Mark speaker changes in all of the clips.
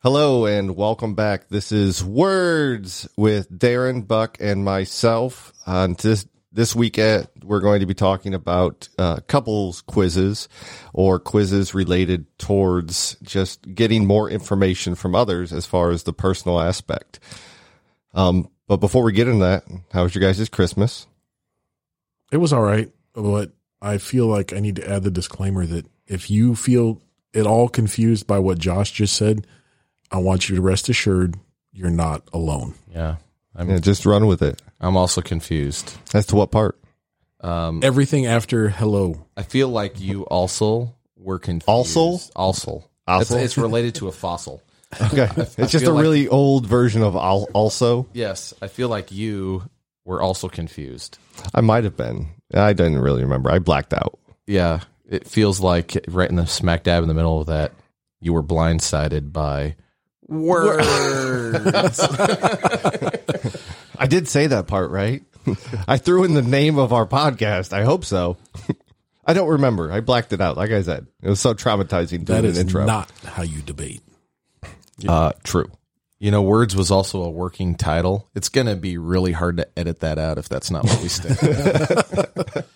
Speaker 1: Hello and welcome back. This is Words with Darren Buck and myself. On this this weekend, we're going to be talking about uh, couples quizzes or quizzes related towards just getting more information from others as far as the personal aspect. Um, but before we get into that, how was your guys' Christmas?
Speaker 2: It was all right, but I feel like I need to add the disclaimer that if you feel at all confused by what Josh just said, I want you to rest assured you're not alone.
Speaker 3: Yeah. I'm
Speaker 1: Yeah, just run with it.
Speaker 3: I'm also confused.
Speaker 1: As to what part?
Speaker 3: Um
Speaker 2: Everything after hello.
Speaker 3: I feel like you also were confused.
Speaker 1: Also?
Speaker 3: Also. It's,
Speaker 1: Also?
Speaker 3: it's related to a fossil.
Speaker 1: Okay, it's just a
Speaker 3: feel like-
Speaker 1: really old version of al- also.
Speaker 3: Yes, I feel like you were also confused.
Speaker 1: I might have been. I didn't really remember. I blacked out.
Speaker 3: Yeah, it feels like right in the smack dab in the middle of that, you were blindsided by words.
Speaker 1: I did say that part, right? I threw in the name of our podcast. I hope so. I don't remember. I blacked it out. Like I said, it was so traumatizing
Speaker 2: That
Speaker 1: doing
Speaker 2: is
Speaker 1: an intro.
Speaker 2: not how you debate.
Speaker 3: uh, true. You know, words was also a working title. It's going to be really hard to edit that out if that's not what we stick. with.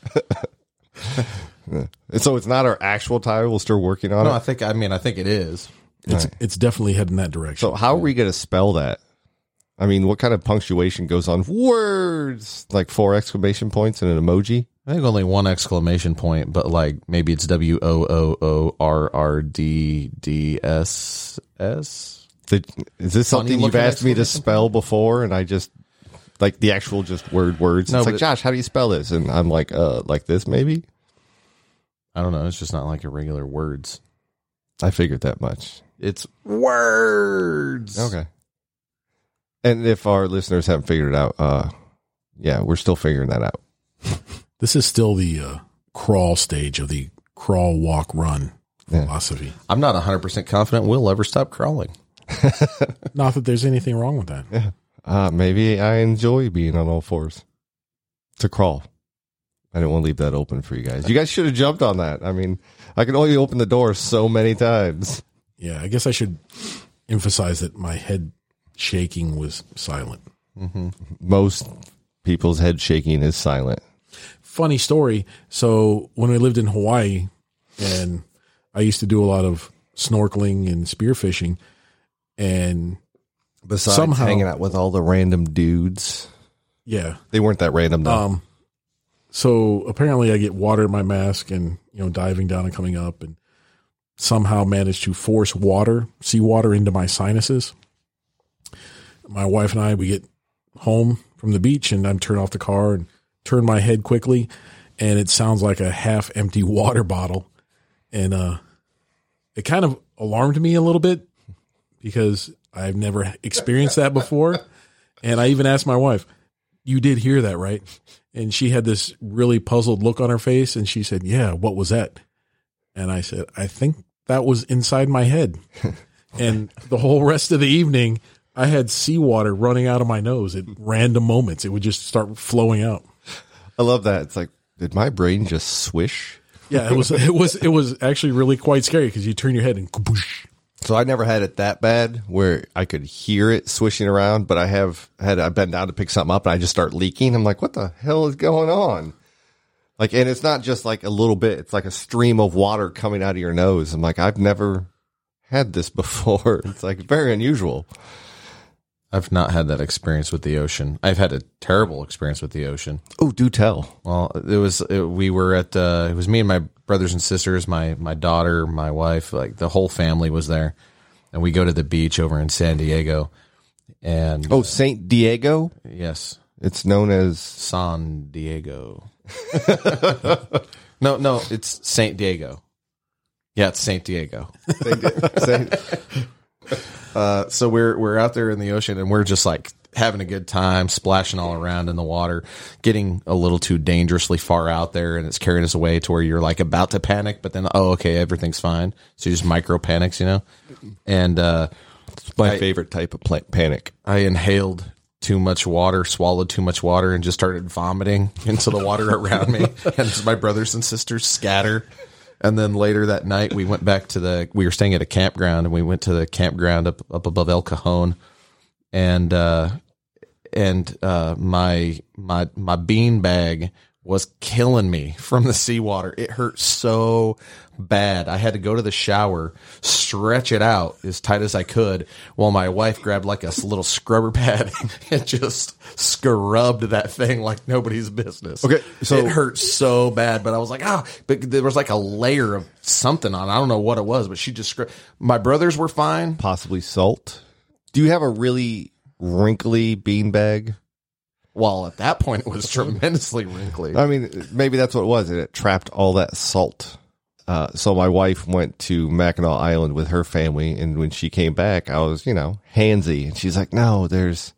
Speaker 1: And so it's not our actual title. We're still working on
Speaker 3: no, I
Speaker 1: it.
Speaker 3: think. I mean, I think it is.
Speaker 2: It's it's definitely heading that direction.
Speaker 1: So how are we going to spell that? I mean, what kind of punctuation goes on words? Like four exclamation points and an emoji?
Speaker 3: I think only one exclamation point, but like maybe it's W O O O R R D D S S.
Speaker 1: Did, is this
Speaker 3: Funny
Speaker 1: something you've
Speaker 3: looking
Speaker 1: asked me to
Speaker 3: explanation.
Speaker 1: spell before? And I just like the actual just word words.
Speaker 3: No,
Speaker 1: it's like,
Speaker 3: but-
Speaker 1: Josh, how do you spell this? And I'm like, uh, like this maybe.
Speaker 3: I don't know. It's just not like irregular words.
Speaker 1: I figured that much.
Speaker 3: It's words.
Speaker 1: Okay. And if our listeners haven't figured it out, uh, yeah, we're still figuring that out.
Speaker 2: This is still the uh, crawl stage of the crawl, walk, run
Speaker 1: Yeah.
Speaker 2: philosophy.
Speaker 3: I'm not 100% confident we'll ever stop crawling.
Speaker 2: Not that there's anything wrong with that.
Speaker 1: Uh, maybe I enjoy being on all fours to crawl. I didn't want to leave that open for you guys. You guys should have jumped on that. I mean, I can only open the door so many times.
Speaker 2: Yeah, I guess I should emphasize that my head shaking was silent.
Speaker 1: Most people's head shaking is silent.
Speaker 2: funny story. So when we lived in Hawaii, and I used to do a lot of snorkeling and spearfishing, and
Speaker 1: Besides
Speaker 2: Somehow-
Speaker 1: hanging out with all the random dudes,
Speaker 2: yeah,
Speaker 1: they weren't that random though.
Speaker 2: um, so apparently I get water in my mask, and you know diving down and coming up, and somehow managed to force water, seawater into my sinuses. My wife and I we get home from the beach, and I'm turn off the car and turn my head quickly, and it sounds like a half empty water bottle, and uh, it kind of alarmed me a little bit because I've never experienced that before, and I even asked my wife, "You did hear that, right?" And she had this really puzzled look on her face, and she said, "Yeah, what was that?" And I said, I think that was inside my head. and the whole rest of the evening, I had seawater running out of my nose at random moments. It would just start flowing out.
Speaker 1: I love that. It's like, did my brain just swish?
Speaker 2: Yeah, it was it was it was actually really quite scary because you turn your head and kaboosh.
Speaker 1: So I never had it that bad where I could hear it swishing around, but I have had I bend down to pick something up and I just start leaking. I'm like, what the hell is going on? Like, and it's not just like a little bit; it's like a stream of water coming out of your nose. I'm like, I've never had this before. It's like very unusual.
Speaker 3: I've not had that experience with the ocean. I've had a terrible experience with the ocean.
Speaker 1: Oh, do tell.
Speaker 3: Well, it was it, we were at uh, it was me and my brothers and sisters, my my daughter, my wife, like the whole family was there, and we go to the beach over in San Diego, and
Speaker 1: Oh, Saint Diego.
Speaker 3: yes,
Speaker 1: It's known as
Speaker 3: San Diego. no, no, it's Saint Diego. Yeah, it's Saint Diego.
Speaker 1: Saint, Saint,
Speaker 3: Uh, so we're we're out there in the ocean and we're just like having a good time, splashing all around in the water, getting a little too dangerously far out there, and it's carrying us away to where you're like about to panic, but then oh okay, everything's fine. So you just micro panics, you know. And uh,
Speaker 1: my favorite type of pla- panic.
Speaker 3: I inhaled too much water, swallowed too much water, and just started vomiting into the water around me, and my brothers and sisters scatter. And then later that night, we went back to the. We were staying at a campground, and we went to the campground up up above El Cajon, and uh, and uh, my my my bean bag was killing me from the seawater. It hurt so bad. I had to go to the shower, stretch it out as tight as I could, while my wife grabbed like a little scrubber pad and just scrubbed that thing like nobody's business.
Speaker 1: Okay, so-
Speaker 3: it hurt so bad, but I was like, ah, but there was like a layer of something on. it. I don't know what it was, but she just scrubbed. My brothers were fine.
Speaker 1: Possibly salt. Do you have a really wrinkly beanbag?
Speaker 3: Well, at that point, it was tremendously wrinkly.
Speaker 1: I mean, maybe that's what it was. and It trapped all that salt. Uh, so my wife went to Mackinac Island with her family, and when she came back, I was, you know, handsy, and she's like, "No, there's,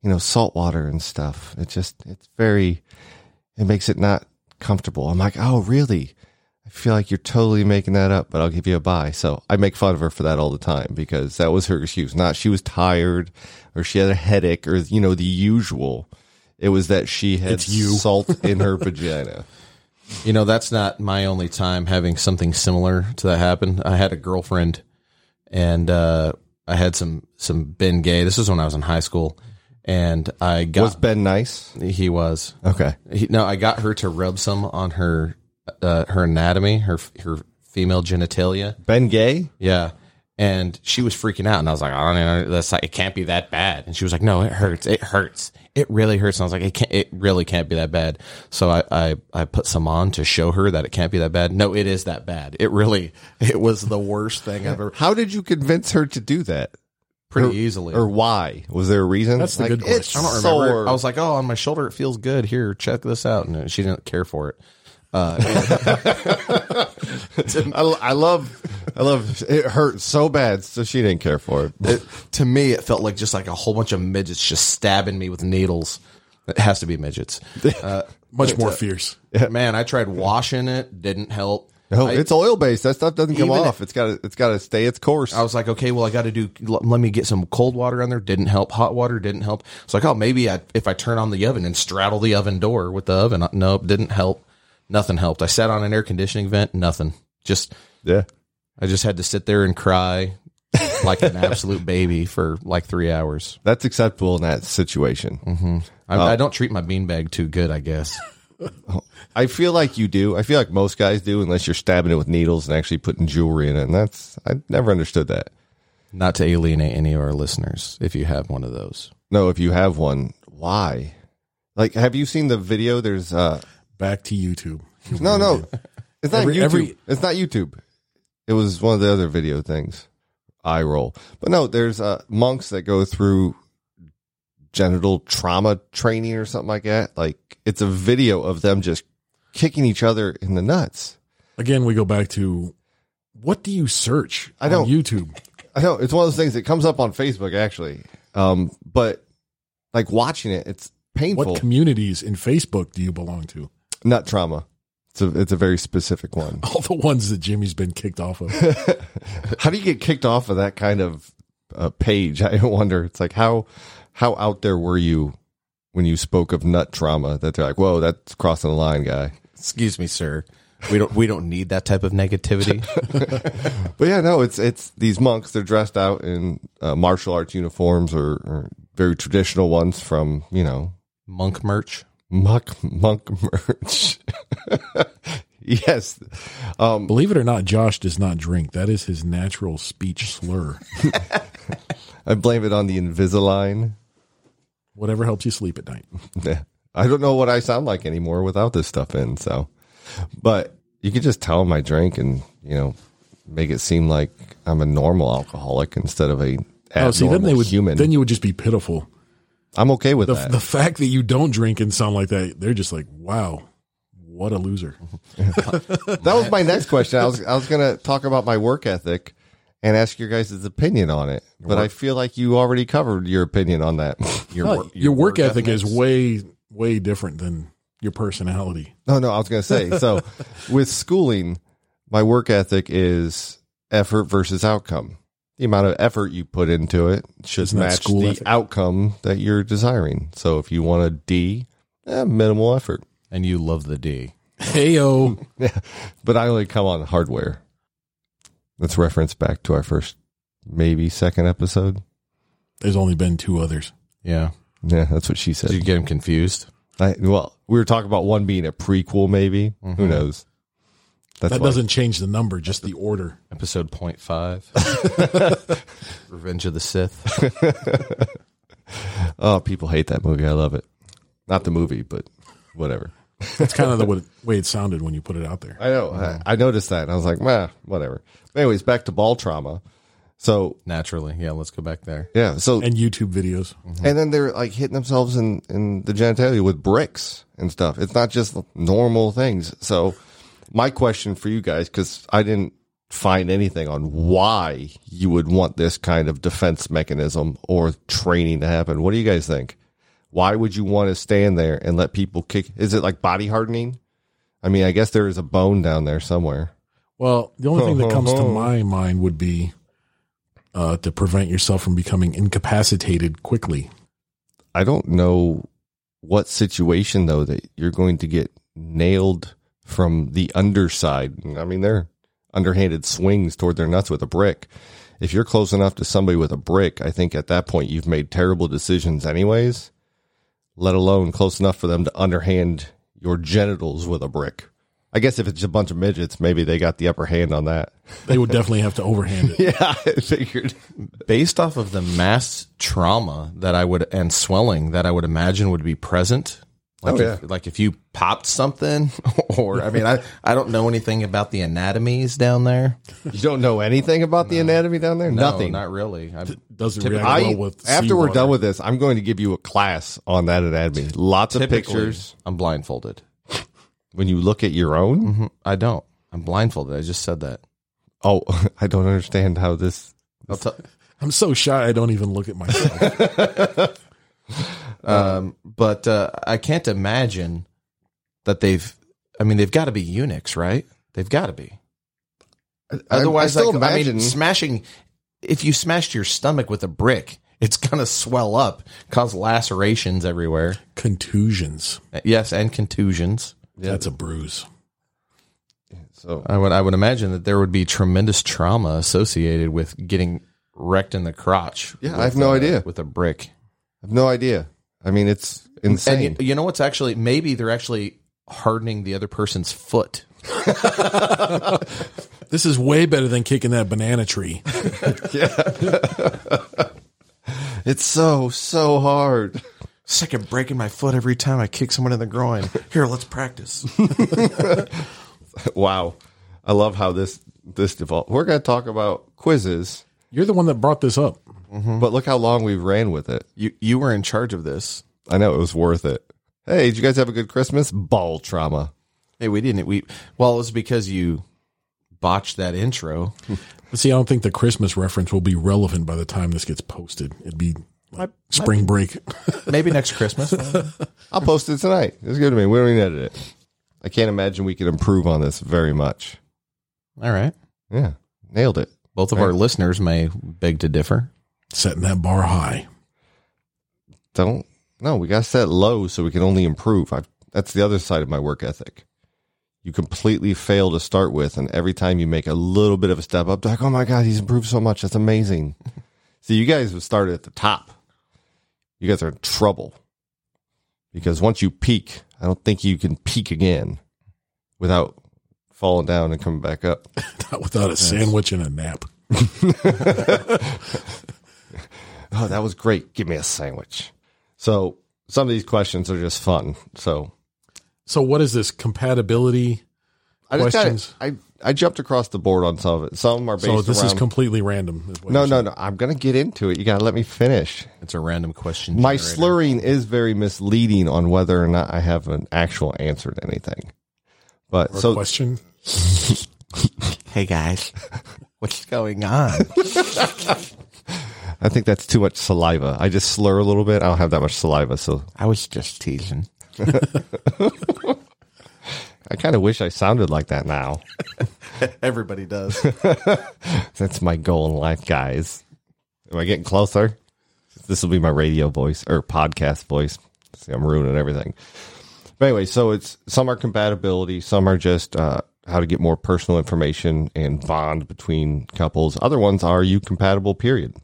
Speaker 1: you know, salt water and stuff. It just, it's very, it makes it not comfortable." I'm like, "Oh, really?" I feel like you're totally making that up, but I'll give you a buy. So I make fun of her for that all the time because that was her excuse. Not she was tired or she had a headache or you know the usual. It was that she had salt in her vagina.
Speaker 3: You know, that's not my only time having something similar to that happen. I had a girlfriend and uh, I had some some Ben Gay. This is when I was in high school and I
Speaker 1: Was
Speaker 3: got
Speaker 1: Ben nice?
Speaker 3: he was
Speaker 1: Okay.
Speaker 3: he, no, I got her to rub some on her uh, her anatomy, her her female genitalia.
Speaker 1: Ben gay?
Speaker 3: Yeah. And she was freaking out, and I was like, "I don't know. That's like it can't be that bad." And she was like, "No, it hurts. It hurts. It really hurts." And I was like, "It can't. It really can't be that bad." So I, I, I put some on to show her that it can't be that bad. No, it is that bad. It really, it was the worst thing I've ever.
Speaker 1: How did you convince her to do that?
Speaker 3: Pretty easily.
Speaker 1: Or why? Was there a reason?
Speaker 2: That's the good
Speaker 1: it's
Speaker 2: question.
Speaker 3: I don't remember.
Speaker 1: sore.
Speaker 3: I was like, "Oh, on my shoulder, it feels good. Here, check this out." And she didn't care for it. Uh,
Speaker 1: I, I love, I love. It hurt so bad, so she didn't care for it.
Speaker 3: it, to me, it felt like just like a whole bunch of midgets just stabbing me with needles. It has to be midgets.
Speaker 2: Much more fierce.
Speaker 3: Man, I tried washing it, didn't help.
Speaker 1: No,
Speaker 3: I,
Speaker 1: Oh, it's oil based. That stuff doesn't come
Speaker 3: Even
Speaker 1: off. It's got to, it's got to stay its course.
Speaker 3: I was like, okay, well, I got to do. l- Let me get some cold water on there. Didn't help. Hot water didn't help. It's like, oh, maybe I, if I turn on the oven and straddle the oven door with the oven. uh, Nope, didn't help. Nothing helped. I sat on an air conditioning vent. Nothing. Just
Speaker 1: yeah.
Speaker 3: I just had to sit there and cry like an absolute baby for like three hours.
Speaker 1: That's acceptable in that situation.
Speaker 3: I, I don't treat my beanbag too good, I guess.
Speaker 1: I feel like you do. I feel like most guys do, unless you're stabbing it with needles and actually putting jewelry in it. And that's I never understood that.
Speaker 3: Not to alienate any of our listeners, if you have one of those.
Speaker 1: No, if you have one, why? Like, have you seen the video? There's uh
Speaker 2: Back to YouTube.
Speaker 1: no, no, it's not
Speaker 2: Every-
Speaker 1: YouTube.
Speaker 2: every-
Speaker 1: it's not YouTube. It was one of the other video things. I roll, but no, there's uh monks that go through genital trauma training or something like that. Like, it's a video of them just kicking each other in the nuts.
Speaker 2: Again, we go back to what do you search
Speaker 1: I don't-
Speaker 2: on YouTube?
Speaker 1: I know it's one of those things that comes up on Facebook actually. Um, but like watching it, it's painful.
Speaker 2: What communities in Facebook do you belong to?
Speaker 1: Nut trauma. It's a it's a very specific one.
Speaker 2: All the ones that Jimmy's been kicked off of.
Speaker 1: how do you get kicked off of that kind of uh, page? I wonder. It's like how how out there were you when you spoke of nut trauma? That they're like, whoa, that's crossing the line, guy.
Speaker 3: Excuse me, sir. We don't we don't need that type of negativity.
Speaker 1: But yeah, no, it's it's these monks. They're dressed out in uh, martial arts uniforms or, or very traditional ones from you know
Speaker 3: Monk merch.
Speaker 1: Muck monk merch. yes. Um,
Speaker 2: Believe it or not, Josh does not drink. That is his natural speech slur.
Speaker 1: I blame it on the Invisalign.
Speaker 2: Whatever helps you sleep at night.
Speaker 1: I don't know what I sound like anymore without this stuff in. So, but you could just tell 'em I drink and, you know, make it seem like I'm a normal alcoholic instead of a abnormal
Speaker 2: Oh, see, then they would.
Speaker 1: human.
Speaker 2: Then you would just be pitiful.
Speaker 1: I'm okay with
Speaker 2: The,
Speaker 1: that.
Speaker 2: the fact that you don't drink and sound like that, they're just like, wow, what a loser.
Speaker 1: that was my next question. I was I was going to talk about my work ethic and ask your guys' opinion on it, but I feel like you already covered your opinion on that.
Speaker 3: Your,
Speaker 2: No,
Speaker 3: wor-
Speaker 2: your, work, ethic is way, way different than your personality.
Speaker 1: No, no, I was going to say. So with schooling, my work ethic is effort versus outcome. The amount of effort you put into it should
Speaker 2: Isn't that
Speaker 1: match
Speaker 2: school
Speaker 1: the
Speaker 2: ethic?
Speaker 1: outcome that you're desiring. So if you want a D, eh, minimal effort.
Speaker 3: and you love the D.
Speaker 2: Heyo.
Speaker 1: But I only come on hardware. Let's reference back to our first, maybe second episode.
Speaker 2: There's only been two others.
Speaker 3: Yeah.
Speaker 1: Yeah, that's what she
Speaker 3: Did you
Speaker 1: said.
Speaker 3: get him confused?
Speaker 1: I, well, we were talking about one being a prequel, maybe. Who knows? That's
Speaker 2: Mm-hmm. that
Speaker 1: why-
Speaker 2: doesn't change the number, just the order.
Speaker 3: Episode point five. Revenge of the Sith.
Speaker 1: Oh, people hate that movie. I love it. Not the movie, but whatever.
Speaker 2: That's kind of the way- way it sounded when you put it out there.
Speaker 1: I know. I, I noticed that, and I was like, "Meh, whatever." Anyways, back to ball trauma. So
Speaker 3: Naturally. Yeah, let's go back there.
Speaker 1: yeah, so
Speaker 2: And YouTube videos.
Speaker 1: and then they're like hitting themselves in in the genitalia with bricks and stuff. It's not just normal things. So my question for you guys, because I didn't find anything on why you would want this kind of defense mechanism or training to happen. What do you guys think? Why would you want to stand there and let people kick? Is it like body hardening? I mean, I guess there is a bone down there somewhere.
Speaker 2: Well, the only thing that comes to
Speaker 1: Ho, ho, ho.
Speaker 2: my mind would be uh, to prevent yourself from becoming incapacitated quickly.
Speaker 1: I don't know what situation though that you're going to get nailed from the underside. I mean, they're underhanded swings toward their nuts with a brick. If you're close enough to somebody with a brick, I think at that point you've made terrible decisions anyways, let alone close enough for them to underhand your genitals with a brick. I guess if it's a bunch of midgets, maybe they got the upper hand on that.
Speaker 2: They would definitely have to overhand it.
Speaker 1: Yeah, I figured.
Speaker 3: based off of the mass trauma that I would and swelling that I would imagine would be present. Like,
Speaker 1: Oh, yeah.
Speaker 3: if, like if you popped something, or I mean, I, I don't know anything about the anatomies down there.
Speaker 1: You don't know anything about the anatomy down there?
Speaker 3: No,
Speaker 1: Nothing.
Speaker 3: not really. I,
Speaker 2: Doesn't
Speaker 3: Typ-
Speaker 2: react
Speaker 1: I,
Speaker 2: well with
Speaker 1: after we're
Speaker 2: seawater.
Speaker 1: done with this, I'm going to give you a class on that anatomy. Lots of
Speaker 3: typically,
Speaker 1: pictures.
Speaker 3: I'm blindfolded.
Speaker 1: When you look at your own,
Speaker 3: Mhm. I don't. I'm blindfolded. I just said that.
Speaker 1: oh, I don't understand how this.
Speaker 3: I'll tell-
Speaker 2: I'm so shy I don't even look at myself.
Speaker 3: um, but uh, I can't imagine that they've. I mean, they've got to be eunuchs, right? They've got to be. Otherwise,
Speaker 1: I, I still
Speaker 3: like, I
Speaker 1: imagine.
Speaker 3: mean, smashing. If you smashed your stomach with a brick, it's gonna swell up, cause lacerations everywhere.
Speaker 2: Contusions.
Speaker 3: Yes, and contusions.
Speaker 2: That's a bruise.
Speaker 1: so
Speaker 3: I would, I would imagine that there would be tremendous trauma associated with getting wrecked in the crotch.
Speaker 1: Yeah, I
Speaker 3: with,
Speaker 1: have no
Speaker 3: uh,
Speaker 1: idea.
Speaker 3: with a brick.
Speaker 1: I have no idea. I mean, it's insane.
Speaker 3: And you, you know what's actually? Maybe they're actually hardening the other person's foot.
Speaker 2: This is way better than kicking that banana tree.
Speaker 1: it's so so hard.
Speaker 3: Sick of breaking my foot every time I kick someone in the groin. Here, let's practice.
Speaker 1: wow, I love how this this default. We're going to talk about quizzes,
Speaker 2: You're the one that brought this up.
Speaker 1: but look how long we've ran with it.
Speaker 3: you you were in charge of this.
Speaker 1: I know it was worth it. Hey, did you guys have a good Christmas? Ball trauma.
Speaker 3: Hey, we didn't. We well, it was because you botched that intro.
Speaker 2: See, I don't think the Christmas reference will be relevant by the time this gets posted. It'd be like spring break.
Speaker 3: Maybe next Christmas.
Speaker 1: I'll post it tonight. It's good to me. We don't even edit it. I can't imagine we could improve on this very much.
Speaker 3: All right.
Speaker 1: Yeah, nailed it.
Speaker 3: Both of our listeners may beg to differ.
Speaker 2: Setting that bar high.
Speaker 1: Don't no. We got to set low so we can only improve. I've, that's the other side of my work ethic. You completely fail to start with, and every time you make a little bit of a step up, like oh my god, he's improved so much. That's amazing. See, you guys have started at the top. You guys are in trouble because once you peak, I don't think you can peak again without falling down and coming back up.
Speaker 2: Not without a sandwich and a nap.
Speaker 1: oh, that was great. Give me a sandwich. So some of these questions are just fun. So
Speaker 2: So what is this compatibility?
Speaker 1: I just
Speaker 2: Questions?
Speaker 1: Kinda, I I jumped across the board on some of it. Some are based
Speaker 2: So this is
Speaker 1: around.
Speaker 2: completely random. is what
Speaker 1: no,
Speaker 2: you're
Speaker 1: no, no. I'm gonna get into it. You gotta let me finish.
Speaker 3: It's a random question.
Speaker 1: My
Speaker 3: generator.
Speaker 1: slurring is very misleading on whether or not I have an actual answer to anything. But
Speaker 2: saying.
Speaker 1: so
Speaker 2: question.
Speaker 3: Hey guys, what's going on?
Speaker 1: I think that's too much saliva. I just slur a little bit. I don't have that much saliva, so
Speaker 3: I was just teasing.
Speaker 1: I kind of wish I sounded like that now.
Speaker 3: Everybody does.
Speaker 1: That's my goal in life, guys. Am I getting closer? This will be my radio voice or podcast voice. See, I'm ruining everything. But anyway, so it's some are compatibility, some are just uh, how to get more personal information and bond between couples. Other ones are you compatible, period.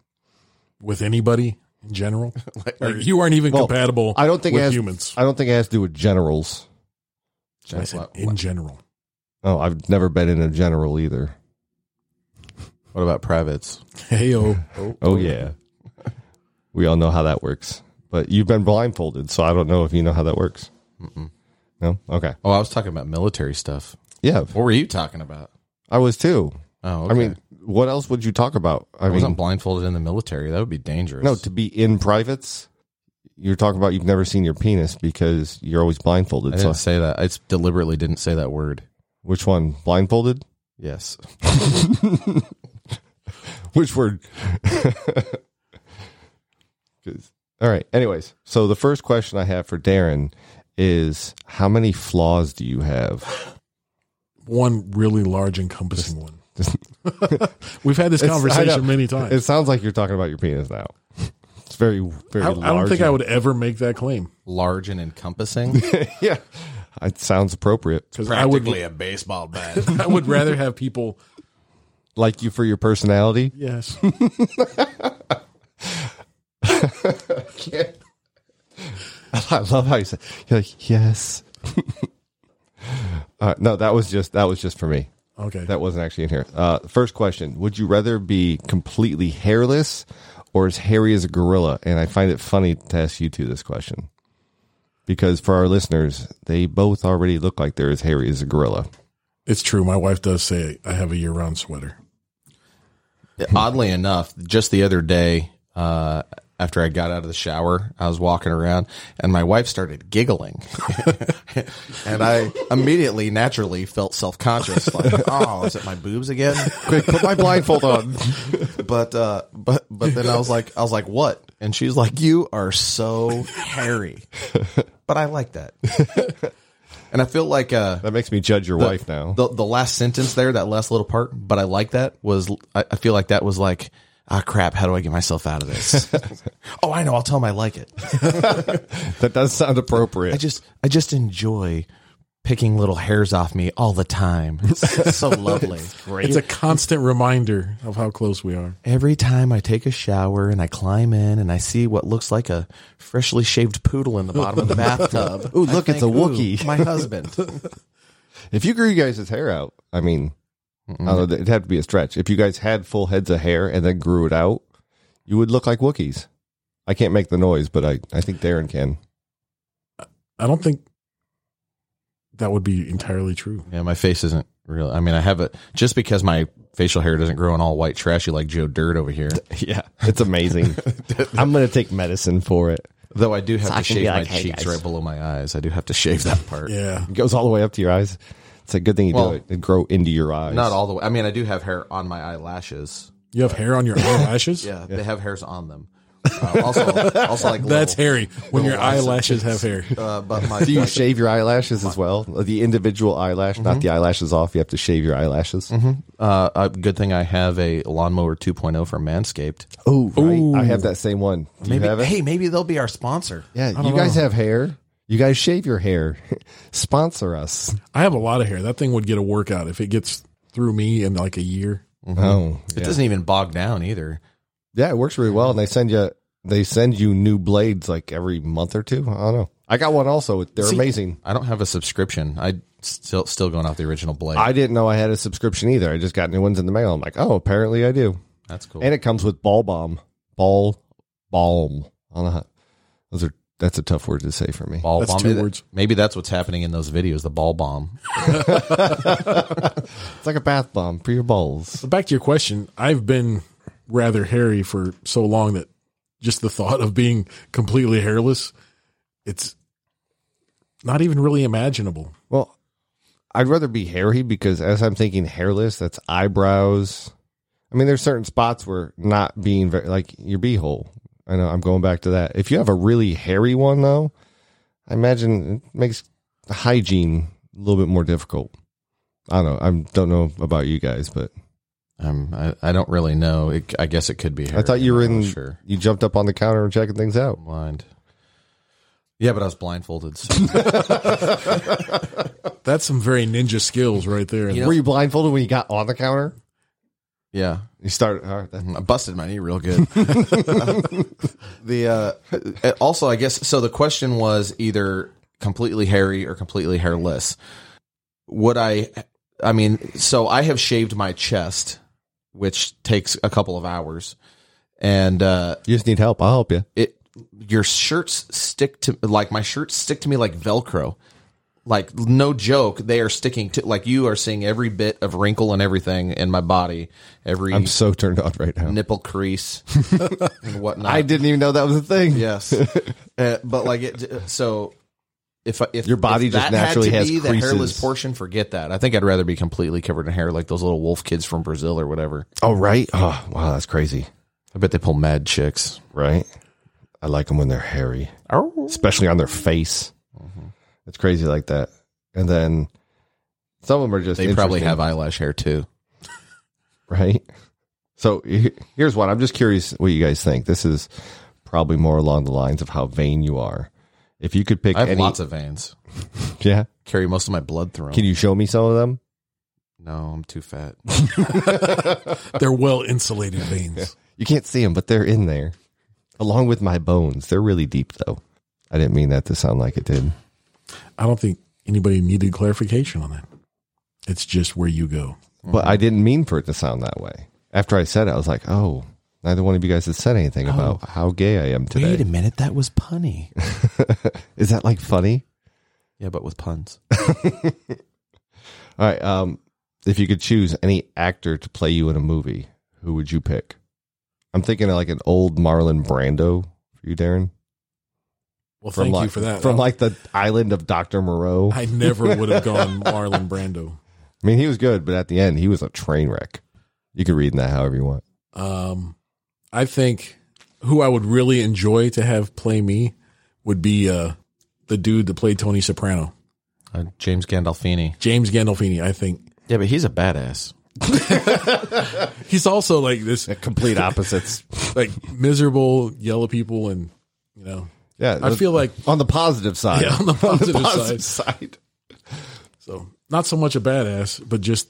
Speaker 2: with anybody in general. like, you aren't even
Speaker 1: Well,
Speaker 2: compatible.
Speaker 1: I don't think
Speaker 2: with
Speaker 1: it has,
Speaker 2: humans.
Speaker 1: I don't think it has to do with generals.
Speaker 2: I said
Speaker 3: What,
Speaker 2: in general.
Speaker 1: Oh, I've never been in a general either.
Speaker 3: what about privates?
Speaker 2: Hey oh,
Speaker 1: Oh yeah. we all know how that works. But you've been blindfolded, so I don't know if you know how that works. No? Okay.
Speaker 3: Oh, I was talking about military stuff.
Speaker 1: Yeah.
Speaker 3: What were you talking about?
Speaker 1: I was too.
Speaker 3: Oh,
Speaker 1: I mean, what else would you talk about? I
Speaker 3: I
Speaker 1: mean,
Speaker 3: wasn't blindfolded in the military. That would be dangerous.
Speaker 1: no, to be in privates, you're talking about you've never seen your penis because you're always
Speaker 3: I
Speaker 1: blindfolded. So,
Speaker 3: didn't say that. I s- deliberately didn't say that word.
Speaker 1: which one? Blindfolded?
Speaker 3: Yes.
Speaker 1: Which word? 'Cause- all right. Anyways, so the first question I have for Darren is how many flaws do you have?
Speaker 2: one really large encompassing one. We've had this
Speaker 1: It's- I know.
Speaker 2: conversation many times.
Speaker 1: It sounds like you're talking about your penis now. It's very, very
Speaker 2: I, I
Speaker 1: large.
Speaker 2: don't think I
Speaker 1: and-
Speaker 2: would ever make that claim
Speaker 3: Large and encompassing.
Speaker 1: yeah. It sounds appropriate.
Speaker 2: because I would
Speaker 3: a baseball bat.
Speaker 2: I would rather have people.
Speaker 1: Like you for your personality.
Speaker 2: Yes,
Speaker 1: I love how you say you're like yes. uh, no, that was just that was just for me.
Speaker 2: okay.
Speaker 1: That wasn't actually in here. Uh, first question: Would you rather be completely hairless or as hairy as a gorilla? And I find it funny to ask you two this question because for our listeners, they both already look like they're as hairy as a gorilla.
Speaker 2: it's true. My wife does say I have a year-round sweater.
Speaker 3: Oddly enough, just the other day, uh, after I got out of the shower, I was walking around and my wife started giggling. and I immediately, naturally felt self conscious. Like, oh, is it my boobs again?
Speaker 1: Quick, put my blindfold on.
Speaker 3: But, uh, but, but then I was like, I was like, what? And she's like, you are so hairy. But I like that. And I feel like, uh,
Speaker 1: That makes me judge your wife now.
Speaker 3: the the last sentence there, that last little part, but I like that was I, I feel like that was like ah crap, how do I get myself out of this? oh, I know, I'll tell him I like it.
Speaker 1: that does sound
Speaker 3: I
Speaker 1: appropriate.
Speaker 3: just I just enjoy picking little hairs off me all the time. It's so lovely. Great.
Speaker 2: It's a constant reminder of how close we are.
Speaker 3: Every time I take a shower and I climb in and I see what looks like a freshly shaved poodle in the bottom of the bathtub.
Speaker 1: Ooh, look,
Speaker 3: I
Speaker 1: it's a
Speaker 3: "Ooh,
Speaker 1: Wookiee."
Speaker 3: My husband.
Speaker 1: if you grew you guys' hair out, I mean, I don't know, it'd have to be a stretch. If you guys had full heads of hair and then grew it out, you would look like Wookiees. I can't make the noise, but I, I think Darren can.
Speaker 2: I don't think that would be entirely true.
Speaker 3: Yeah, my face isn't real. I mean, I have a just because my facial hair doesn't grow in all white trashy like Joe Dirt over here.
Speaker 1: Yeah, it's amazing. I'm gonna take medicine for it.
Speaker 3: Though I do have
Speaker 1: I
Speaker 3: to
Speaker 1: can
Speaker 3: shave
Speaker 1: be like,
Speaker 3: my
Speaker 1: "Hey,
Speaker 3: cheeks
Speaker 1: guys."
Speaker 3: right below my eyes. I do have to shave that part.
Speaker 2: Yeah,
Speaker 1: It goes all the way up to your eyes. It's a good thing you
Speaker 3: Well-
Speaker 1: do it. It grow into your eyes.
Speaker 3: Not all the way. I mean, I do have hair on my eyelashes.
Speaker 2: you have hair on your eyelashes.
Speaker 3: Yeah, they have hairs on them. Uh, also, also like
Speaker 2: That's
Speaker 3: little-
Speaker 2: hairy when your
Speaker 3: eyes and
Speaker 2: eyelashes have hair.
Speaker 3: Uh, but my
Speaker 1: Do you shave your eyelashes as well? The individual eyelash,
Speaker 3: Mm-hmm.
Speaker 1: not the eyelashes off. You have to shave your eyelashes.
Speaker 3: uh, uh, good thing I have a lawnmower 2.0 from Manscaped.
Speaker 1: Oh, right. I have that same one. Do you have it?
Speaker 3: hey, maybe they'll be our sponsor.
Speaker 1: Yeah, you guys have hair. You guys shave your hair. Sponsor us.
Speaker 2: I have a lot of hair. That thing would get a workout if it gets through me in like a year.
Speaker 1: Oh,
Speaker 3: It doesn't even bog down either.
Speaker 1: yeah, it works really well, and they send you they send you new blades like every month or two. I don't know. I got one also. They're amazing.
Speaker 3: I don't have a subscription. I still still going off the original blade.
Speaker 1: I didn't know I had a subscription either. I just got new ones in the mail. I'm like, oh, apparently I do.
Speaker 3: That's cool.
Speaker 1: And it comes with ball bomb, ball balm. I don't know. How, those are that's a tough word to say for me.
Speaker 3: ball
Speaker 2: That's
Speaker 3: bomb.
Speaker 2: two
Speaker 3: Maybe-
Speaker 2: words.
Speaker 3: Maybe that's what's happening in those videos. The ball bomb.
Speaker 1: It's like a bath bomb for your balls.
Speaker 2: But back to your question, I've been rather hairy for so long that just the thought of being completely hairless, it's not even really imaginable.
Speaker 1: Well, I'd rather be hairy because as I'm thinking hairless, that's eyebrows. I mean, there's certain spots where not being very like your beehole. I know I'm going back to that. If you have a really hairy one though, I imagine it makes hygiene a little bit more difficult. I don't know. I don't know about you guys, but
Speaker 3: Um, I, I don't really know. It, I guess it could be.
Speaker 1: I thought you were in.
Speaker 3: Sure,
Speaker 1: You jumped up on the counter and checking things out.
Speaker 3: blind. Yeah, but I was blindfolded. So.
Speaker 2: That's some very ninja skills right there.
Speaker 1: Were you blindfolded when you got on the counter?
Speaker 3: yeah,
Speaker 1: You started. all right, that-
Speaker 3: I busted my knee real good. the uh, also, I guess so. The question was either completely hairy or completely hairless. Would I? I mean, so I have shaved my chest, which takes a couple of hours, and uh,
Speaker 1: You just need help. I'll help you.
Speaker 3: it your shirts stick to like my shirts stick to me like velcro like no joke they are sticking to like you are seeing every bit of wrinkle and everything in my body every
Speaker 1: I'm so turned on right now.
Speaker 3: nipple crease and whatnot
Speaker 1: I didn't even know that was a thing.
Speaker 3: yes Uh, but like it so if I- if
Speaker 1: Your body
Speaker 3: if
Speaker 1: just
Speaker 3: that had
Speaker 1: naturally
Speaker 3: to
Speaker 1: has
Speaker 3: be the hairless
Speaker 1: creases.
Speaker 3: portion forget that i think i'd rather be completely covered in hair like those little wolf kids from brazil or whatever
Speaker 1: Oh, right. Oh, wow. That's crazy.
Speaker 3: i bet they pull mad chicks
Speaker 1: Right. I like them when they're hairy,
Speaker 3: oh
Speaker 1: especially on their face. Mm-hmm. It's crazy like that. And then some of them are just.
Speaker 3: they probably
Speaker 1: interesting.
Speaker 3: have eyelash hair too
Speaker 1: right? So he- here's one. I'm just curious what you guys think. This is probably more along the lines of how vain you are. If you could pick
Speaker 3: i have
Speaker 1: any,
Speaker 3: lots of veins
Speaker 1: yeah,
Speaker 3: carry most of my blood through. 'em.
Speaker 1: can you show me some of them?
Speaker 3: no, I'm too fat.
Speaker 2: They're well insulated veins.
Speaker 1: You can't see them, but they're in there, along with my bones. They're really deep, though. I didn't mean that to sound like it did.
Speaker 2: I don't think anybody needed clarification on that. It's just where you go.
Speaker 1: But I didn't mean for it to sound that way. After I said it, I was like, oh, neither one of you guys has said anything about how gay I am today.
Speaker 3: minute, that was punny.
Speaker 1: Is that like funny?
Speaker 3: yeah, but with puns.
Speaker 1: All right. Um, if you could choose any actor to play you in a movie, who would you pick? I'm thinking of like an old Marlon Brando for you, Darren.
Speaker 2: Well,
Speaker 1: From
Speaker 2: thank
Speaker 1: like,
Speaker 2: you for that.
Speaker 1: From like the island of Dr. Moreau. I,
Speaker 2: I never would have gone Marlon Brando.
Speaker 1: mean, he was good, but at the end, he was a train wreck. You can read in that however you want.
Speaker 2: Um, I think who I would really enjoy to have play me would be uh, the dude that played Tony Soprano,
Speaker 3: Uh, James Gandolfini.
Speaker 2: James Gandolfini. I think
Speaker 3: Yeah, but he's a badass.
Speaker 2: he's also like this,
Speaker 1: Complete opposites.
Speaker 2: like miserable yellow people, and you know,
Speaker 1: yeah.
Speaker 2: I feel like
Speaker 1: on the positive side.
Speaker 2: Yeah, on the positive
Speaker 1: side.
Speaker 2: so not so much a badass, but just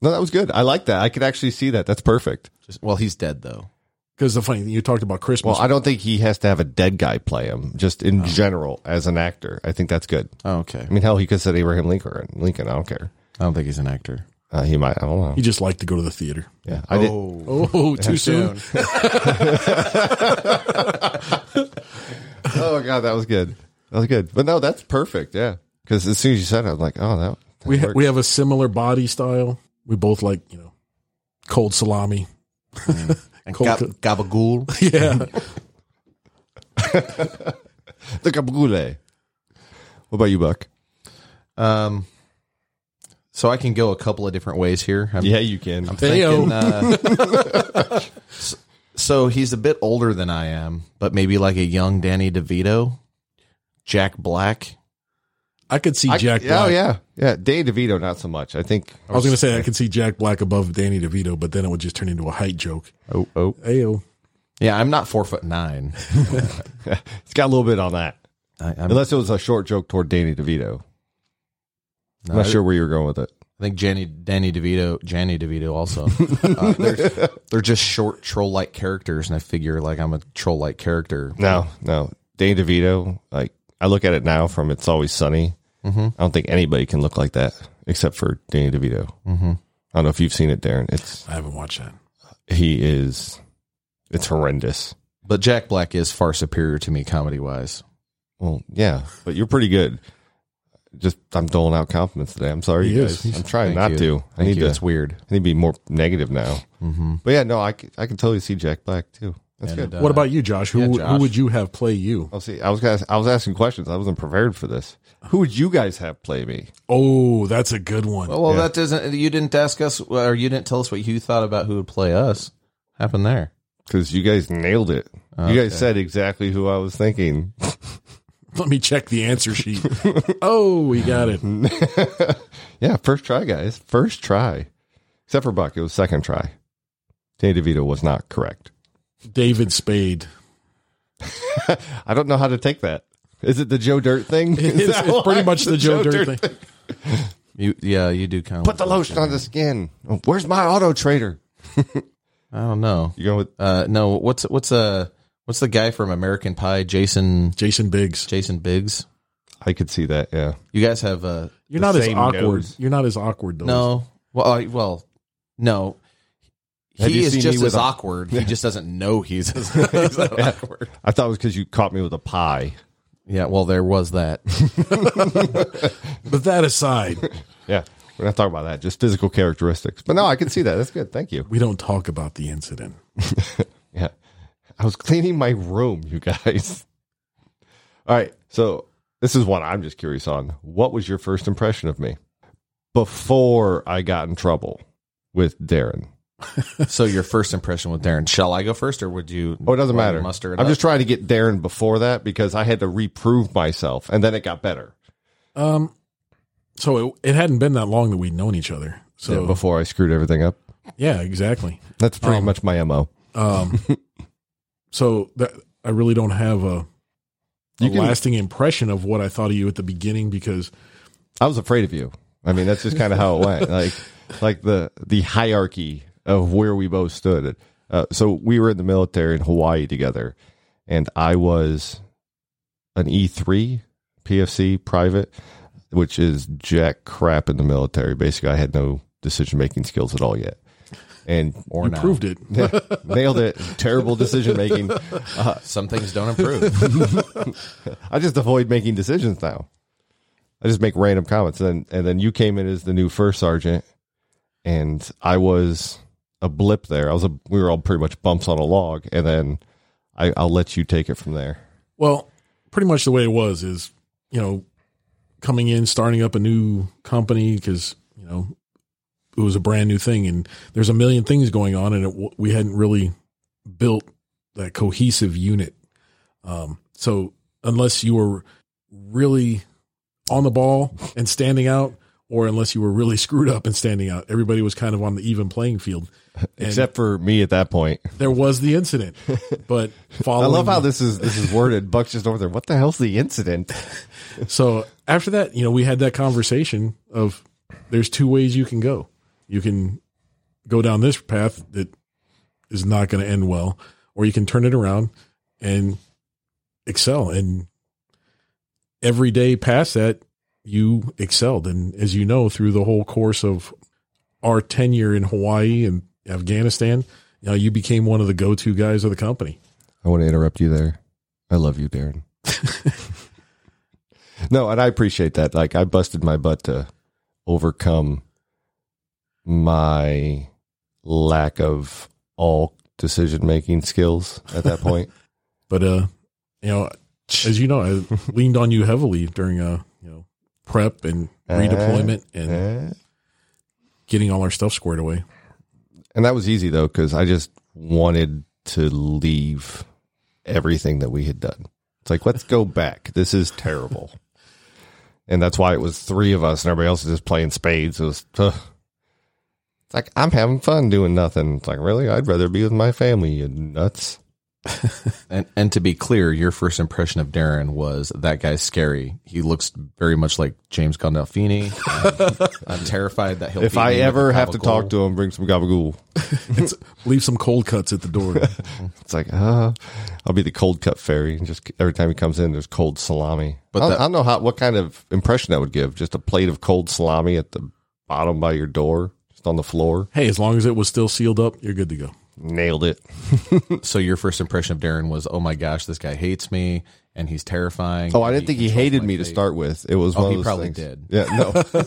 Speaker 1: No, that was good. I like that. I could actually see that. That's perfect.
Speaker 3: Just, well, he's dead though.
Speaker 2: because the funny thing you talked about Christmas.
Speaker 1: Well, I don't think he has to have a dead guy play him, just
Speaker 2: Oh.
Speaker 1: in general as an actor. I think that's good.
Speaker 3: Oh, okay.
Speaker 1: I mean, hell, he could have said Abraham Lincoln. Lincoln, I don't care.
Speaker 3: I don't think he's an actor.
Speaker 1: Uh, he might. I don't know.
Speaker 2: he just liked to go to the theater.
Speaker 1: Yeah, I did.
Speaker 2: Oh, too soon.
Speaker 1: Oh god, that was good. That was good. But no, that's perfect. Yeah, because as soon as you said it, I'm like, oh, that. that
Speaker 2: We ha-
Speaker 1: worked.
Speaker 2: we have a similar body style. We both like you know cold salami.
Speaker 3: And
Speaker 2: Cold
Speaker 3: Gab-
Speaker 2: co-
Speaker 3: Gabagool.
Speaker 2: yeah,
Speaker 1: the caboule. What about you, Buck?
Speaker 3: um, so I can go a couple of different ways here. I'm
Speaker 1: Yeah, you can.
Speaker 3: thinking. Uh, s- uh, so he's a bit older than I am, but maybe like a young Danny DeVito, Jack Black.
Speaker 2: I could see
Speaker 1: I-
Speaker 2: Jack.
Speaker 1: yeah,
Speaker 2: Black.
Speaker 1: Oh yeah, yeah. Dave DeVito, not so much. I think.
Speaker 2: I was going to say I could see Jack Black above Danny DeVito, but then it would just turn into a height joke.
Speaker 1: Oh, oh,
Speaker 2: Ayo.
Speaker 3: Yeah, I'm not four foot nine.
Speaker 1: it's got a little bit on that.
Speaker 3: I, I'm,
Speaker 1: Unless it was a short joke toward Danny DeVito. I'm not sure where you were going with it.
Speaker 3: I think Janny, Danny DeVito, Janny DeVito also. Uh, they're, they're just short troll like characters, and I figure like I'm a troll like character.
Speaker 1: No, no. Danny DeVito, like I look at it now from It's Always Sunny. I don't think anybody can look like that except for Danny DeVito. Mm-hmm. I don't know if you've seen it, Darren. It's
Speaker 2: I haven't watched that.
Speaker 1: he is, it's horrendous.
Speaker 3: But Jack Black is far superior to me comedy wise.
Speaker 1: Well, yeah, but you're pretty good. Just I'm doling out compliments today. I'm sorry,
Speaker 2: He
Speaker 1: you
Speaker 2: is.
Speaker 1: guys. I'm trying
Speaker 3: Thank
Speaker 1: not
Speaker 3: you.
Speaker 1: to. I
Speaker 3: Thank
Speaker 1: need
Speaker 3: you.
Speaker 1: to.
Speaker 3: It's weird.
Speaker 1: I need to be more negative now. Mm-hmm. But yeah, no, I c- I can totally see Jack Black too. That's good.
Speaker 3: uh,
Speaker 2: what about you, Josh? Who,
Speaker 3: yeah,
Speaker 2: who
Speaker 3: Josh.
Speaker 2: would you have play you?
Speaker 1: Oh, see, I was gonna, I was asking questions. I wasn't prepared for this. Who would you guys have play me?
Speaker 2: Oh, that's a good one.
Speaker 3: Well, well that doesn't. You didn't ask us, or you didn't tell us what you thought about who would play us. Happened there.
Speaker 1: Because you guys nailed it. You guys said exactly who I was thinking.
Speaker 2: Let me check the answer sheet. oh, we got it.
Speaker 1: Yeah, first try, guys. First try. Except for Buck, it was second try. Danny DeVito was not correct.
Speaker 2: David Spade.
Speaker 1: I don't know how to take that. Is it the Joe Dirt thing?
Speaker 2: It's,
Speaker 1: Is that
Speaker 2: it's
Speaker 1: why?
Speaker 2: pretty much the Joe, Dirt thing.
Speaker 3: You, yeah, you do kind of
Speaker 1: Put the lotion on the skin. Oh, where's my auto trader?
Speaker 3: I don't know.
Speaker 1: You going with
Speaker 3: Uh, no, what's what's uh what's the guy from American Pie? Jason
Speaker 2: Jason Biggs.
Speaker 3: Jason Biggs.
Speaker 1: I could see that, yeah.
Speaker 3: You guys have uh
Speaker 2: You're
Speaker 1: The
Speaker 2: not as
Speaker 1: same
Speaker 2: awkward.
Speaker 1: nose.
Speaker 2: You're not as awkward though.
Speaker 3: no. Well, I, well, no.
Speaker 1: Have
Speaker 3: He
Speaker 1: you
Speaker 3: is
Speaker 1: seen me
Speaker 3: just
Speaker 1: with
Speaker 3: as
Speaker 1: a-
Speaker 3: awkward. He just doesn't know he's as, he's that awkward.
Speaker 1: I thought it was because you caught me with a pie.
Speaker 3: Yeah. Well, there was that.
Speaker 2: But that aside,
Speaker 1: Yeah. We're not talking about that, just physical characteristics. But no, I can see that. That's good. Thank you.
Speaker 2: we don't talk about the incident.
Speaker 1: Yeah. I was cleaning my room, you guys. All right. So this is one I'm just curious on. What was your first impression of me before I got in trouble with Darren?
Speaker 3: So your first impression with Darren. Shall I go first, or would you?
Speaker 1: Oh, it doesn't
Speaker 3: would you
Speaker 1: matter.
Speaker 3: Muster it
Speaker 1: I'm
Speaker 3: up?
Speaker 1: just trying to get Darren before that because I had to reprove myself and then it got better
Speaker 2: Um, so it, it hadn't been that long that we'd known each other. So
Speaker 1: Yeah, before I screwed everything up.
Speaker 2: yeah exactly.
Speaker 1: That's pretty
Speaker 2: Um,
Speaker 1: much my MO.
Speaker 2: Um, so that I really don't have a, a
Speaker 1: You can-
Speaker 2: lasting impression of what I thought of you at the beginning because
Speaker 1: I was afraid of you. I mean, that's just kind of how it went. Like, like the the hierarchy of where we both stood. Uh, so we were in the military in Hawaii together, and I was an E three PFC private, which is jack crap in the military. Basically, I had no decision making skills at all yet, and
Speaker 3: or
Speaker 2: you
Speaker 3: no.
Speaker 2: proved it.
Speaker 1: nailed it. Terrible Uh, decision making.
Speaker 3: Some things don't improve.
Speaker 1: I just avoid making decisions now. I just make random comments, and and then you came in as the new first sergeant, and I was a blip there. I was a we were all pretty much bumps on a log, and then I, I'll let you take it from there.
Speaker 2: Well, pretty much the way it was is, you know, coming in, starting up a new company because, you know, it was a brand new thing and there's a million things going on and it, w- we hadn't really built that cohesive unit. Um, so unless you were really on the ball and standing out, or unless you were really screwed up and standing out, everybody was kind of on the even playing field. And
Speaker 1: Except for me at that point.
Speaker 2: there was the incident, but
Speaker 1: I
Speaker 2: following
Speaker 1: love how this is this is worded. Buck's just over there. What the hell's the incident?
Speaker 2: So after that, you know, we had that conversation of there's two ways you can go. You can go down this path that is not going to end well, or you can turn it around and excel. And every day past that, you excelled. And as you know, through the whole course of our tenure in Hawaii and Afghanistan, you know, you became one of the go-to guys of the company.
Speaker 1: I want to interrupt you there. I love you, Darren. no, and I appreciate that. Like I busted my butt to overcome my lack of all decision making skills at that point.
Speaker 2: But uh, you know, as you know, I leaned on you heavily during uh, you know, prep and redeployment and
Speaker 1: Eh?
Speaker 2: getting all our stuff squared away.
Speaker 1: and that was easy though because I just wanted to leave everything that we had done. It's like let's go back. This is terrible, and that's why it was three of us, and everybody else is just playing spades. It was. ugh. It's like I'm having fun doing nothing. It's like really, I'd rather be with my family. You nuts.
Speaker 3: And and to be clear, your first impression of Darren was that guy's scary. He looks very much like James Gandolfini. I'm, I'm terrified that he'll.
Speaker 1: If
Speaker 3: beat
Speaker 1: I
Speaker 3: me with
Speaker 1: ever
Speaker 3: a
Speaker 1: have to
Speaker 3: gabagool.
Speaker 1: talk to him, bring some gabagool.
Speaker 2: It's, leave some cold cuts at the door.
Speaker 1: It's like, uh, I'll be the cold cut fairy, and just every time he comes in, there's cold salami. But I,
Speaker 3: But
Speaker 1: don't-
Speaker 3: that-
Speaker 1: I don't know how what kind of impression that would give. Just a plate of cold salami at the bottom by your door, just on the floor.
Speaker 2: hey, as long as it was still sealed up, you're good to go.
Speaker 1: Nailed it.
Speaker 3: so your first impression of Darren was, oh my gosh, this guy hates me and he's terrifying.
Speaker 1: Oh, I didn't think he hated me to start with. It was one
Speaker 3: Oh, he
Speaker 1: of those
Speaker 3: probably
Speaker 1: things.
Speaker 3: did.
Speaker 1: Yeah, no.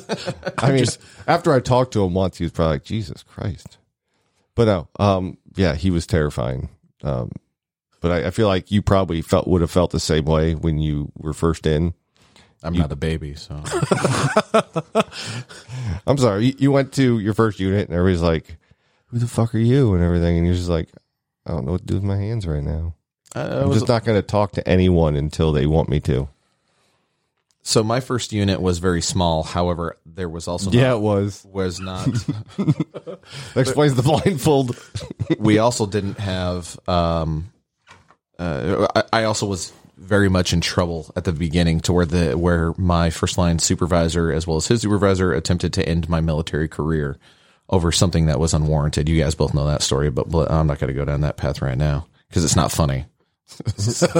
Speaker 1: I mean, after I talked to him once, he was probably like, Jesus Christ. But no, um, yeah, he was terrifying. Um, but I, I feel like you probably felt would have felt the same way when you were first in.
Speaker 3: I'm not a baby, so
Speaker 1: I'm sorry. You, you went to your first unit and everybody's like, who the fuck are you? And everything. And you're just like, I don't know what to do with my hands right now.
Speaker 3: I
Speaker 1: I'm
Speaker 3: Uh, was
Speaker 1: just not going to talk to anyone until they want me to.
Speaker 3: So my first unit was very small. However, there was also not-
Speaker 1: Yeah, it was.
Speaker 3: was not.
Speaker 1: That explains the blindfold.
Speaker 3: we also didn't have. Um, uh, I, I also was very much in trouble at the beginning to where the where my first line supervisor as well as his supervisor attempted to end my military career over something that was unwarranted. You guys both know that story, but, but I'm not going to go down that path right now because it's not funny.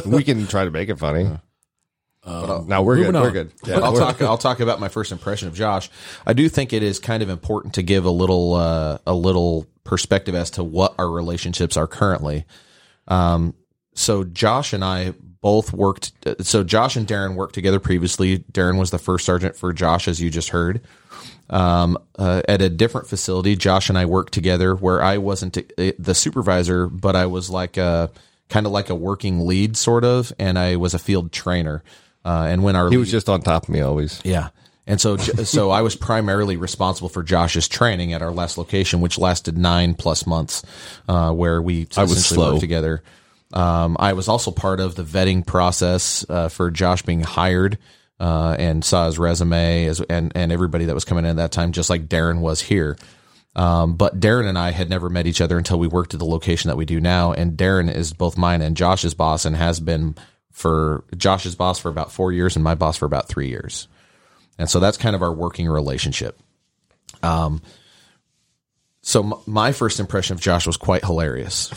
Speaker 1: we can try to make it funny.
Speaker 3: Uh,
Speaker 1: uh, no, we're good.
Speaker 2: moving
Speaker 1: We're
Speaker 2: on.
Speaker 1: good.
Speaker 3: But I'll
Speaker 1: we're-
Speaker 3: talk. I'll talk about my first impression of Josh. I do think it is kind of important to give a little uh, a little perspective as to what our relationships are currently. Um, so Josh and I both worked. So Josh and Darren worked together previously. Darren was the first sergeant for Josh, as you just heard. Um, uh, at a different facility, Josh and I worked together, where I wasn't uh, the supervisor, but I was like a kind of like a working lead, sort of, and I was a field trainer. Uh, and when our
Speaker 1: He was just on top of me always.
Speaker 3: yeah. And so, so I was primarily responsible for Josh's training at our last location, which lasted nine plus months, uh, where we I
Speaker 1: was slow.
Speaker 3: together. Um, I was also part of the vetting process uh, for Josh being hired uh, and saw his resume as, and and everybody that was coming in at that time, just like Darren was here. Um, but Darren and I had never met each other until we worked at the location that we do now. And Darren is both mine and Josh's boss, and has been for Josh's boss for about four years and my boss for about three years. And so that's kind of our working relationship. Um, so m- my first impression of Josh was quite hilarious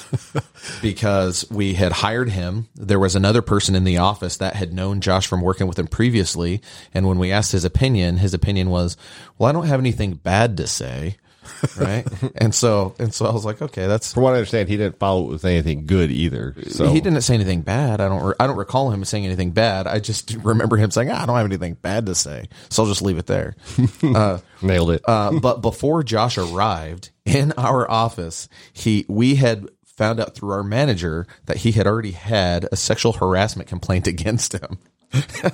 Speaker 3: because we had hired him. There was another person in the office that had known Josh from working with him previously. And when we asked his opinion, his opinion was, well, I don't have anything bad to say. right. And so, and so I was like, okay, that's,
Speaker 1: From what I understand, he didn't follow it with anything good either. So
Speaker 3: he didn't say anything bad. I don't. Re- I don't recall him saying anything bad. I just remember him saying, "Ah, "I don't have anything bad to say," so I'll just leave it there.
Speaker 1: nailed it.
Speaker 3: Uh, but before Josh arrived in our office, he we had found out through our manager that he had already had a sexual harassment complaint against him.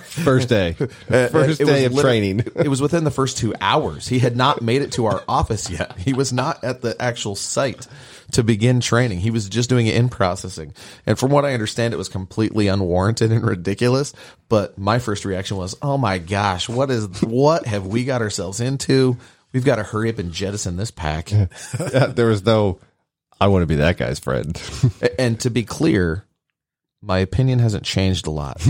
Speaker 1: First day, first
Speaker 3: Uh, It was
Speaker 1: day of
Speaker 3: lit-
Speaker 1: training.
Speaker 3: it was within the first two hours. He had not made it to our office yet. He was not at the actual site to begin training. He was just doing it in processing. And from what I understand, it was completely unwarranted and ridiculous. But my first reaction was, "Oh my gosh, what is what have we got ourselves into? We've got to hurry up and jettison this pack."
Speaker 1: Yeah, there was no. I want to be that guy's friend.
Speaker 3: And to be clear, my opinion hasn't changed a lot.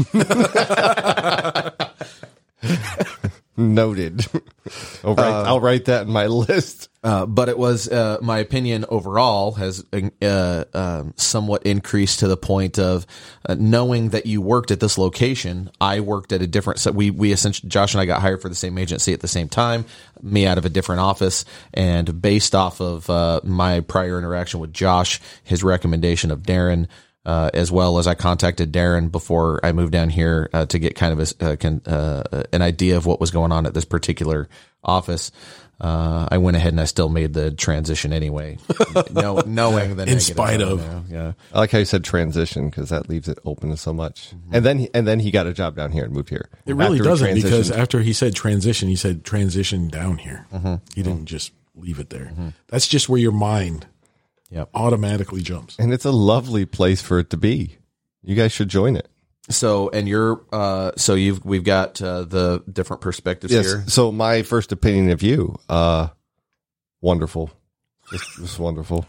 Speaker 1: Noted. I'll write, I'll write that in my list.
Speaker 3: Uh, but it was uh, my opinion overall has uh, um, somewhat increased to the point of uh, knowing that you worked at this location. I worked at a different. So we we essentially Josh and I got hired for the same agency at the same time. Me out of a different office, and based off of uh, my prior interaction with Josh, his recommendation of Darren. Uh, as well as I contacted Darren before I moved down here uh, to get kind of a s- uh, con, uh, an idea of what was going on at this particular office. Uh, I went ahead and I still made the transition anyway, no, knowing the negative
Speaker 2: spite
Speaker 3: I
Speaker 2: of.
Speaker 3: know, yeah.
Speaker 1: I like how you said transition because that leaves it open to so much. And then and then he got a job down here and moved here.
Speaker 2: It
Speaker 1: After
Speaker 2: really
Speaker 1: he
Speaker 2: doesn't because
Speaker 1: transitioned.
Speaker 2: after he said transition, he said transition down here.
Speaker 1: Mm-hmm.
Speaker 2: He didn't just leave it there. That's just where your mind
Speaker 3: Yep.
Speaker 2: automatically jumps.
Speaker 1: and it's a lovely place for it to be. You guys should join it.
Speaker 3: So and you're uh, so you've we've got uh, the different perspectives
Speaker 1: Yes.
Speaker 3: here.
Speaker 1: So my first opinion of you, uh, wonderful. This was wonderful.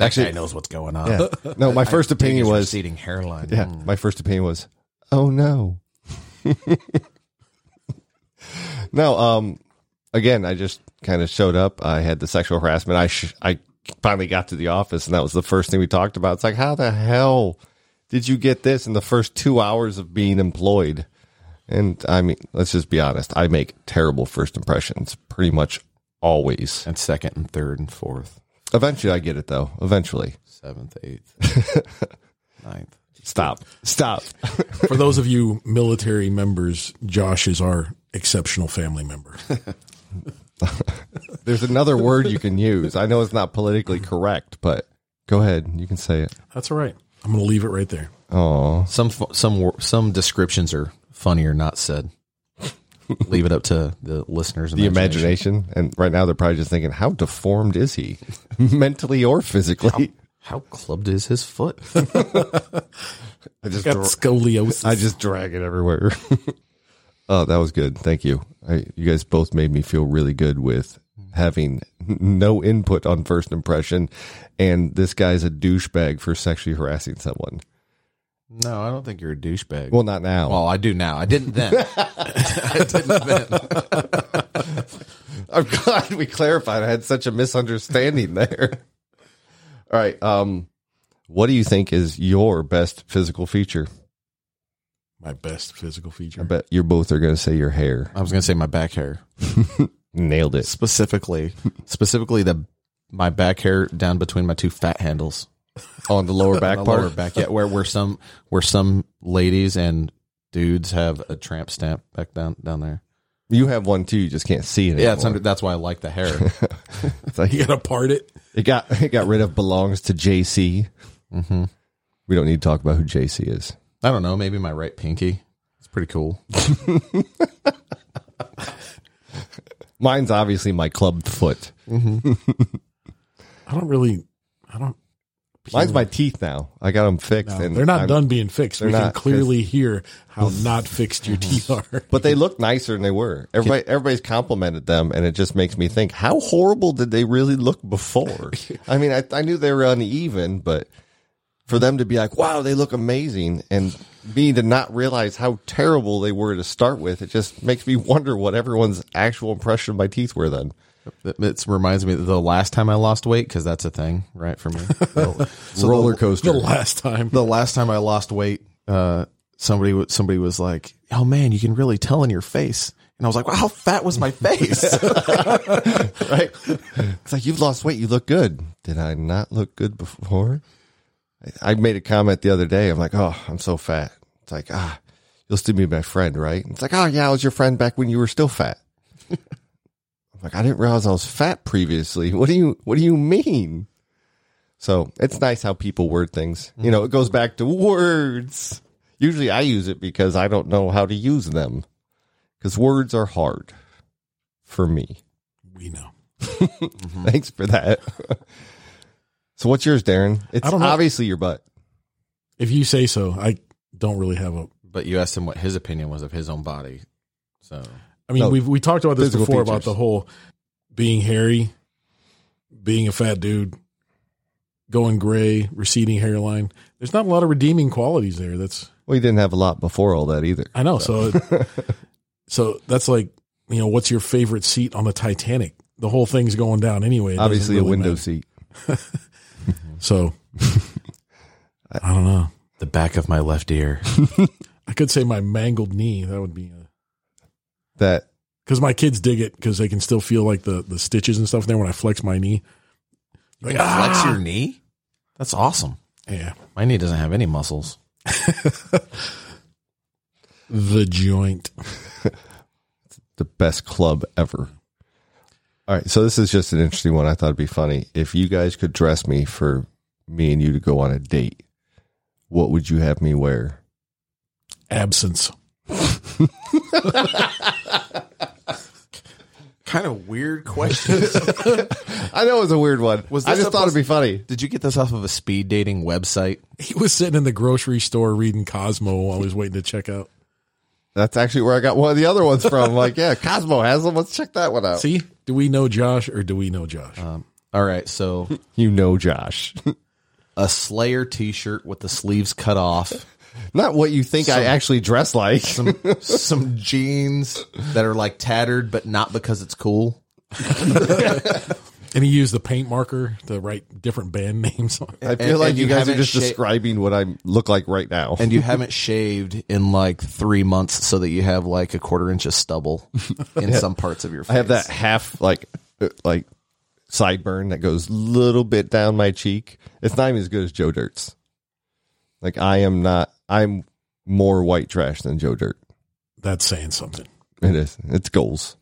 Speaker 3: Actually, knows what's going on.
Speaker 1: Yeah. No, my first opinion
Speaker 3: His
Speaker 1: was
Speaker 3: receding hairline.
Speaker 1: yeah. My first opinion was, oh no. no. Um. Again, I just kind of showed up. I had the sexual harassment. I sh- I finally got to the office, and that was the first thing we talked about. It's like, how the hell did you get this in the first two hours of being employed? And I mean, let's just be honest. I make terrible first impressions, pretty much always.
Speaker 3: and second and third and fourth,
Speaker 1: Eventually, I get it though. Eventually,
Speaker 3: seventh, eighth, ninth.
Speaker 1: stop, stop.
Speaker 2: For those of you military members, Josh is our exceptional family member.
Speaker 1: There's another word you can use. I know it's not politically correct, but go ahead. You can say it.
Speaker 2: That's all right. I'm going to leave it right there.
Speaker 1: Oh,
Speaker 3: Some f- some wor- some descriptions are funny or not said. Leave it up to the listeners.
Speaker 1: the imagination. And right now they're probably just thinking, how deformed is he, mentally or physically?
Speaker 3: How clubbed is his foot?
Speaker 1: I just,
Speaker 2: Got
Speaker 1: dra-
Speaker 2: scoliosis.
Speaker 1: I just drag it everywhere. oh, that was good. Thank you. I, you guys both made me feel really good with having no input on first impression, and this guy's a douchebag for sexually harassing someone.
Speaker 3: No, I don't think you're a douchebag.
Speaker 1: Well, not now.
Speaker 3: Well, I do now. I didn't then. I didn't then.
Speaker 1: I'm glad we clarified. I had such a misunderstanding there. All right. Um, what do you think is your best physical feature?
Speaker 2: My best physical
Speaker 1: I
Speaker 2: feature.
Speaker 1: bet you both are going to say your hair.
Speaker 3: I was going to say my back hair.
Speaker 1: Nailed it.
Speaker 3: Specifically, specifically the my back hair down between my two fat handles.
Speaker 1: On the lower back
Speaker 3: Oh, The
Speaker 1: part.
Speaker 3: lower back. Yeah, where where some where some ladies and dudes have a tramp stamp back down down there.
Speaker 1: You have one too. You just can't see it.
Speaker 3: Yeah, it's
Speaker 1: anymore.
Speaker 3: under, that's why I like the hair.
Speaker 1: It's like,
Speaker 2: You got to part it.
Speaker 1: it got it got rid of belongs to JC. We don't need to talk about who JC is.
Speaker 3: I don't know, maybe my right pinky. It's pretty cool.
Speaker 1: Mine's obviously my club foot.
Speaker 2: I don't really. I don't.
Speaker 1: Mine's my teeth now. I got them fixed,
Speaker 2: No,
Speaker 1: and
Speaker 2: they're not
Speaker 1: I'm-
Speaker 2: done being fixed. We
Speaker 1: they're
Speaker 2: can
Speaker 1: not, 'cause-
Speaker 2: clearly hear how not fixed your teeth are.
Speaker 1: But they look nicer than they were. Everybody, everybody's complimented them, and it just makes me think: how horrible did they really look before? I mean, I, I knew they were uneven, but for them to be like, "Wow, they look amazing," and me to not realize how terrible they were to start with, it just makes me wonder what everyone's actual impression of my teeth were then.
Speaker 3: It, it reminds me of the last time I lost weight because that's a thing, right? For me, The roller coaster.
Speaker 2: The last time.
Speaker 3: the last time I lost weight, uh, somebody wa- somebody was like, "Oh man, you can really tell in your face," and I was like, "Wow, how fat was my face?"
Speaker 1: right? It's like you've lost weight. You look good. Did I not look good before? I, I made a comment the other day. I'm like, oh, I'm so fat. It's like, ah, you'll still be my friend, right? It's like, oh yeah, I was your friend back when you were still fat. I'm like, I didn't realize I was fat previously. What do you What do you mean? So it's nice how people word things. You know, it goes back to words. Usually, I use it because I don't know how to use them because words are hard for me.
Speaker 2: we know.
Speaker 1: Thanks for that. so what's yours, Darren? It's
Speaker 2: I don't know.
Speaker 1: obviously your butt.
Speaker 2: If you say so, I don't really have a.
Speaker 3: but you asked him what his opinion was of his own body, so
Speaker 2: I mean,
Speaker 1: No,
Speaker 2: we've we talked about this
Speaker 1: physical
Speaker 2: before about
Speaker 1: features.
Speaker 2: the whole being hairy, being a fat dude, going gray, receding hairline. There's not a lot of redeeming qualities there. That's
Speaker 1: Well, you didn't have a lot before all that either.
Speaker 2: I know. So, so that's like you know, what's your favorite seat on the Titanic? The whole thing's going down anyway. It doesn't
Speaker 1: obviously, a
Speaker 2: really
Speaker 1: window
Speaker 2: matter.
Speaker 1: seat.
Speaker 2: So, I don't know.
Speaker 3: the back of my left ear.
Speaker 2: I could say my mangled knee. That would be
Speaker 1: That
Speaker 2: because my kids dig it because they can still feel like the the stitches and stuff there when I flex my knee. Like,
Speaker 3: Flex
Speaker 2: ah!
Speaker 3: your knee. That's awesome.
Speaker 2: yeah,
Speaker 3: My knee doesn't have any muscles.
Speaker 2: the joint.
Speaker 1: the best club ever. All right, so this is just an interesting one. I thought it'd be funny if you guys could dress me for me and you to go on a date. What would you have me wear?
Speaker 2: absence.
Speaker 3: Kind of weird questions.
Speaker 1: I know it's a weird one.
Speaker 3: Was
Speaker 1: I
Speaker 3: this
Speaker 1: just
Speaker 3: a
Speaker 1: thought it'd
Speaker 3: pos-
Speaker 1: be funny.
Speaker 3: Did you get this off of a speed dating website?
Speaker 2: He was sitting in the grocery store reading Cosmo while he was waiting to check out.
Speaker 1: That's actually where I got one of the other ones from. like, yeah, Cosmo has them. Let's check that one out.
Speaker 2: See, do we know Josh or do we know Josh?
Speaker 3: All right, so
Speaker 1: you know, Josh.
Speaker 3: a Slayer T-shirt with the sleeves cut off.
Speaker 1: Not what you think I actually dress like.
Speaker 3: some some jeans that are like tattered, but not because it's cool.
Speaker 2: and he used the paint marker to write different band names on.
Speaker 1: I feel
Speaker 3: And-
Speaker 1: like
Speaker 3: and
Speaker 1: you,
Speaker 3: you
Speaker 1: guys are
Speaker 3: haven't
Speaker 1: just
Speaker 3: sha-
Speaker 1: describing what I look like right now.
Speaker 3: And you haven't shaved in like three months, so that you have like a quarter inch of stubble in some parts of your face.
Speaker 1: I have that half like uh, like sideburn that goes a little bit down my cheek. It's not even as good as Joe Dirt's. Like I am not. I'm more white trash than Joe Dirt.
Speaker 2: That's saying something.
Speaker 1: It is. It's goals.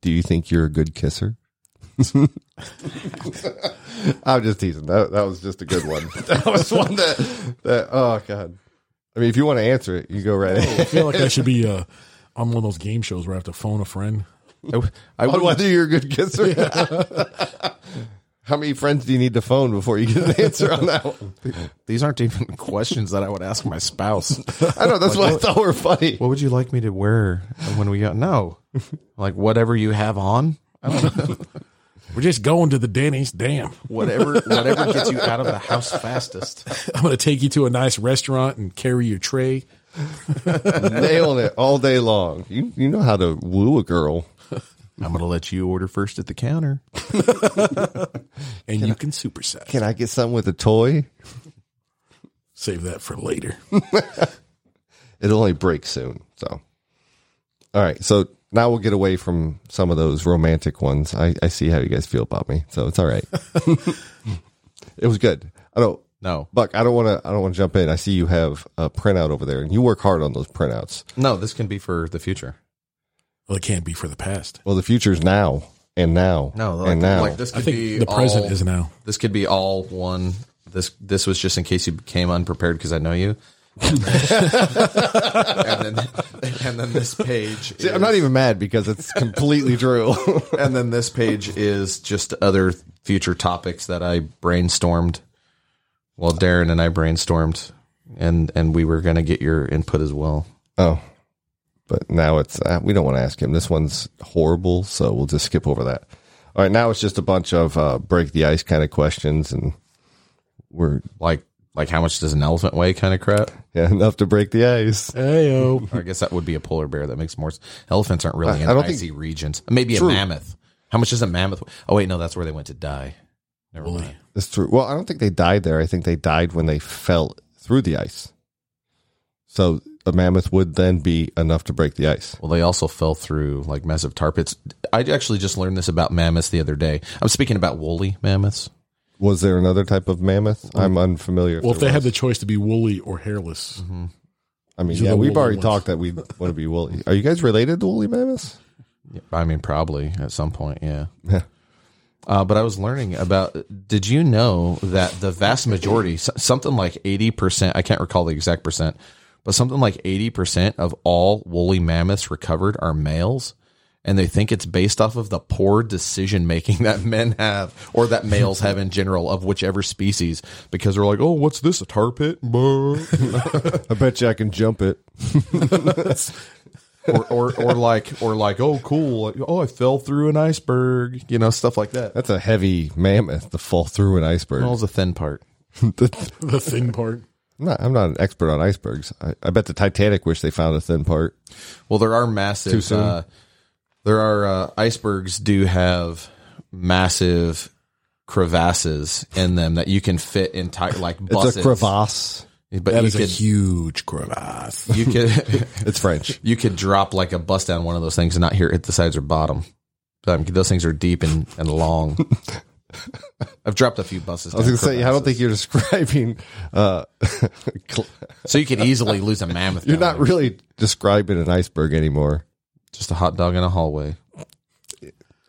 Speaker 1: Do you think you're a good kisser? I'm just teasing. That that was just a good one. That was one that that. Oh God. I mean, if you want to answer it, you go right ahead.
Speaker 2: I feel like I should be uh, on one of those game shows where I have to phone a friend.
Speaker 3: I
Speaker 1: on
Speaker 3: wouldn't-
Speaker 1: whether you're a good kisser. How many friends do you need to phone before you get an answer on that one?
Speaker 3: these aren't even questions that I would ask my spouse.
Speaker 1: I know that's what I thought were funny.
Speaker 3: what would you like me to wear when we got no? Like whatever you have on. I don't know.
Speaker 2: We're just going to the Denny's. Damn.
Speaker 3: Whatever, whatever gets you out of the house fastest.
Speaker 2: I'm going to take you to a nice restaurant and carry your tray.
Speaker 1: Nailing it all day long. You you know how to woo a girl.
Speaker 3: I'm going to let you order first at the counter.
Speaker 2: and you can supersize.
Speaker 1: Can I get something with a toy?
Speaker 2: Save that for later.
Speaker 1: It'll only break soon. So, all right. So now we'll get away from some of those romantic ones. I, I see how you guys feel about me. So it's all right. it was good. I don't.
Speaker 3: No,
Speaker 1: Buck, I don't want to. I don't want to jump in. I see you have a printout over there, and you work hard on those printouts.
Speaker 3: no, this can be for the future.
Speaker 2: Well, it can't be for the past.
Speaker 1: Well, the future's now, and now,
Speaker 3: No, like,
Speaker 1: and now.
Speaker 3: like this could
Speaker 2: I think
Speaker 3: be
Speaker 2: the present
Speaker 3: all-
Speaker 2: is now.
Speaker 3: This could be all one. This this was just in case you became unprepared because I know you. and then and then this page.
Speaker 1: See, I'm not even mad because it's completely true.
Speaker 3: and then this page is just other future topics that I brainstormed. Well, Darren and I brainstormed, and and we were going to get your input as well.
Speaker 1: oh, but now it's uh, we don't want to ask him. This one's horrible, so we'll just skip over that. All right, now it's just a bunch of uh, break the ice kind of questions, and we're
Speaker 3: Like like how much does an elephant weigh? Kind of crap.
Speaker 1: yeah, enough to break the ice.
Speaker 2: Ayo.
Speaker 3: Or I guess that would be a polar bear. That makes more. s- Elephants aren't really in
Speaker 1: I don't think-
Speaker 3: icy regions. Maybe
Speaker 1: True.
Speaker 3: a mammoth. How much does a mammoth? weigh? Oh wait, no, that's where they went to die. Never mind.
Speaker 1: That's true. Well, I don't think they died there. I think they died when they fell through the ice. So a mammoth would then be enough to break the ice.
Speaker 3: Well, they also fell through like massive tar pits. I actually just learned this about mammoths the other day. I'm speaking about woolly mammoths.
Speaker 1: Was there another type of mammoth? I'm unfamiliar.
Speaker 2: Well, if they
Speaker 1: there
Speaker 2: had the
Speaker 1: was.
Speaker 2: choice to be woolly or hairless,
Speaker 1: I mean,
Speaker 2: These are
Speaker 1: yeah,
Speaker 2: the
Speaker 1: we've
Speaker 2: woolly
Speaker 1: already
Speaker 2: ones.
Speaker 1: talked that we want to be woolly. Are you guys related to woolly mammoths?
Speaker 3: I mean, probably at some point, yeah.
Speaker 1: Yeah.
Speaker 3: Uh, but I was learning about. Did you know that the vast majority, s- something like eighty percent, I can't recall the exact percent, but something like eighty percent of all woolly mammoths recovered are males, and they think it's based off of the poor decision making that men have or that males have in general of whichever species, because they're like, oh, what's this, a tar pit? Bah.
Speaker 1: I bet you I can jump it.
Speaker 3: or, or or like or like, oh, cool, like, oh, I fell through an iceberg, you know, stuff like that.
Speaker 1: That's a heavy mammoth to fall through an iceberg.
Speaker 3: Well, it's a thin part. Mm-hmm.
Speaker 2: the thin part.
Speaker 1: I'm, not, I'm not an expert on icebergs. I, I bet the Titanic wish they found a thin part.
Speaker 3: Well, there are massive.
Speaker 1: Too soon.
Speaker 3: Uh, there are uh, icebergs do have massive crevasses in them that you can fit entire like
Speaker 1: It's
Speaker 3: buses.
Speaker 1: a crevasse.
Speaker 3: but
Speaker 2: That
Speaker 3: you
Speaker 2: is a
Speaker 3: could
Speaker 2: huge crevasse.
Speaker 3: you could
Speaker 1: It's French.
Speaker 3: you could drop like a bus down one of those things and not hear it hit the sides or bottom. So, I mean, those things are deep and, and long. I've dropped a few buses.
Speaker 1: I was going to say, I don't think you're describing. Uh, cl-
Speaker 3: so. You could easily lose a mammoth.
Speaker 1: you're
Speaker 3: down
Speaker 1: not
Speaker 3: there.
Speaker 1: really describing an iceberg anymore.
Speaker 3: just a hot dog in a hallway.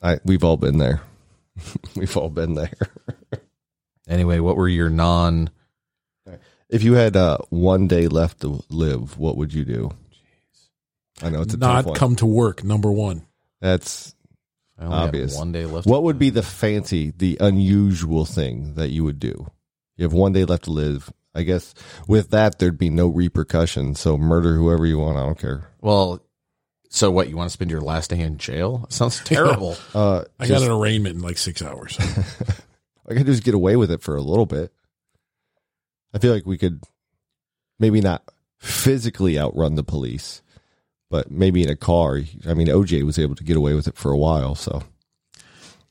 Speaker 1: I, we've all been there. we've all been there.
Speaker 3: Anyway, what were your non?
Speaker 1: If you had uh, one day left to live, what would you do? I know it's a tough
Speaker 2: Not
Speaker 1: one.
Speaker 2: come to work, number one.
Speaker 1: That's
Speaker 3: I only had
Speaker 1: Obvious.
Speaker 3: One day left.
Speaker 1: what would be the fancy, the unusual thing that you would do? You have one day left to live. I guess with that there'd be no repercussions. So murder whoever you want. I don't care.
Speaker 3: Well, so what? You want to spend your last day in jail? Sounds terrible.
Speaker 1: Uh,
Speaker 2: I got an arraignment in like six hours.
Speaker 1: I could just get away with it for a little bit. I feel like we could maybe not physically outrun the police, but maybe in a car. I mean, OJ was able to get away with it for a while, so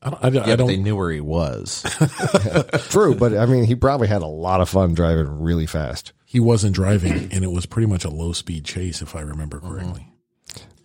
Speaker 2: I don't. I, don't-
Speaker 3: yeah,
Speaker 2: I
Speaker 3: but
Speaker 2: don't
Speaker 3: they knew where he was.
Speaker 1: true. But I mean, he probably had a lot of fun driving really fast.
Speaker 2: he wasn't driving, and it was pretty much a low speed chase, if I remember correctly.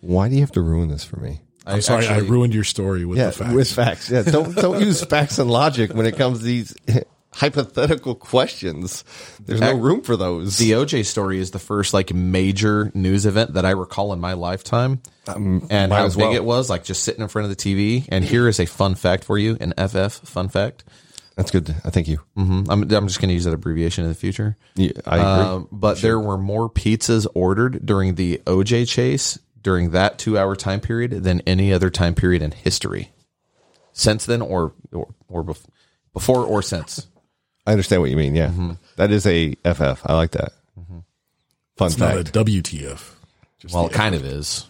Speaker 1: Why do you have to ruin this for me?
Speaker 2: I'm sorry,
Speaker 3: actually-
Speaker 2: I ruined your story with
Speaker 1: Yeah,
Speaker 2: the facts.
Speaker 1: with facts. Yeah, don't don't use facts and logic when it comes to these hypothetical questions. There's no room for those.
Speaker 3: the OJ story is the first like major news event that I recall in my lifetime,
Speaker 2: Um,
Speaker 3: and
Speaker 1: might
Speaker 3: how
Speaker 1: as
Speaker 3: big
Speaker 1: well.
Speaker 3: it was. Like just sitting in front of the TV. And here is a fun fact for you, an FF fun fact.
Speaker 1: That's good. I thank you.
Speaker 2: Mm-hmm.
Speaker 3: hmm I'm, I'm just going to use that abbreviation in the future.
Speaker 1: Yeah, I agree.
Speaker 3: Um, but there were more pizzas ordered during the OJ chase during that two hour time period than any other time period in history since then or or, or bef- before or since.
Speaker 1: I understand what you mean. Yeah,
Speaker 2: mm-hmm.
Speaker 1: That is a FF. I like that. Fun
Speaker 2: it's not a
Speaker 1: fact.
Speaker 2: WTF. Just
Speaker 3: well,
Speaker 2: the-
Speaker 3: it kind of is.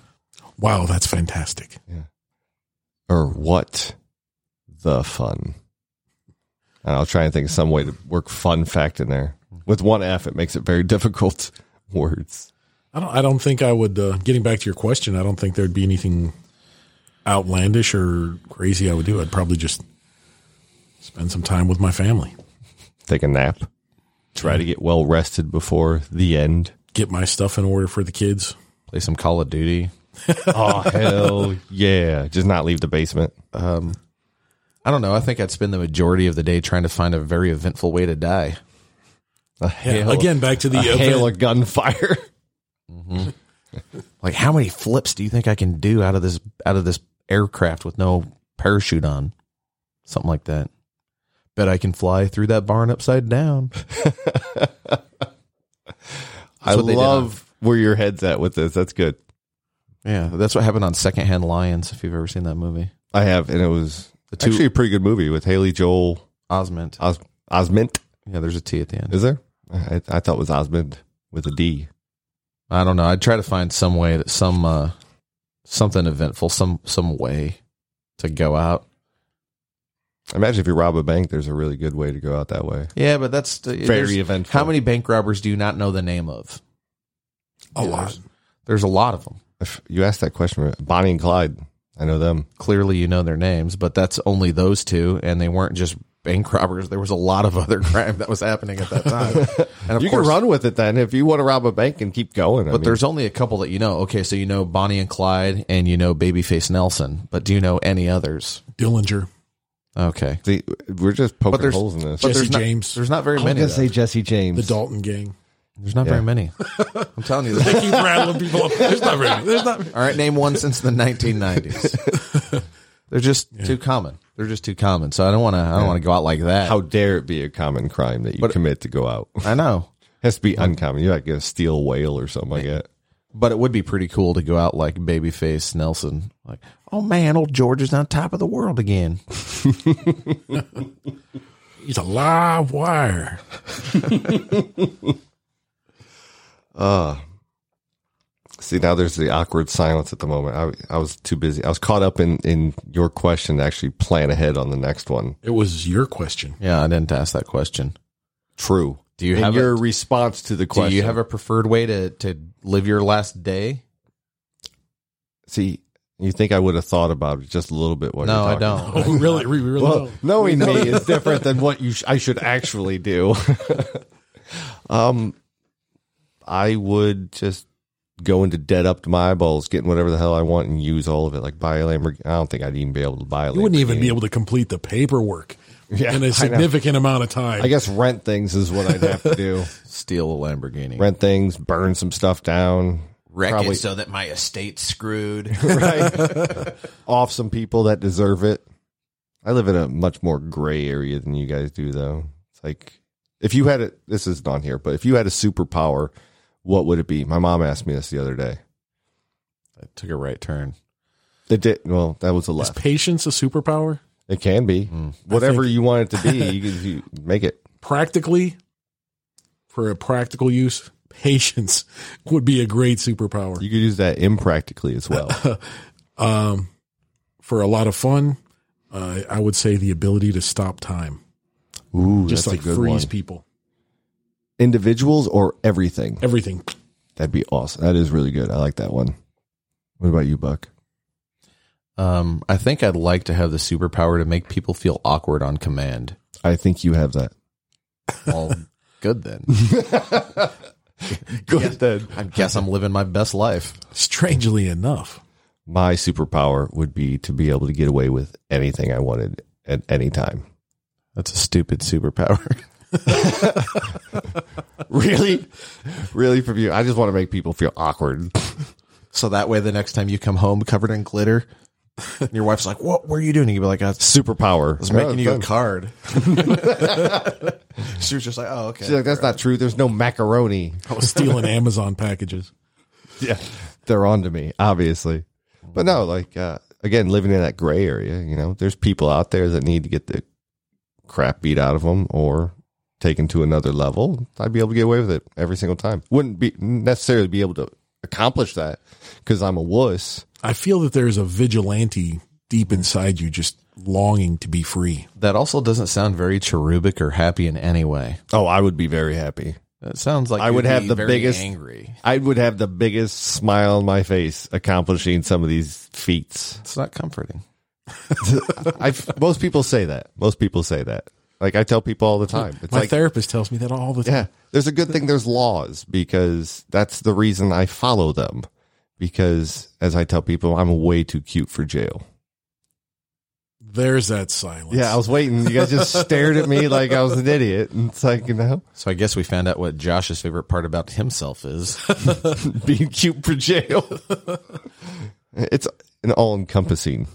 Speaker 2: wow, that's fantastic.
Speaker 1: or what? the fun. And I'll try and think of some way to work fun fact in there.
Speaker 2: Mm-hmm.
Speaker 1: With one F, it makes it very difficult words.
Speaker 2: I don't. I don't think I would. Uh, getting back to your question, I don't think there'd be anything outlandish or crazy I would do. I'd probably just spend some time with my family,
Speaker 1: Take a nap. Try to get well rested before the end.
Speaker 2: get my stuff in order for the kids.
Speaker 3: Play some Call of Duty.
Speaker 1: Oh, hell yeah. Just not leave the basement.
Speaker 3: I don't know. I think I'd spend the majority of the day trying to find a very eventful way to die.
Speaker 2: Yeah, again, back to the
Speaker 1: A
Speaker 2: event.
Speaker 1: hail of gunfire.
Speaker 3: Like how many flips do you think I can do out of this out of this aircraft with no parachute on? Something like that. Bet I can fly through that barn upside down.
Speaker 1: I
Speaker 3: what they did
Speaker 1: love where your head's at with this. That's good.
Speaker 3: Yeah, that's what happened on Secondhand Lions. If you've ever seen that movie,
Speaker 1: I have, and it was
Speaker 3: two-
Speaker 1: actually a pretty good movie with Haley Joel
Speaker 3: Osment.
Speaker 1: Os- Osment.
Speaker 3: Yeah, there's a T at the end.
Speaker 1: Uh, Is there? I, I thought it was Osmond with a D.
Speaker 3: I don't know. I'd try to find some way that some uh something eventful, some some way to go out.
Speaker 1: Imagine if you rob a bank, there's a really good way to go out that way.
Speaker 3: Yeah, but that's there's-
Speaker 1: Very eventful.
Speaker 3: How many bank robbers do you not know the name of?
Speaker 2: a lot.
Speaker 3: There's a lot of them.
Speaker 1: If you asked that question, Bonnie and Clyde. I know them.
Speaker 3: Clearly, you know their names, but that's only those two, and they weren't just bank robbers. There was a lot of other crime that was happening at that time. And of
Speaker 1: you
Speaker 3: course,
Speaker 1: can run with it then if you want to rob a bank and keep going.
Speaker 3: but there's only a couple that you know. Okay, so you know Bonnie and Clyde, and you know Babyface Nelson, but do you know any others?
Speaker 2: Dillinger,
Speaker 3: Okay,
Speaker 1: See, we're just poking
Speaker 3: there's-
Speaker 1: holes in this.
Speaker 2: Jesse
Speaker 3: there's not-
Speaker 2: James,
Speaker 3: there's not very
Speaker 1: I'm
Speaker 3: many.
Speaker 1: gonna
Speaker 3: of them.
Speaker 1: say Jesse James.
Speaker 2: the Dalton gang.
Speaker 3: There's not
Speaker 1: Yeah.
Speaker 3: very many. I'm telling you.
Speaker 2: They keep rattling people up. There's not very many. There's not.
Speaker 3: All right, name one since the 1990s. They're just too common. They're just too common. So I don't want to. I don't want to go out like that.
Speaker 1: How dare it be a common crime that you commit to go out?
Speaker 3: I know,
Speaker 1: has to be uncommon. You're not going to steal a whale or something like that.
Speaker 3: but it would be pretty cool to go out like Babyface Nelson. Like, oh man, old George is on top of the world again.
Speaker 2: He's a live wire.
Speaker 1: See, now there's the awkward silence at the moment. I, I was too busy. I was caught up in, in your question to actually plan ahead on the next one.
Speaker 2: It was your question.
Speaker 3: Yeah, I didn't ask that question.
Speaker 1: True.
Speaker 3: Do you
Speaker 1: And
Speaker 3: have
Speaker 1: your
Speaker 3: a-
Speaker 1: response to the question?
Speaker 3: Do you have a preferred way to to live your last day?
Speaker 1: See, you think I would have thought about it just a little bit? What
Speaker 3: No,
Speaker 1: you're
Speaker 3: I
Speaker 1: talking about.
Speaker 3: don't.
Speaker 2: Oh, really? We really
Speaker 1: Well,
Speaker 2: don't.
Speaker 1: knowing me is different than what you sh- I should actually do. um, I would just go into dead up to my eyeballs, getting whatever the hell I want, and use all of it. Like buy a Lamborghini. I don't think I'd even be able to buy a.
Speaker 2: You wouldn't even
Speaker 1: Lamborghini.
Speaker 2: be able to complete the paperwork
Speaker 1: Yeah,
Speaker 2: in
Speaker 1: I
Speaker 2: a
Speaker 1: know.
Speaker 2: significant amount of time.
Speaker 1: I guess rent things is what I'd have to do.
Speaker 3: Steal a Lamborghini.
Speaker 1: rent things, burn some stuff down,
Speaker 3: Wreck
Speaker 1: Probably-
Speaker 3: it so that my estate's screwed.
Speaker 1: right? Off some people that deserve it. I live in a much more gray area than you guys do, though. It's like if you had it. This is not here, but if you had a superpower, what would it be? My mom asked me this the other day.
Speaker 3: I took a right turn.
Speaker 1: It did. Well, that was a
Speaker 2: Is
Speaker 1: left.
Speaker 2: patience a superpower?
Speaker 1: It can be
Speaker 2: Hmm.
Speaker 1: whatever you want it to be. You, can- you make it.
Speaker 2: Practically, for a practical use, patience would be a great superpower.
Speaker 1: You could use that impractically as well.
Speaker 2: um, for a lot of fun, uh, I would say the ability to stop time,
Speaker 1: Ooh,
Speaker 2: just
Speaker 1: that's
Speaker 2: like
Speaker 1: a good
Speaker 2: freeze
Speaker 1: one.
Speaker 2: people,
Speaker 1: Individuals or everything.
Speaker 2: everything.
Speaker 1: That'd be awesome. That is really good. I like that one. What about you, Buck?
Speaker 3: Um, I think I'd like to have the superpower to make people feel awkward on command.
Speaker 1: I think you have that.
Speaker 3: Well, good then.
Speaker 1: Good then.
Speaker 3: I guess I'm living my best life.
Speaker 2: Strangely enough,
Speaker 1: My superpower would be to be able to get away with anything I wanted at any time.
Speaker 3: That's a stupid superpower.
Speaker 1: Really? really from you. I just want to make people feel awkward.
Speaker 3: So that way, the next time you come home covered in glitter, and your wife's like, "What were you doing?" And you'd be like, "I was
Speaker 1: Superpower.
Speaker 3: making you a card." she was just like, "Oh, okay."
Speaker 1: She's like, that's not true. There's no macaroni.
Speaker 2: I was stealing Amazon packages.
Speaker 1: Yeah. They're onto me, obviously. But no, like uh, again, living in that gray area, you know, there's people out there that need to get the crap beat out of them or taken to another level. I'd be able to get away with it every single time. Wouldn't be necessarily be able to accomplish that because I'm a wuss.
Speaker 2: I feel that there is a vigilante deep inside you, just longing to be free.
Speaker 3: That also doesn't sound very cherubic or happy in any way.
Speaker 1: Oh, I would be very happy.
Speaker 3: That sounds like
Speaker 1: I
Speaker 3: you'd
Speaker 1: would have
Speaker 3: be
Speaker 1: the
Speaker 3: very
Speaker 1: biggest-
Speaker 3: angry.
Speaker 1: I would have the biggest smile on my face accomplishing some of these feats.
Speaker 3: It's not comforting.
Speaker 1: I most people say that. Most people say that. Like I tell people all the time. It's
Speaker 2: My
Speaker 1: like
Speaker 2: therapist tells me that all the time.
Speaker 1: yeah, there's a good thing there's laws because that's the reason I follow them. Because as I tell people, I'm way too cute for jail.
Speaker 2: There's that silence.
Speaker 1: Yeah, I was waiting. You guys just stared at me like I was an idiot. And it's like, you know,
Speaker 3: So I guess we found out what Josh's favorite part about himself is.
Speaker 1: being cute for jail. it's an all encompassing.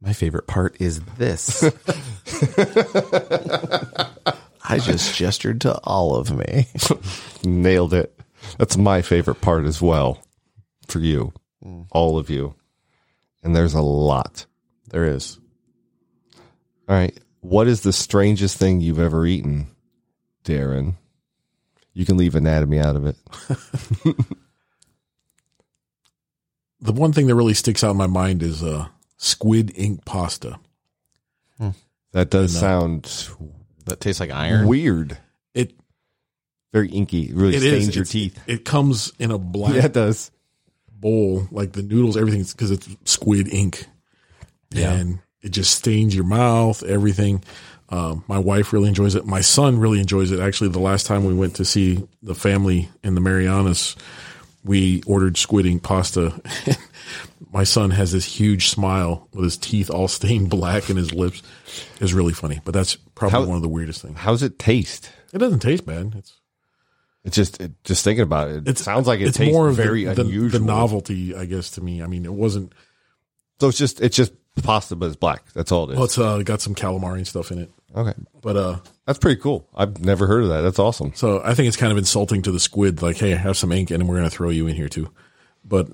Speaker 3: My favorite part is this. I just gestured to all of me.
Speaker 1: Nailed it. That's my favorite part as well for you, all of you. And there's a lot.
Speaker 3: There is.
Speaker 1: All right. What is the strangest thing you've ever eaten, Darren? You can leave anatomy out of it.
Speaker 2: the one thing that really sticks out in my mind is uh, squid ink pasta.
Speaker 1: That does sound
Speaker 3: That tastes like iron.
Speaker 1: weird.
Speaker 2: It
Speaker 1: Very inky. It really
Speaker 2: it is
Speaker 1: stains your
Speaker 2: it's-
Speaker 1: teeth.
Speaker 2: It comes in a black
Speaker 1: Yeah, it does.
Speaker 2: bowl, like the noodles, everything's because it's squid ink. And it just stains your mouth, everything. Um, my wife really enjoys it. My son really enjoys it. Actually, the last time we went to see the family in the Marianas, we ordered squid ink pasta. my son has this huge smile with his teeth all stained black and his lips. It's really funny, but that's probably
Speaker 1: How-
Speaker 2: one of the weirdest things.
Speaker 1: How's it taste?
Speaker 2: It doesn't taste bad. It's
Speaker 1: It's just it, just thinking about it. It
Speaker 2: It's-
Speaker 1: sounds like it
Speaker 2: it's
Speaker 1: tastes
Speaker 2: more of the-
Speaker 1: very
Speaker 2: the, the
Speaker 1: unusual.
Speaker 2: novelty, I guess, to me. I mean, it wasn't.
Speaker 1: So it's just it's just pasta, but it's black. That's all it is.
Speaker 2: Well, it's uh, got some calamari and stuff in it,
Speaker 1: okay,
Speaker 2: but uh,
Speaker 1: that's pretty cool. I've never heard of that. That's awesome.
Speaker 2: So I think it's kind of insulting to the squid, like, hey, have some ink and we're going to throw you in here too. But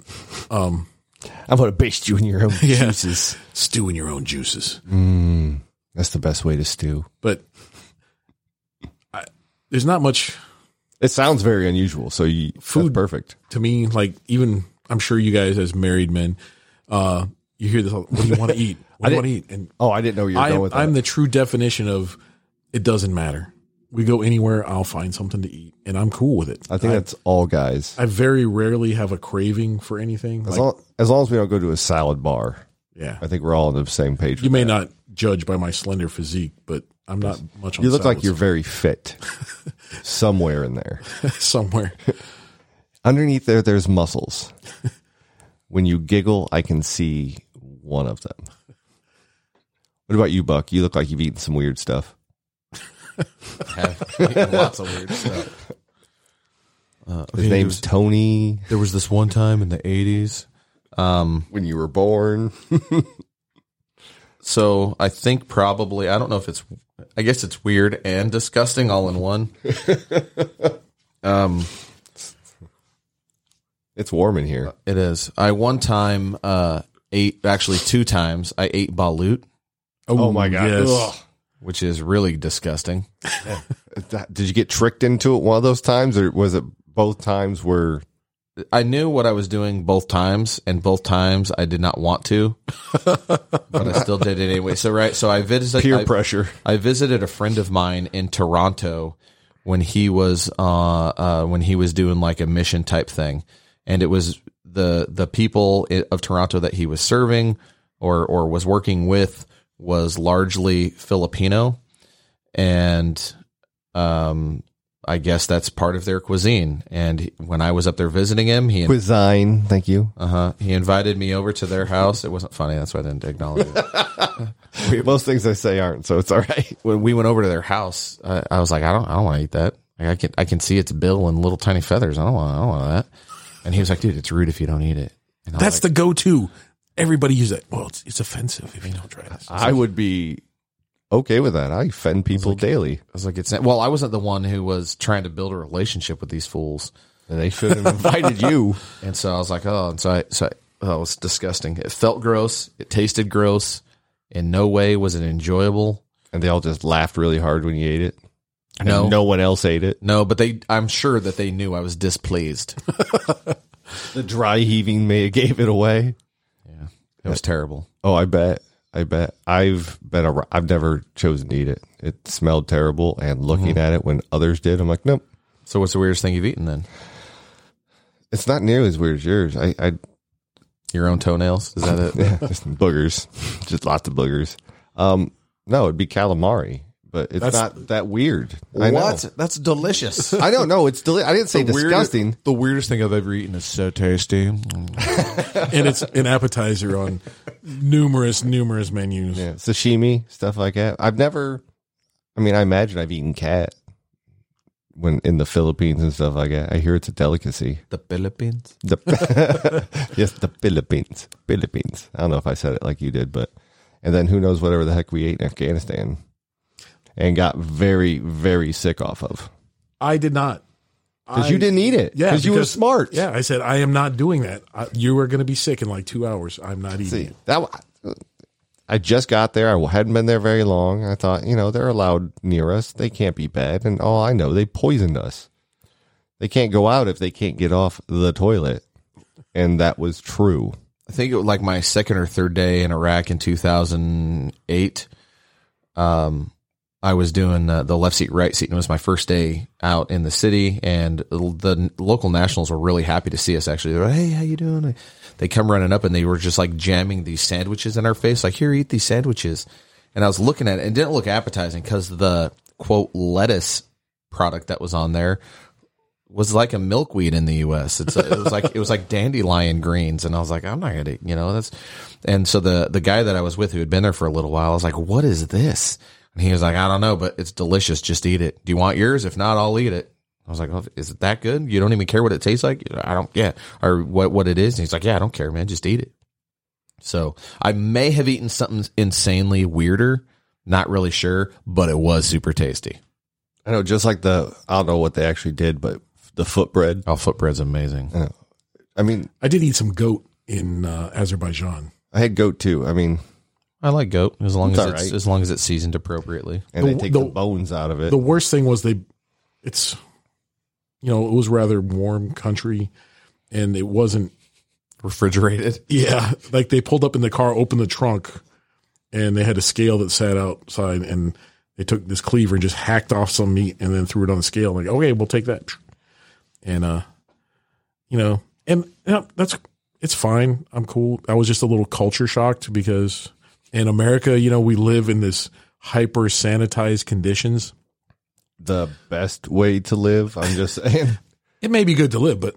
Speaker 1: I'm gonna baste you in your own
Speaker 2: juices, stew in your own juices.
Speaker 1: That's the best way to stew.
Speaker 2: But I, there's not much
Speaker 1: It sounds very unusual. So you food
Speaker 2: Food.
Speaker 1: perfect.
Speaker 2: to me, like, even I'm sure you guys, as married men, uh, you hear this, all, what do you want to eat? What do you want to eat? And
Speaker 1: Oh, I didn't know you were
Speaker 2: I
Speaker 1: going
Speaker 2: am,
Speaker 1: with that.
Speaker 2: I'm the true definition of it doesn't matter. We go anywhere, I'll find something to eat, and I'm cool with it.
Speaker 1: I think that's all guys.
Speaker 2: I very rarely have a craving for anything.
Speaker 1: As,
Speaker 2: Like,
Speaker 1: long, as long as we don't go to a salad bar,
Speaker 2: yeah.
Speaker 1: I think we're all on the same page.
Speaker 2: You
Speaker 1: with
Speaker 2: may
Speaker 1: that.
Speaker 2: not judge by my slender physique, but I'm not much on
Speaker 1: You look like
Speaker 2: salads.
Speaker 1: you're very fit. Somewhere in there,
Speaker 2: somewhere.
Speaker 1: underneath there, there's muscles. when you giggle, I can see one of them. What about you, Buck? You look like you've eaten some weird stuff.
Speaker 3: Lots of weird stuff.
Speaker 1: His name's Tony.
Speaker 3: There was this one time in the 80s. Um,
Speaker 1: When you were born,
Speaker 3: so I think probably, I don't know if it's, I guess it's weird and disgusting all in one. um,
Speaker 1: it's warm in here.
Speaker 3: it is. I one time uh, ate, actually two times, I ate balut,
Speaker 1: Oh my God. Ugh.
Speaker 3: which is really disgusting.
Speaker 1: That- Did you get tricked into it one of those times, or was it both times were?
Speaker 3: I knew what I was doing both times, and both times I did not want to, but I still did it anyway. So right, so I visited
Speaker 1: Peer
Speaker 3: I,
Speaker 1: pressure.
Speaker 3: I visited a friend of mine in Toronto when he was uh, uh, when he was doing like a mission type thing, and it was the the people i- of Toronto that he was serving or or was working with was largely Filipino, and um, I guess that's part of their cuisine. And he- when I was up there visiting him, he
Speaker 1: Cuisine, thank you.
Speaker 3: uh huh he invited me over to their house. It wasn't funny, that's why I didn't acknowledge it.
Speaker 1: Most things I say aren't, so it's all right.
Speaker 3: when we went over to their house, I, I was like, I don't, I don't want to eat that. Like, I can, I can see its bill and little tiny feathers. I don't want, I don't want that. And he was like, dude, it's rude if you don't eat it. And I was
Speaker 2: That's the go-to. Everybody use that. Well, it's, it's offensive if you don't try this.
Speaker 1: I would be okay with that. I offend people daily,
Speaker 3: like- I was like, it's not- well, I wasn't the one who was trying to build a relationship with these fools,
Speaker 1: and they should have invited you.
Speaker 3: and so I was like, oh, and so I, so I, oh, it was disgusting. It felt gross. It tasted gross. In no way was it enjoyable.
Speaker 1: And they all just laughed really hard when you ate it. And
Speaker 3: No.
Speaker 1: no one else ate it.
Speaker 3: No, but they, I'm sure that they knew I was displeased.
Speaker 1: The dry heaving may have gave it away.
Speaker 3: yeah, it was terrible.
Speaker 1: Oh, I bet. I bet I've been around, I've never chosen to eat it. It smelled terrible, and looking at it when others did, I'm like, nope,
Speaker 3: So what's the weirdest thing you've eaten then?
Speaker 1: it's not nearly as weird as yours. I, I
Speaker 3: Your own toenails? Is that it?
Speaker 1: yeah, just boogers, just lots of boogers. Um, no, it'd be calamari, but it's
Speaker 2: That's-
Speaker 1: not that weird. I know.
Speaker 3: That's delicious.
Speaker 1: I don't know. It's deli- I didn't say disgusting.
Speaker 3: the weirdest thing I've ever eaten is so tasty.
Speaker 2: and it's an appetizer on numerous, numerous menus.
Speaker 1: Yeah, sashimi stuff like that. I've never. I mean, I imagine I've eaten cat when in the Philippines and stuff like that. I hear it's a delicacy.
Speaker 3: The Philippines.
Speaker 1: The, yes, the Philippines. Philippines. I don't know if I said it like you did, but and then who knows whatever the heck we ate in Afghanistan and got very very sick off of
Speaker 2: I did not.
Speaker 1: because you
Speaker 2: I-
Speaker 1: didn't eat it.
Speaker 2: Yeah,
Speaker 1: because you were
Speaker 2: because-
Speaker 1: smart.
Speaker 2: Yeah, I said I am not doing that. I, you are going to be sick in like two hours. I'm not eating.
Speaker 1: See
Speaker 2: it.
Speaker 1: that. w- I just got there. I hadn't been there very long. I thought, you know, they're allowed near us. They can't be bad. And all I know, they poisoned us. They can't go out if they can't get off the toilet. And that was true.
Speaker 3: I think it was like my second or third day in Iraq in 2008. Um, I was doing uh, the left seat, right seat, and it was my first day out in the city. And the local nationals were really happy to see us. Actually, they're like, "Hey, how you doing?" They come running up and they were just like jamming these sandwiches in our face, like, "Here, eat these sandwiches." And I was looking at it, and it didn't look appetizing because the quote lettuce product that was on there was like a milkweed in the U.S. It's it was like it was like dandelion greens, and I was like, I'm not gonna, you know, that's. And so the the guy that I was with who had been there for a little while, I was like, what is this? And he was like, I don't know, but it's delicious. Just eat it. Do you want yours? If not, I'll eat it. I was like, well, is it that good? You don't even care what it tastes like? I don't, yeah, or what what it is. And he's like, yeah, I don't care, man. Just eat it. So I may have eaten something insanely weirder. Not really sure, but it was super tasty.
Speaker 1: I know, just like the, I don't know what they actually did, but the foot bread.
Speaker 3: Oh, footbread's amazing.
Speaker 1: I mean,
Speaker 2: I did eat some goat in uh, Azerbaijan.
Speaker 1: I had goat too. I mean,
Speaker 3: I like goat as long
Speaker 1: It's
Speaker 3: as
Speaker 1: all
Speaker 3: it's
Speaker 1: right.
Speaker 3: as long as it's seasoned appropriately.
Speaker 1: and they
Speaker 2: The-
Speaker 1: take the,
Speaker 2: the-
Speaker 1: bones out of it.
Speaker 2: The worst thing was they, it's, you know, it was rather warm country, and it wasn't.
Speaker 3: Refrigerated.
Speaker 2: Yeah, like they pulled up in the car, opened the trunk, and they had a scale that sat outside, and they took this cleaver and just hacked off some meat and then threw it on the scale. Like, okay, we'll take that, and uh, you know, and you know, that's it's fine. I'm cool. I was just a little culture shocked because in America, you know, we live in this hyper sanitized conditions.
Speaker 1: the best way to live, I'm just saying.
Speaker 2: it may be good to live, but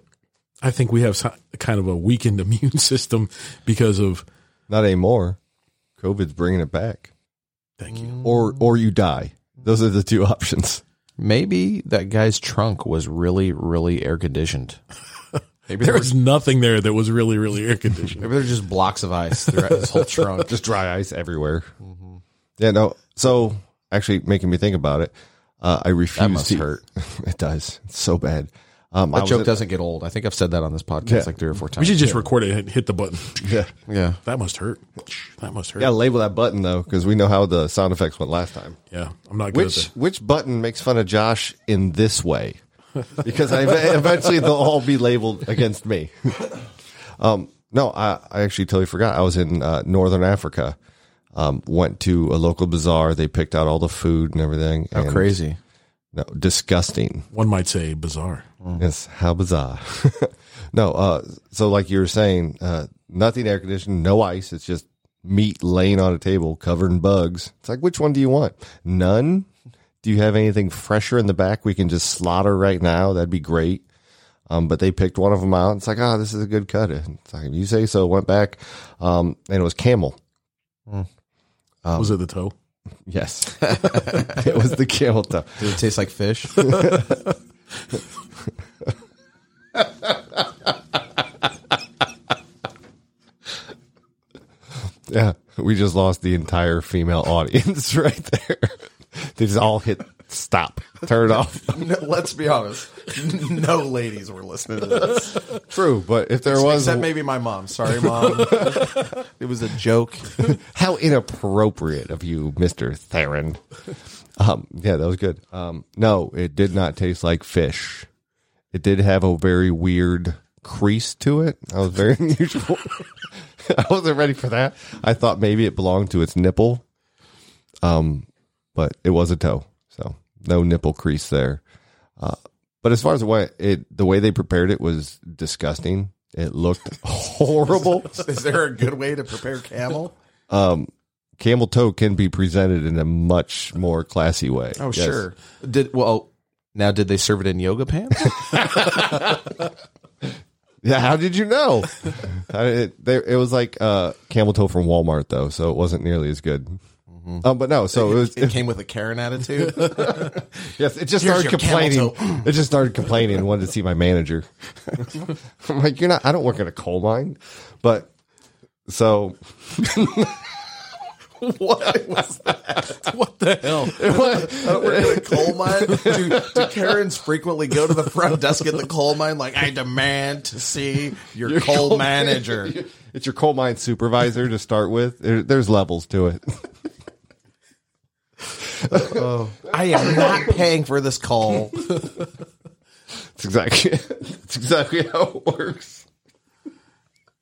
Speaker 2: I think we have so- kind of a weakened immune system because of.
Speaker 1: Not anymore. COVID's bringing it back.
Speaker 2: Thank you.
Speaker 1: Or, or you die. Those are the two options.
Speaker 3: Maybe that guy's trunk was really, really air conditioned. Maybe
Speaker 2: There
Speaker 3: there
Speaker 2: was nothing there that was really, really air conditioned.
Speaker 3: maybe they're just blocks of ice throughout his whole trunk.
Speaker 1: just dry ice everywhere. Yeah, no. So actually, making me think about it, uh, I refuse.
Speaker 3: must
Speaker 1: to,
Speaker 3: hurt.
Speaker 1: it does. It's so bad. Um, I
Speaker 3: That
Speaker 1: was
Speaker 3: joke
Speaker 1: at-
Speaker 3: doesn't get old. I think I've said that on this podcast
Speaker 1: Yeah.
Speaker 3: like three or four
Speaker 2: we
Speaker 3: times.
Speaker 2: should just record it and hit the button.
Speaker 1: Yeah,
Speaker 3: yeah.
Speaker 2: That must hurt. That must hurt.
Speaker 1: gotta
Speaker 2: Yeah,
Speaker 1: label that button though, because we know how the sound effects went last time.
Speaker 2: I'm not good
Speaker 1: Which
Speaker 2: at
Speaker 1: which button makes fun of Josh in this way? Because I eventually they'll all be labeled against me. um, no, I, I actually totally forgot. I was in uh, Northern Africa. Um, went to a local bazaar. They picked out all the food and everything. and-
Speaker 3: Crazy.
Speaker 1: No, disgusting.
Speaker 2: that. One might say bizarre.
Speaker 1: Yes, how bizarre. no, uh, so like you were saying, uh, nothing air conditioned, no ice. It's just meat laying on a table covered in bugs. It's like, which one do you want? None? Do you have anything fresher in the back we can just slaughter right now? That'd be great. Um, but they picked one of them out. It's like, ah, this is a good cut. It's like, you say so. Went back, um, and it was camel. Um,
Speaker 2: was it the toe?
Speaker 1: Yes, it was the camel toe.
Speaker 3: Does it taste like fish?
Speaker 1: Yeah, we just lost the entire female audience right there. They just all hit stop, turn it off.
Speaker 3: let's be honest. No ladies were listening to this.
Speaker 1: True, but if there was,
Speaker 3: maybe my mom. Sorry, mom. it was a joke.
Speaker 1: how inappropriate of you, Mister Theron. Um, yeah, that was good. Um, no, it did not taste like fish. It did have a very weird crease to it. That was very unusual. I wasn't ready for that. I thought maybe it belonged to its nipple, um, but it was a toe, so no nipple crease there. Uh, but as far as the way it, the way they prepared it was disgusting. It looked horrible.
Speaker 3: Is there a good way to prepare camel?
Speaker 1: Camel toe can be presented in a much more classy way.
Speaker 3: Oh,
Speaker 1: Yes.
Speaker 3: sure. Did well. Now, did they serve it in yoga pants?
Speaker 1: Yeah, how did you know? I- it, they, it was like uh, camel toe from Walmart though, so it wasn't nearly as good.
Speaker 3: Mm-hmm.
Speaker 1: Um, but no, so it was.
Speaker 3: it came with a Karen attitude.
Speaker 1: yes, it just
Speaker 3: Here's
Speaker 1: started
Speaker 3: your camel
Speaker 1: complaining. it just started complaining and wanted to see my manager. I'm like, you're not. I don't work in a coal mine, but so
Speaker 2: What the hell?
Speaker 3: I don't work in a coal mine. Do, do Karens frequently go to the front desk at the coal mine? Like, I demand to see your, coal, manager.
Speaker 1: it's your coal mine supervisor to start with. There, there's levels to it.
Speaker 3: I am not paying for this coal.
Speaker 1: It's exactly. It's exactly how it works.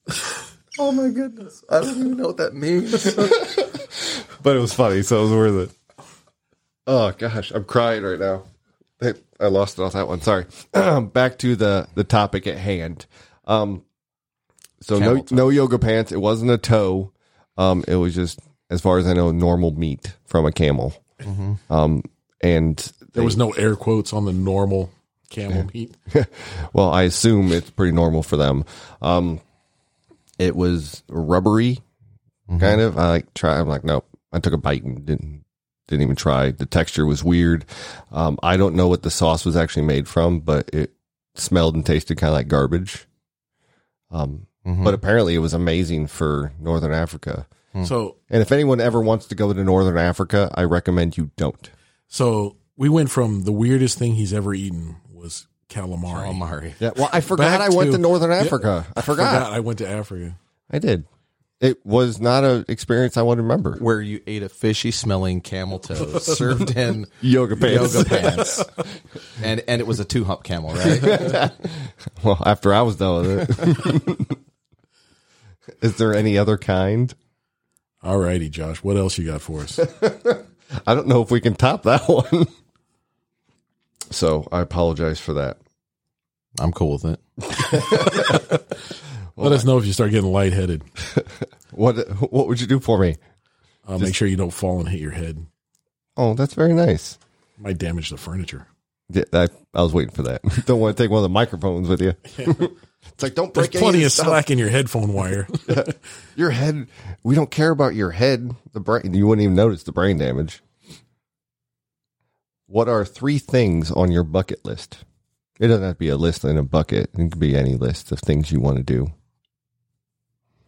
Speaker 3: Oh my goodness! I don't even know what that means.
Speaker 1: But it was funny, so it was worth it. Oh gosh, I'm crying right now. Hey, I lost it off that one. Sorry. Back to the the topic at hand. Um, so
Speaker 3: Camel
Speaker 1: no
Speaker 3: toe.
Speaker 1: no yoga pants. It wasn't a toe. Um, it was just, as far as I know, normal meat from a camel.
Speaker 3: Mm-hmm.
Speaker 1: Um, and
Speaker 2: There was no air quotes on the normal camel meat.
Speaker 1: well, I assume it's pretty normal for them. Um, it was rubbery, kind of. I like try. I'm like, nope. I took a bite and didn't didn't even try. The texture was weird. Um, I don't know what the sauce was actually made from, but it smelled and tasted kind of like garbage. Um, but apparently it was amazing for Northern Africa.
Speaker 2: So
Speaker 1: And if anyone ever wants to go to Northern Africa, I recommend you don't.
Speaker 2: so we went from the weirdest thing he's ever eaten was calamari.
Speaker 3: Amari.
Speaker 1: Yeah. Well, I forgot I went to,
Speaker 2: to-
Speaker 1: Northern Africa. I forgot.
Speaker 2: I went to Africa.
Speaker 1: I did. It was not an experience I want to remember.
Speaker 3: Where you ate a fishy smelling camel toe served in
Speaker 1: yoga
Speaker 3: yoga pants, and and it was a two hump camel, right?
Speaker 1: well, after I was done with it. Is there any other kind?
Speaker 2: All righty, Josh. What else you got for us?
Speaker 1: I don't know if we can top that one. So I apologize for that.
Speaker 3: I'm cool with it.
Speaker 2: Let us know if you start getting lightheaded.
Speaker 1: What what would you do for me?
Speaker 2: Uh, make sure you don't fall and hit your head.
Speaker 1: Oh, that's very nice.
Speaker 2: Might damage the furniture.
Speaker 1: Yeah, I, I was waiting for that. don't want to take one of the microphones with you. it's like don't
Speaker 2: There's
Speaker 1: break any
Speaker 2: plenty
Speaker 1: of
Speaker 2: of
Speaker 1: the stuff.
Speaker 2: slack in your headphone wire.
Speaker 1: Your head. We don't care about your head. The brain. You wouldn't even notice the brain damage. What are three things on your bucket list? It doesn't have to be a list in a bucket. It could be any list of things you want to do.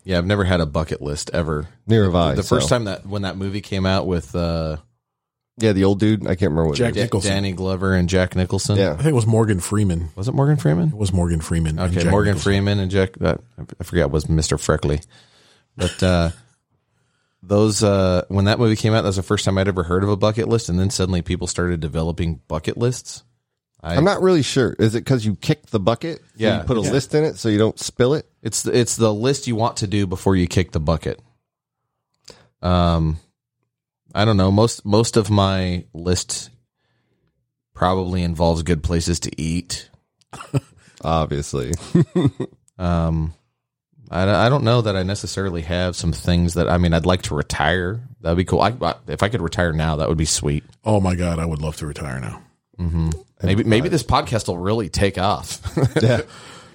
Speaker 3: Yeah, I've never had a bucket list ever.
Speaker 1: Near have I.
Speaker 3: the first
Speaker 1: so-
Speaker 3: time that when that movie came out with uh,
Speaker 1: Yeah, the old dude. I can't remember what.
Speaker 2: Jack-
Speaker 1: it
Speaker 3: Da-
Speaker 2: Nicholson.
Speaker 3: Danny Glover and Jack Nicholson.
Speaker 1: is.
Speaker 2: I
Speaker 1: Yeah.
Speaker 2: think it was Morgan Freeman.
Speaker 3: Was it Morgan
Speaker 2: It
Speaker 3: Freeman?
Speaker 2: was Morgan Freeman. and
Speaker 3: Okay,
Speaker 2: Jack
Speaker 3: Morgan
Speaker 2: Nicholson.
Speaker 3: Freeman and Jack. Uh, I forgot was Mr. Freckley, but uh, those uh, when that movie came out, that was the first time I'd ever heard of a bucket list, and then suddenly people started developing bucket lists.
Speaker 1: I'm not really sure. Is it because you kicked the bucket? So
Speaker 3: Yeah.
Speaker 1: You put a
Speaker 3: Yeah.
Speaker 1: list in it so you don't spill it.
Speaker 3: It's the, it's the list you want to do before you kick the bucket. Um, I don't know. Most most of my list probably involves good places to eat.
Speaker 1: Obviously.
Speaker 3: Um, I, I don't know that I necessarily have some things that I mean I'd like to retire. That'd be cool. I, I- if I could retire now, that would be sweet.
Speaker 2: Oh my God, I would love to retire now.
Speaker 3: Maybe maybe this podcast will really take off,
Speaker 1: Yeah.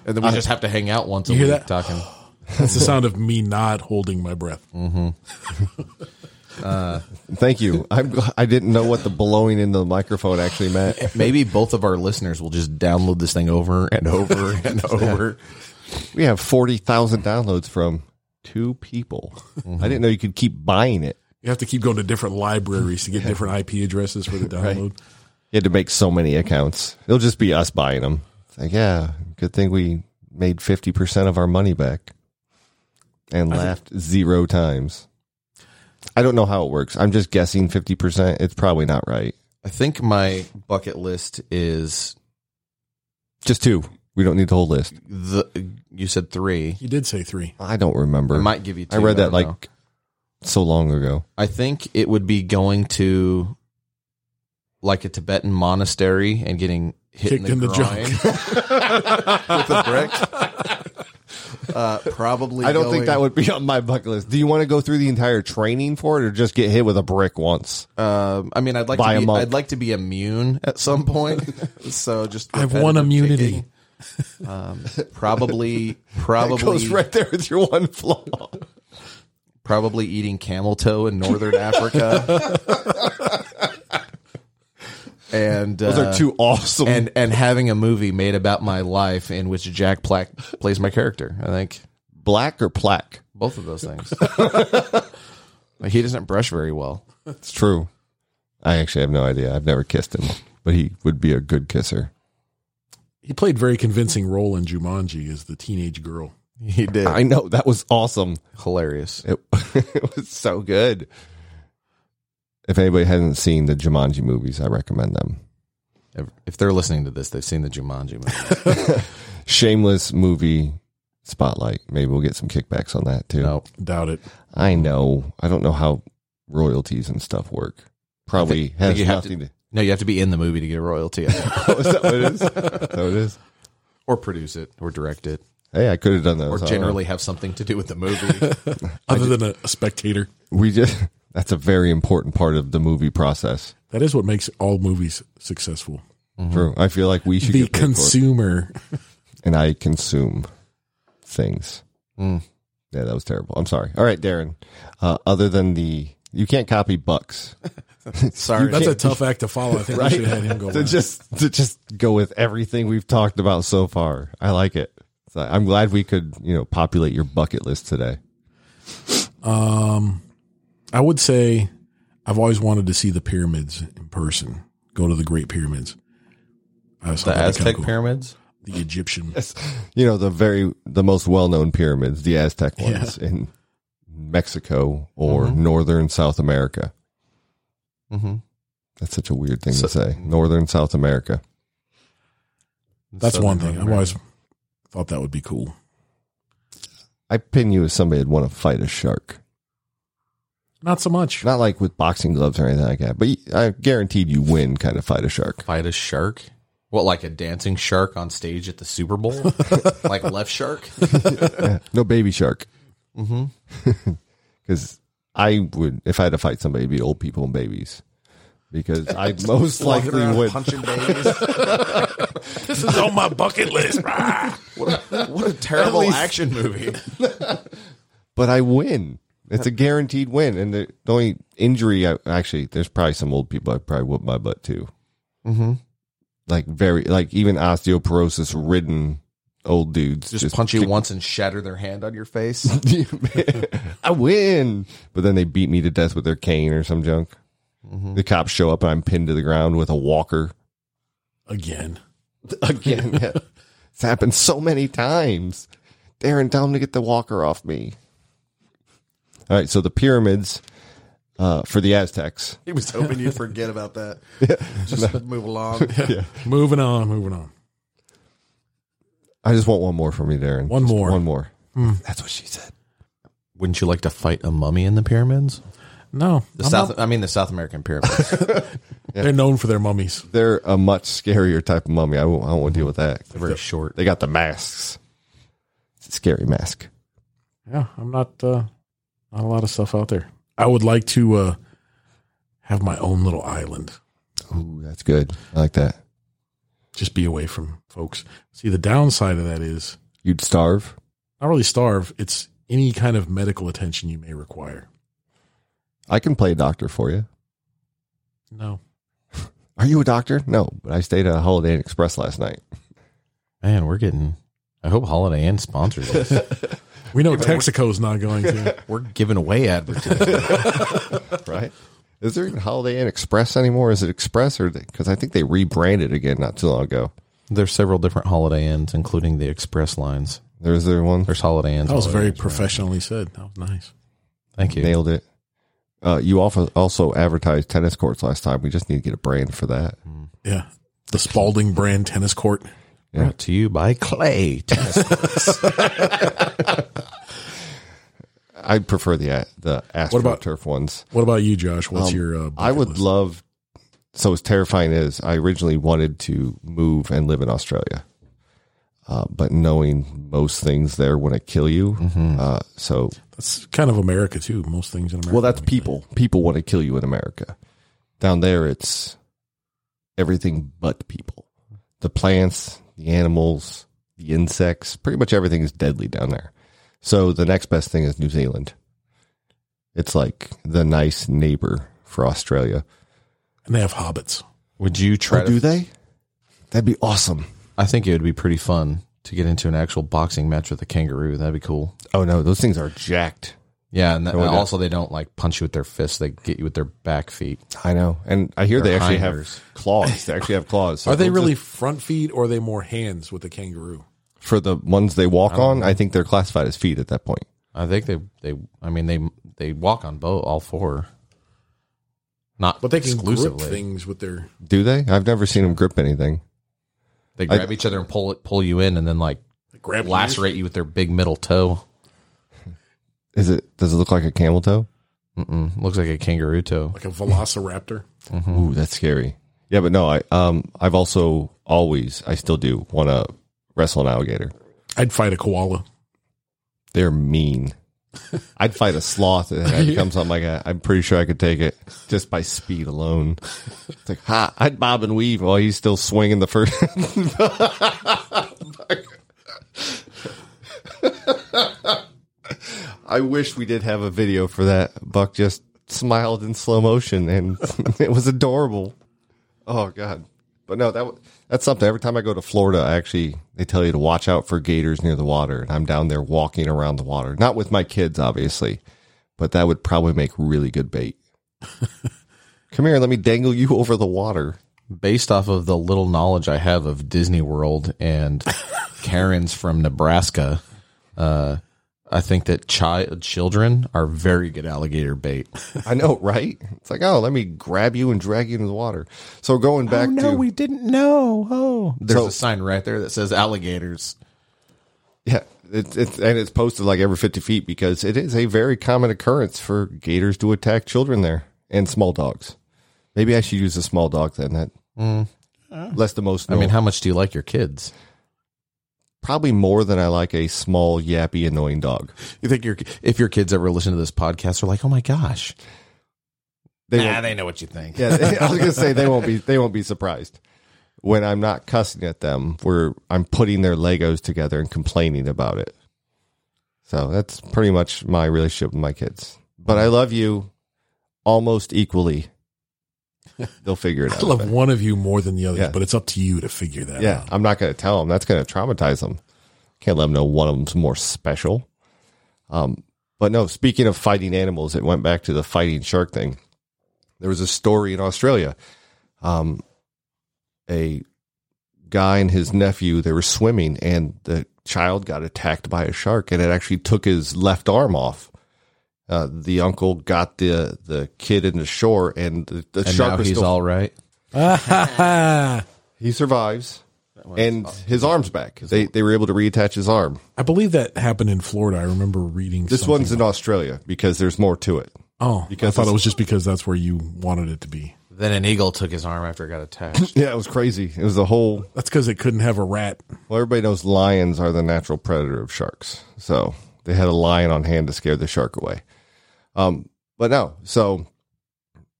Speaker 3: and then we just have to hang out once a
Speaker 2: You
Speaker 3: week
Speaker 2: hear that?
Speaker 3: talking.
Speaker 2: That's the sound of me not holding my breath.
Speaker 1: Mm. Thank you. I'm. gl- I didn't know what the blowing into the microphone actually meant.
Speaker 3: Maybe both of our listeners will just download this thing over and over and over.
Speaker 1: We have 40,000 downloads from two people. I didn't know you could keep buying it.
Speaker 2: You have to keep going to different libraries to get different IP addresses for the download.
Speaker 1: You had to make so many accounts. It'll just be us buying them. It's like, yeah, good thing we made 50% of our money back and laughed zero times. I don't know how it works. I'm just guessing 50%. It's probably not right.
Speaker 3: I think my bucket list is
Speaker 1: Just two. We don't need the whole list.
Speaker 3: the You said three. uh,
Speaker 2: He did say three.
Speaker 1: I don't remember.
Speaker 3: I might give you two.
Speaker 1: I read that
Speaker 3: don't
Speaker 1: like
Speaker 3: know.
Speaker 1: so long ago.
Speaker 3: I think it would be going to like a Tibetan monastery and getting hit
Speaker 2: Kicked in the
Speaker 3: groin. with a brick. Uh, probably.
Speaker 1: I don't think that would be on my bucket list. Do you want to go through the entire training for it, or just get hit with a brick once?
Speaker 3: Um, I mean, I'd like
Speaker 1: By a
Speaker 3: to. Be,
Speaker 1: monk.
Speaker 3: I'd like to be immune at some point. so just
Speaker 2: I've won
Speaker 3: repetitive
Speaker 2: immunity.
Speaker 3: kicking. Um, probably,
Speaker 1: It goes
Speaker 3: probably,
Speaker 1: right there with your one flaw.
Speaker 3: probably eating camel toe in northern Africa. and
Speaker 1: Those
Speaker 3: uh,
Speaker 1: are two awesome.
Speaker 3: and and having a movie made about my life in which Jack Black plays my character. I think
Speaker 1: black or plaque?
Speaker 3: both of those things. Like, he doesn't brush very well.
Speaker 1: It's true. I actually have no idea. I've never kissed him, but he would be a good kisser.
Speaker 2: He played very convincing role in Jumanji as the teenage girl.
Speaker 3: He did
Speaker 1: I know that was awesome.
Speaker 3: hilarious.
Speaker 1: It, it was so good. If anybody hasn't seen the Jumanji movies, I recommend them.
Speaker 3: If- If they're listening to this, they've seen the Jumanji movie.
Speaker 1: Shameless movie spotlight. Maybe we'll get some kickbacks on that too.
Speaker 3: No,
Speaker 2: Doubt it.
Speaker 1: I know. I don't know how royalties and stuff work. Probably
Speaker 3: I think
Speaker 1: has
Speaker 3: you have
Speaker 1: nothing to.
Speaker 3: no, you have to be in the movie to get a royalty, I think.
Speaker 1: Oh, is that what it is? so it is.
Speaker 3: or produce it, or direct it,
Speaker 1: Hey, I could have done those.
Speaker 3: or
Speaker 1: I don't know.
Speaker 2: uh,
Speaker 3: generally have something to do with the movie.
Speaker 2: Other than a, a spectator,
Speaker 1: we just. That's a very important part of the movie process.
Speaker 2: that is what makes all movies successful.
Speaker 3: Mm-hmm.
Speaker 1: True. I feel like we should
Speaker 2: The
Speaker 1: get paid for it.
Speaker 2: consumer.
Speaker 1: and I consume things.
Speaker 3: Mm.
Speaker 1: Yeah, that was terrible. I'm sorry. All right, Darren. Uh, other than the, you can't copy bucks.
Speaker 3: Sorry,
Speaker 2: That's a tough act to follow. I think we should have had him go.
Speaker 1: to
Speaker 2: last.
Speaker 1: just to just go with everything we've talked about so far. I like it. So I'm glad we could you know populate your bucket list today.
Speaker 2: I would say I've always wanted to see the pyramids in person. Go to the Great Pyramids. I was
Speaker 3: the Aztec pyramids.
Speaker 2: the Egyptian.
Speaker 1: You know the very the most well known pyramids, the Aztec ones in Mexico or northern South America.
Speaker 3: Mm-hmm.
Speaker 1: That's such a weird thing to say. Northern South America.
Speaker 2: That's one thing. I've always thought that would be cool.
Speaker 1: I pin you as somebody that'd want to fight a shark.
Speaker 2: Not so much.
Speaker 1: not like with boxing gloves or anything like that, but I guaranteed you win kind of fight a shark.
Speaker 3: fight a shark. What, like a dancing shark on stage at the Super Bowl? like left shark?
Speaker 1: No baby shark.
Speaker 3: Mm-hmm.
Speaker 1: Because I would, if I had to fight somebody, it'd be old people and babies. Because I most likely would.
Speaker 2: This is on my bucket list. Rah!
Speaker 3: What a terrible
Speaker 1: least-
Speaker 3: action movie.
Speaker 1: But I win. It's a guaranteed win. And the, the only injury, I, actually, there's probably some old people I probably whoop my butt too.
Speaker 3: Mm-hmm.
Speaker 1: Like very, like even osteoporosis ridden old dudes.
Speaker 3: Just, punch you once and shatter their hand on your face.
Speaker 1: I win. But then they beat me to death with their cane or some junk.
Speaker 3: Mm-hmm.
Speaker 1: The cops show up and I'm pinned to the ground with a walker.
Speaker 2: Again.
Speaker 1: Again, yeah. it's happened so many times. Darren, tell him to get the walker off me. All right, so the pyramids uh, for the Aztecs.
Speaker 3: He was hoping you'd forget about that. Just move along.
Speaker 2: Moving on, moving on.
Speaker 1: I just want one more from you, Darren.
Speaker 2: One
Speaker 1: Just
Speaker 2: more. Hmm.
Speaker 1: One more. That's what she said.
Speaker 3: Wouldn't you like to fight a mummy in the pyramids?
Speaker 2: No.
Speaker 3: The
Speaker 2: I'm
Speaker 3: South,
Speaker 2: not-
Speaker 3: I mean the South American pyramids.
Speaker 2: They're known for their mummies.
Speaker 1: They're a much scarier type of mummy. I won't, I won't deal with that.
Speaker 3: They're very short.
Speaker 1: They got the masks. It's a scary mask.
Speaker 2: Yeah, I'm not uh not a lot of stuff out there. I would like to uh have my own little island.
Speaker 1: Ooh, that's good. I like that.
Speaker 2: Just be away from folks. See the downside of that is
Speaker 1: You'd starve.
Speaker 2: not really starve, it's any kind of medical attention you may require.
Speaker 1: I can play doctor for you.
Speaker 2: No.
Speaker 1: Are you a doctor? No, but I stayed at a Holiday Inn Express last night.
Speaker 3: Man, we're getting. I hope Holiday Inn sponsors us.
Speaker 2: We know Texaco's not going to.
Speaker 3: we're giving away advertising.
Speaker 1: Right? is there even Holiday Inn Express anymore? Is it Express or because I think they rebranded again not too long ago.
Speaker 3: There's several different Holiday Inns, including the express lines.
Speaker 1: There's the one.
Speaker 3: There's Holiday Inns.
Speaker 2: That was
Speaker 3: all over.
Speaker 2: very professionally said. Oh, That was nice.
Speaker 3: Thank you.
Speaker 1: Nailed it. Uh, you also also advertised tennis courts last time. We just need to get a brand for that.
Speaker 2: Yeah. The Spalding brand tennis court.
Speaker 3: Brought to you by Clay Tennis.
Speaker 1: I prefer the the AstroTurf
Speaker 2: about-
Speaker 1: ones.
Speaker 2: What about you, Josh? What's your? Uh,
Speaker 1: Um, I
Speaker 2: bucket
Speaker 1: would
Speaker 2: list?
Speaker 1: love. So as terrifying as I originally wanted to move and live in Australia, uh, but knowing most things there wouldn't kill you. Uh, so
Speaker 2: That's kind of America too. Most things in America.
Speaker 1: well, that's people. People want to kill you in America. Down there, it's everything but people. The plants, the animals, the insects, pretty much everything is deadly down there. So the next best thing is New Zealand. It's like the nice neighbor for Australia.
Speaker 2: and they have hobbits.
Speaker 3: Would you try? to,
Speaker 1: Oh, they? That'd be awesome.
Speaker 3: I think it would be pretty fun to get into an actual boxing match with a kangaroo. That'd be cool.
Speaker 1: Oh no, those things are jacked.
Speaker 3: Yeah, and, that,
Speaker 1: would-
Speaker 3: also they don't like punch you with their fists; they get you with their back feet.
Speaker 1: I know, and I hear they
Speaker 3: They're
Speaker 1: actually
Speaker 3: hinders.
Speaker 1: have claws. They actually have claws. So
Speaker 2: Are they
Speaker 1: those
Speaker 2: really front feet or are they more hands with the kangaroo?
Speaker 1: for the ones they walk on? I think they're classified as feet at that point.
Speaker 3: I think they they I mean they they walk on both all four. Not
Speaker 2: But they can grip
Speaker 3: exclusively.
Speaker 2: things with their.
Speaker 1: Do they? I've never seen them grip anything.
Speaker 3: They grab each other and pull it pull you in, and then like
Speaker 2: They grab your-
Speaker 3: lacerate you with their big middle toe.
Speaker 1: Is it? Does it look like a camel toe?
Speaker 3: Mm-mm, looks like a kangaroo toe.
Speaker 2: like a velociraptor.
Speaker 1: Ooh, that's scary. Yeah, but no, I um, I've also always, I still do want to wrestle an alligator.
Speaker 2: I'd fight a koala.
Speaker 1: They're mean. I'd fight a sloth if it comes on like that. I'm pretty sure I could take it just by speed alone. It's like, ha, I'd bob and weave while he's still swinging the first. I wish we did have a video for that. Buck just smiled in slow motion and it was adorable. Oh god. But no, that w- that's something. Every time I go to Florida, I actually they tell you to watch out for gators near the water, and I'm down there walking around the water. Not with my kids, obviously, but that would probably make really good bait. Come here, let me dangle you over the water.
Speaker 3: Based off of the little knowledge I have of Disney World and Karens from Nebraska, uh, I think that chi- children are very good alligator bait.
Speaker 1: I know, right? It's like, oh, let me grab you and drag you into the water. So going
Speaker 3: Oh,
Speaker 1: back to
Speaker 3: didn't know. Oh, there's
Speaker 1: So-
Speaker 3: a sign right there that says alligators.
Speaker 1: Yeah, it's it's and it's posted like every fifty feet because it is a very common occurrence for gators to attack children there and small dogs. Maybe I should use a small dog then. That less the most.
Speaker 3: I mean, how much do you like your kids?
Speaker 1: probably more than I like a small yappy annoying dog.
Speaker 3: You think your if your kids ever listen to this podcast, they're like, "Oh my gosh!"
Speaker 1: They
Speaker 3: Nah,
Speaker 1: won't-
Speaker 3: they know what you think.
Speaker 1: yeah, they- I was gonna say they won't be they won't be surprised when I'm not cussing at them. Where I'm putting their Legos together and complaining about it. So that's pretty much my relationship with my kids. But I love you almost equally. They'll figure it out.
Speaker 2: I love one of you more than the others,
Speaker 1: Yeah.
Speaker 2: but it's up to you to figure that
Speaker 1: Yeah,
Speaker 2: out.
Speaker 1: I'm not going to tell them. That's going to traumatize them. Can't let them know one of them's more special. Um, but no, speaking of fighting animals, it went back to the fighting shark thing. There was a story in Australia. Um, a guy and his nephew they were swimming, and the child got attacked by a shark, and it actually took his left arm off. Uh, the uncle got the the kid into shore, and the, the
Speaker 3: And
Speaker 1: shark
Speaker 3: now
Speaker 1: was
Speaker 3: he's
Speaker 1: still
Speaker 3: all right.
Speaker 1: he survives, and his arm's back. They they were able to reattach his arm.
Speaker 2: I believe that happened in Florida. I remember reading
Speaker 1: This
Speaker 2: something.
Speaker 1: one's in Australia because there's more to it.
Speaker 2: Oh,
Speaker 1: because
Speaker 2: I thought
Speaker 1: it's-
Speaker 2: it was just because that's where you wanted it to be.
Speaker 3: Then an eagle took his arm after it got attached.
Speaker 1: Yeah, it was crazy. It was a whole.
Speaker 2: That's because it couldn't have a rat.
Speaker 1: Well, everybody knows lions are the natural predator of sharks, so they had a lion on hand to scare the shark away. Um, but no, so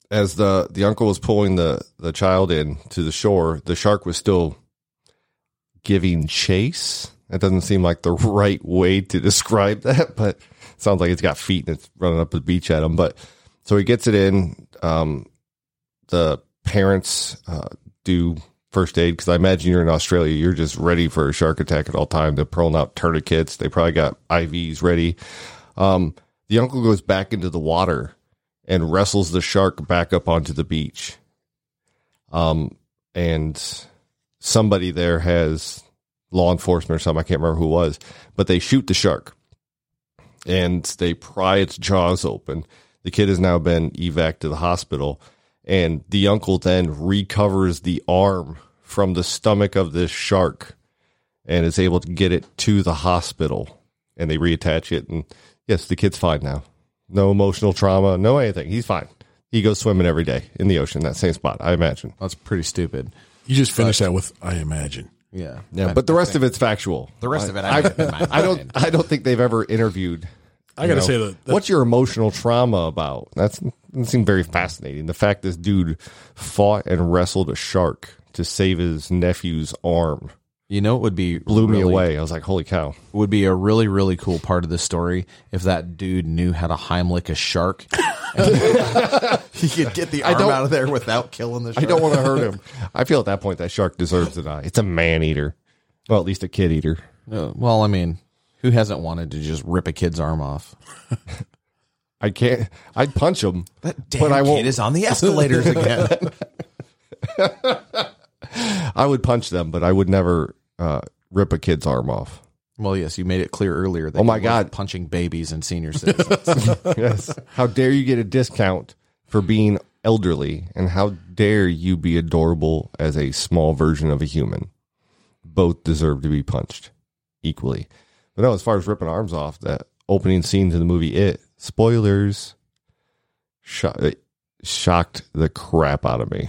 Speaker 1: as the the uncle was pulling the the child in to the shore, the shark was still giving chase. That doesn't seem like the right way to describe that, but it sounds like it's got feet and it's running up the beach at him. But so he gets it in. Um, the parents uh, do first aid because I imagine you're in Australia, you're just ready for a shark attack at all time. They're pulling out tourniquets. They probably got IVs ready. Um, the uncle goes back into the water and wrestles the shark back up onto the beach. Um, and somebody there has law enforcement or something. I can't remember who it was, but they shoot the shark and they pry its jaws open. The kid has now been evac to the hospital, and the uncle then recovers the arm from the stomach of this shark and is able to get it to the hospital and they reattach it and yes the kid's fine now no emotional trauma no anything he's fine he goes swimming every day in the ocean that same spot i imagine
Speaker 3: That's pretty stupid.
Speaker 2: You just finished that with I imagine.
Speaker 3: Yeah.
Speaker 1: yeah but the rest of it's factual
Speaker 3: the rest of it,
Speaker 1: I,
Speaker 3: I, made up in my
Speaker 1: I don't
Speaker 3: mind.
Speaker 1: i don't think they've ever interviewed
Speaker 2: I gotta
Speaker 1: know,
Speaker 2: say that, that
Speaker 1: what's your emotional trauma about that's that seemed very fascinating the fact this dude fought and wrestled a shark to save his nephew's arm
Speaker 3: You know, it would be
Speaker 1: blew me
Speaker 3: really-
Speaker 1: away i was like holy cow
Speaker 3: Would be a really really cool part of the story if that dude knew how to Heimlich a shark. he could get the arm
Speaker 1: don't-
Speaker 3: out of there without killing the shark.
Speaker 1: I don't want to hurt him. I feel at that point that shark deserves an eye. It's a man eater. Well, at least a kid eater.
Speaker 3: Uh, well, I mean, who hasn't wanted to just rip a kid's arm off?
Speaker 1: I can't. I'd punch him,
Speaker 3: Damn
Speaker 1: but I
Speaker 3: kid
Speaker 1: won't.
Speaker 3: is on the escalators again.
Speaker 1: I would punch them, but I would never uh, rip a kid's arm off.
Speaker 3: well, yes, you made it clear earlier that
Speaker 1: Oh my
Speaker 3: you
Speaker 1: God.
Speaker 3: love punching babies and senior citizens.
Speaker 1: Yes. how dare you get a discount for being elderly, and how dare you be adorable as a small version of a human? Both deserve to be punched equally. But no, as far as ripping arms off, that opening scene to the movie It spoilers sho- it shocked the crap out of me.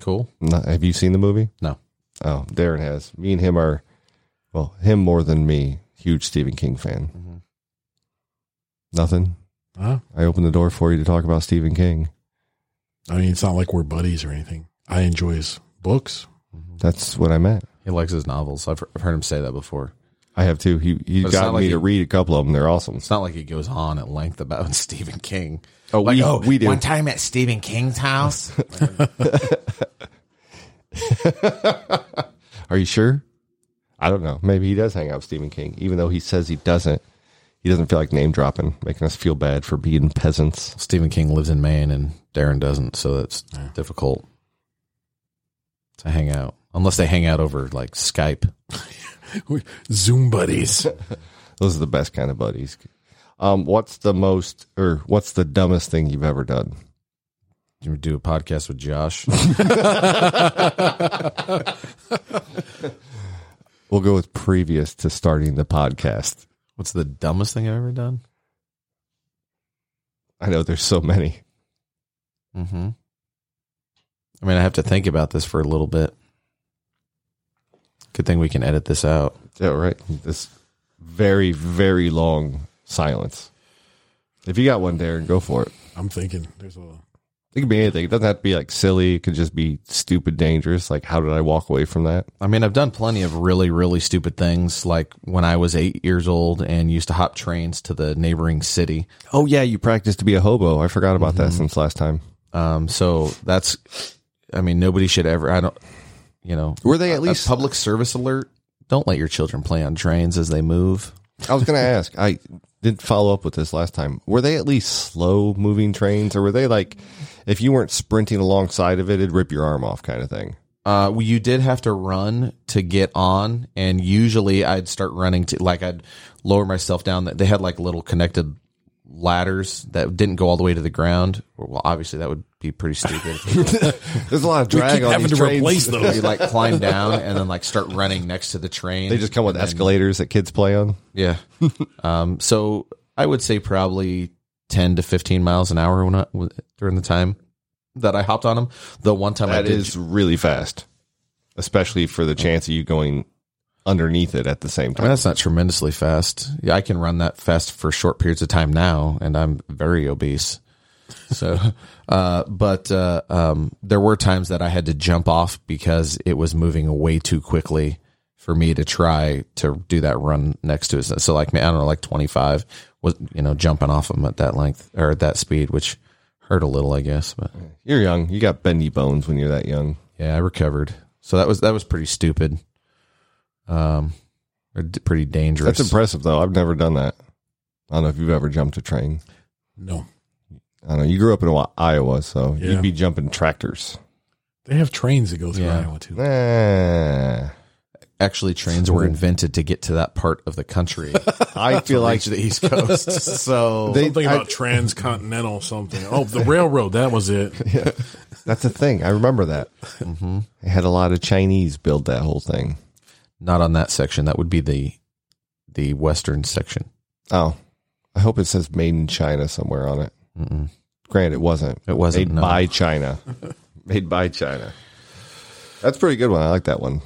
Speaker 3: cool.
Speaker 1: Not, have you seen the movie?
Speaker 3: No.
Speaker 1: Oh, Darren has. Me and him are, well, him more than me. Huge Stephen King fan.
Speaker 3: Mhm.
Speaker 1: Nothing.
Speaker 2: huh?
Speaker 1: I opened the door for you to talk about Stephen King.
Speaker 2: I mean, it's not like we're buddies or anything. I enjoy his books.
Speaker 1: That's what I meant.
Speaker 3: He likes his novels. I've, I've heard him say that before.
Speaker 1: I have too. He he
Speaker 3: But it's
Speaker 1: got
Speaker 3: not
Speaker 1: me
Speaker 3: like
Speaker 1: to
Speaker 3: you-
Speaker 1: read a couple of them. They're awesome.
Speaker 3: It's not like he goes on at length about Stephen King.
Speaker 1: Oh,
Speaker 3: Like,
Speaker 1: we,
Speaker 3: oh,
Speaker 1: we do.
Speaker 4: One time at Stephen King's house.
Speaker 1: Are you sure? I don't know. Maybe he does hang out with Stephen King, even though he says he doesn't. He doesn't feel like name dropping, making us feel bad for being peasants.
Speaker 3: Stephen King lives in Maine and Darren doesn't, so that's difficult to hang out. Unless they hang out over like Skype.
Speaker 2: Zoom buddies.
Speaker 1: Those are the best kind of buddies. Um, what's the most or what's the dumbest thing you've ever done?
Speaker 3: You do a podcast with Josh.
Speaker 1: We'll go with previous to starting the podcast.
Speaker 3: What's the dumbest thing I've ever done?
Speaker 1: I know there's so many.
Speaker 3: Mm-hmm. I mean, I have to think about this for a little bit. Good thing we can edit this out.
Speaker 1: Is that right? This very, very long silence. If you got one, Darren, go for it.
Speaker 2: I'm thinking there's a
Speaker 1: It could be anything. It doesn't have to be like silly. It could just be stupid, dangerous. Like, how did I walk away from that?
Speaker 3: I mean, I've done plenty of really, really stupid things, like when I was eight years old and used to hop trains to the neighboring city.
Speaker 1: Oh, yeah, you practiced to be a hobo. I forgot about that since last time.
Speaker 3: Um, so that's, I mean, nobody should ever. I don't, you know,
Speaker 1: Were they at
Speaker 3: a
Speaker 1: least?
Speaker 3: public service alert. Don't let your children play on trains as they move.
Speaker 1: I was going to ask. I didn't follow up with this last time. Were they at least slow moving trains, or were they like, if you weren't sprinting alongside of it, it'd rip your arm off, kind of thing?
Speaker 3: Uh, well, you did have to run to get on, and usually I'd start running to like I'd lower myself down. They had like little connected ladders that didn't go all the way to the ground. Well, obviously that would be pretty stupid.
Speaker 1: There's a lot of drag on
Speaker 2: having
Speaker 1: these
Speaker 2: to
Speaker 1: trains.
Speaker 2: replace
Speaker 3: you
Speaker 2: those.
Speaker 3: like climb down and then like start running next to the train.
Speaker 1: They just come with escalators that kids play on.
Speaker 3: yeah. um, so I would say probably ten to fifteen miles an hour when I, during the time that I hopped on them. The one time I
Speaker 1: That
Speaker 3: did
Speaker 1: is really fast, especially for the chance of you going underneath it at the same
Speaker 3: I mean,
Speaker 1: time.
Speaker 3: that's not tremendously fast. Yeah, I can run that fast for short periods of time now, and I'm very obese. So, uh, but uh, um, there were times that I had to jump off because it was moving way too quickly for me to try to do that run next to it. So, like, I don't know, like 25 was, you know, jumping off them at that length or at that speed, which hurt a little, I guess. But
Speaker 1: You're young. You got bendy bones when you're that young.
Speaker 3: yeah, I recovered. So that was that was pretty stupid. Um, or d- pretty dangerous.
Speaker 1: That's impressive, though. I've never done that. I don't know if you've ever jumped a train.
Speaker 2: No,
Speaker 1: I don't know. You grew up in Wa- Iowa, so
Speaker 2: Yeah.
Speaker 1: you'd be jumping tractors.
Speaker 2: they have trains that go through
Speaker 3: Yeah.
Speaker 2: Iowa too.
Speaker 1: Nah.
Speaker 3: actually trains were invented to get to that part of the country
Speaker 1: I feel like
Speaker 3: like the east coast so
Speaker 1: They-
Speaker 2: Something
Speaker 1: I-
Speaker 2: about transcontinental something. Oh, the railroad. That was it.
Speaker 1: that's a thing. I remember that. They had a lot of Chinese build that whole thing.
Speaker 3: Not on that section. That would be the the western section.
Speaker 1: Oh, I hope it says made in China somewhere on it.
Speaker 3: Mm-mm.
Speaker 1: Grant, it wasn't.
Speaker 3: It wasn't.
Speaker 1: made
Speaker 3: no.
Speaker 1: by China. made by China. That's a pretty good one. I like that one.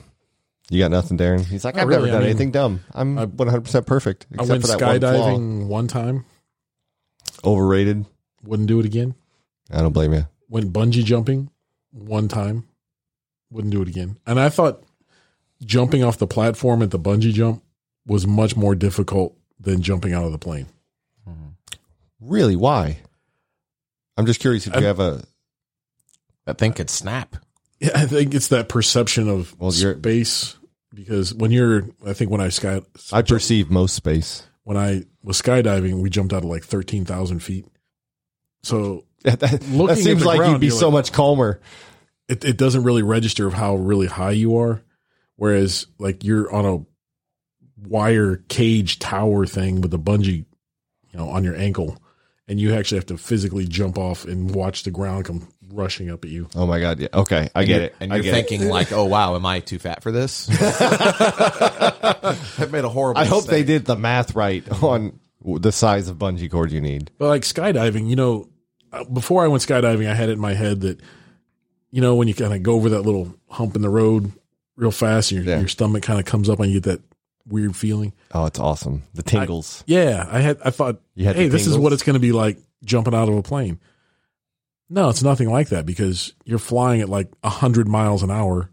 Speaker 1: You got nothing, Darren. He's like,
Speaker 2: Not
Speaker 1: I've never
Speaker 2: really. I
Speaker 1: done
Speaker 2: mean,
Speaker 1: anything dumb. I'm
Speaker 2: I-
Speaker 1: 100 percent perfect.
Speaker 2: I
Speaker 1: Except
Speaker 2: went
Speaker 1: for that one flaw.
Speaker 2: skydiving one time.
Speaker 1: Overrated.
Speaker 2: Wouldn't do it again.
Speaker 1: I don't blame you.
Speaker 2: went bungee jumping one time. Wouldn't do it again. And I thought jumping off the platform at the bungee jump was much more difficult than jumping out of the plane.
Speaker 1: Really? Why? I'm just curious if you
Speaker 2: I'm-
Speaker 1: have a.
Speaker 3: That thing could snap.
Speaker 2: Yeah, I think it's that perception of
Speaker 1: Well, you're-
Speaker 2: space because when you're, I think when I sky,
Speaker 1: I perceive most space.
Speaker 2: when I was skydiving, we jumped out of like thirteen thousand feet. So
Speaker 1: That, that
Speaker 2: Looking at
Speaker 1: seems
Speaker 2: the
Speaker 1: like
Speaker 2: ground,
Speaker 1: you'd be
Speaker 2: you're
Speaker 1: so
Speaker 2: like-
Speaker 1: much calmer.
Speaker 2: it, it doesn't really register of how really high you are. Whereas like you're on a wire cage tower thing with a bungee, you know, on your ankle, and you actually have to physically jump off and watch the ground come rushing up at you.
Speaker 1: Oh my god! Yeah. Okay, I get it.
Speaker 3: And
Speaker 1: I
Speaker 3: you're
Speaker 1: get it.
Speaker 3: thinking like, oh wow, am I too fat for this? I've made a horrible.
Speaker 1: I hope they
Speaker 3: mistake.
Speaker 1: did the math right on the size of bungee cord you need.
Speaker 2: But like skydiving, you know, uh, before I went skydiving, I had it in my head that, you know, when you kind of go over that little hump in the road real fast, and your,
Speaker 1: Yeah.
Speaker 2: your stomach kind of comes up and you get that weird feeling.
Speaker 1: Oh, it's awesome. The tingles.
Speaker 2: Yeah, I had I thought,
Speaker 1: You had the
Speaker 2: hey, this is
Speaker 1: tingles?
Speaker 2: what it's going to be like jumping out of a plane. No, it's nothing like that because you're flying at like hundred miles an hour,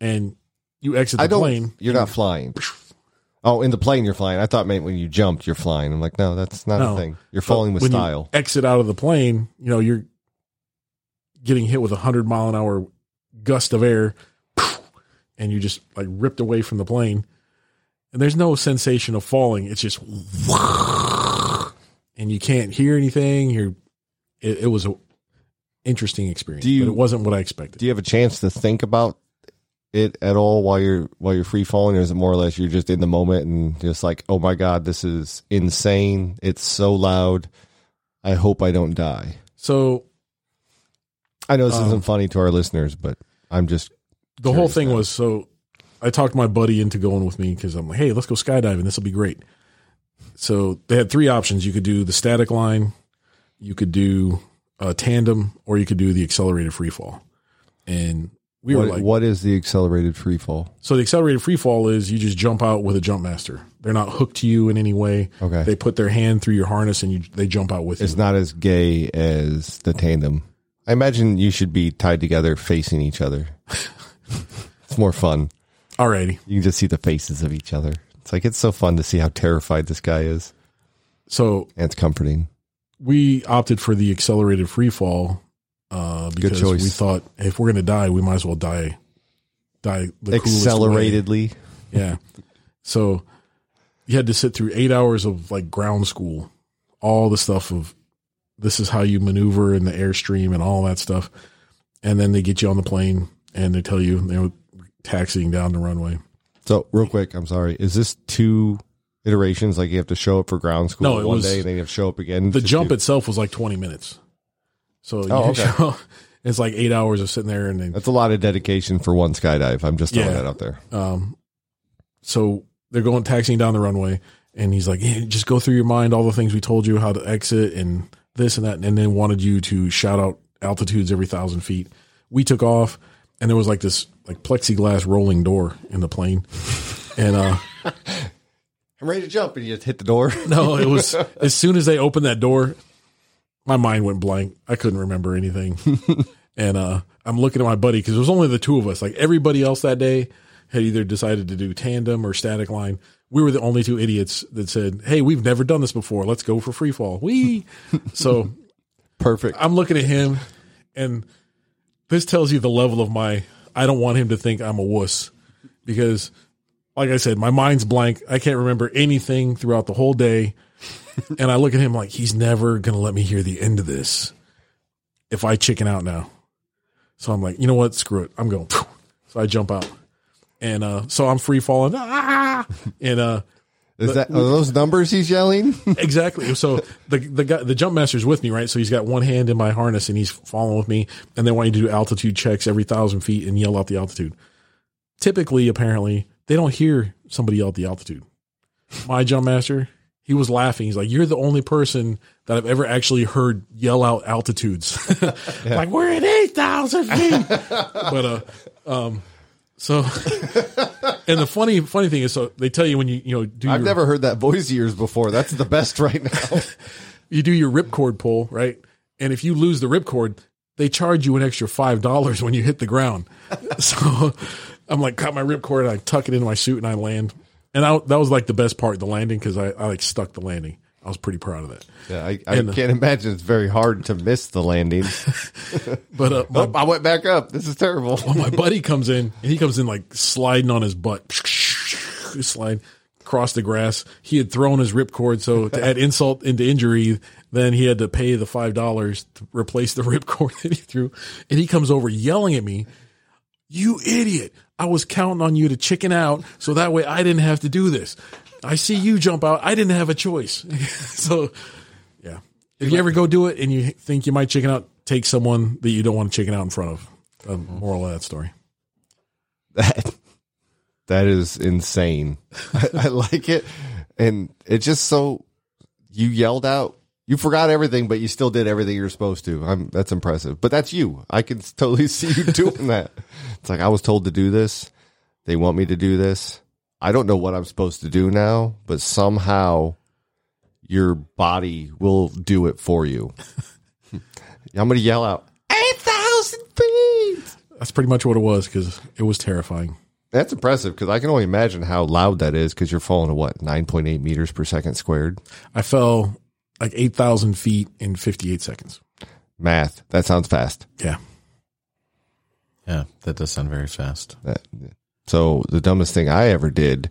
Speaker 2: and you exit the
Speaker 1: I don't.
Speaker 2: plane.
Speaker 1: You're not flying. Oh, in the plane you're flying. I thought maybe when you jumped you're flying. I'm like, no, that's not
Speaker 2: No.
Speaker 1: a thing. You're falling with
Speaker 2: When you
Speaker 1: style.
Speaker 2: exit out of the plane, you know you're getting hit with a hundred mile an hour gust of air, and you just like ripped away from the plane. And there's no sensation of falling. It's just, and you can't hear anything. You're, it, it was a interesting experience,
Speaker 1: Do you-
Speaker 2: but it wasn't what I expected.
Speaker 1: Do you have a chance to think about it at all while you're while you're free falling, or is it more or less you're just in the moment and just like, oh my god, this is insane. It's so loud. I hope I don't die.
Speaker 2: so
Speaker 1: I know this
Speaker 2: Um,
Speaker 1: isn't funny to our listeners, but I'm just
Speaker 2: the whole
Speaker 1: curious
Speaker 2: thing
Speaker 1: now.
Speaker 2: was so I talked my buddy into going with me because I'm like, hey, let's go skydiving. This will be great. So they had three options. You could do the static line, you could do a tandem, or you could do the accelerated free fall. And we
Speaker 1: what,
Speaker 2: were like,
Speaker 1: what is the accelerated free fall?
Speaker 2: so the accelerated free fall is you just jump out with a jump master. They're not hooked to you in any way.
Speaker 1: Okay.
Speaker 2: They put their hand through your harness and you they jump out with you.
Speaker 1: It's not as gay as the tandem. I imagine you should be tied together facing each other. it's more fun.
Speaker 2: Alrighty.
Speaker 1: You can just see the faces of each other. It's like it's so fun to see how terrified this guy is.
Speaker 2: So
Speaker 1: And it's comforting.
Speaker 2: we opted for the accelerated free fall uh, because
Speaker 1: choice.
Speaker 2: we thought if we're going to die, we might as well die, die the coolest way.
Speaker 1: Acceleratedly.
Speaker 2: Yeah. So you had to sit through eight hours of like ground school, all the stuff of this is how you maneuver in the airstream and all that stuff, and then they get you on the plane and they tell you they're taxiing down the runway.
Speaker 1: So real quick, I'm sorry. Is this two iterations? Like you have to show up for ground school
Speaker 2: No, it
Speaker 1: one
Speaker 2: was-
Speaker 1: day and then you have to show up again.
Speaker 2: the
Speaker 1: to
Speaker 2: jump
Speaker 1: do-
Speaker 2: itself was like twenty minutes, so you
Speaker 1: Oh, okay.
Speaker 2: show- it's like eight hours of sitting there and then
Speaker 1: that's a lot of dedication for one skydive. I'm just throwing
Speaker 2: Yeah.
Speaker 1: that out there.
Speaker 2: Um, so they're going taxiing down the runway, and he's like, "Hey, "Just go through your mind all the things we told you how to exit and this and that," and then wanted you to shout out altitudes every thousand feet. We took off, and there was like this like plexiglass rolling door in the plane, and uh,
Speaker 1: I'm ready to jump and you just hit the door.
Speaker 2: no, it was as soon as they opened that door, my mind went blank. I couldn't remember anything. and uh, I'm looking at my buddy because it was only the two of us. Like everybody else that day had either decided to do tandem or static line. We were the only two idiots that said, "Hey, we've never done this before. Let's go for free fall." We so
Speaker 1: Perfect.
Speaker 2: I'm looking at him, and this tells you the level of my. I don't want him to think I'm a wuss because, like I said, my mind's blank. I can't remember anything throughout the whole day. and I look at him like he's never going to let me hear the end of this if I chicken out now. So I'm like, you know what? Screw it. I'm going. So I jump out. And uh, so I'm free falling. Ah! And uh,
Speaker 1: Is that are those numbers he's yelling?
Speaker 2: Exactly. So the the guy, the jump master's with me, right? So he's got one hand in my harness and he's following with me, and they want you to do altitude checks every thousand feet and yell out the altitude. Typically, apparently, they don't hear somebody yell at the altitude. My jump master, he was laughing. He's like, "You're the only person that I've ever actually heard yell out altitudes." Like we're at eight thousand feet, but uh, um, so and the funny funny thing is, so they tell you when you you know do
Speaker 1: I've
Speaker 2: your,
Speaker 1: never heard that voice years before. That's the best right now.
Speaker 2: you do your ripcord pull, right? And if you lose the ripcord, they charge you an extra five dollars when you hit the ground. so I'm like, cut my ripcord, and I tuck it into my suit, and I land. And I, that was like the best part, the landing, because I, I like stuck the landing. I was pretty proud of that.
Speaker 1: Yeah, I, I
Speaker 2: And the-
Speaker 1: can't imagine it's very hard to miss the landing.
Speaker 2: But uh, my,
Speaker 1: oh, I went back up. This is terrible.
Speaker 2: my buddy comes in, and he comes in like sliding on his butt, slide across the grass. He had thrown his ripcord, so to add insult into injury, then he had to pay the five dollars to replace the ripcord that he threw. And he comes over yelling at me, you idiot. I was counting on you to chicken out so that way I didn't have to do this. I see you jump out. I didn't have a choice. so, yeah. If you ever go do it and you think you might chicken out, take someone that you don't want to chicken out in front of. The moral of that story.
Speaker 1: That that is insane. I, I like it, and it's just so you yelled out. You forgot everything, but you still did everything you're supposed to. I'm that's impressive. But that's you. I can totally see you doing that. It's like I was told to do this. They want me to do this. I don't know what I'm supposed to do now, but somehow your body will do it for you. I'm going to yell out 8,000 feet.
Speaker 2: That's pretty much what it was because it was terrifying.
Speaker 1: That's impressive because I can only imagine how loud that is because you're falling to what, 9.8 meters per second squared?
Speaker 2: I fell like 8,000 feet in 58 seconds.
Speaker 1: Math. That sounds fast.
Speaker 2: Yeah.
Speaker 3: Yeah, that does sound very fast.
Speaker 1: That- so the dumbest thing I ever did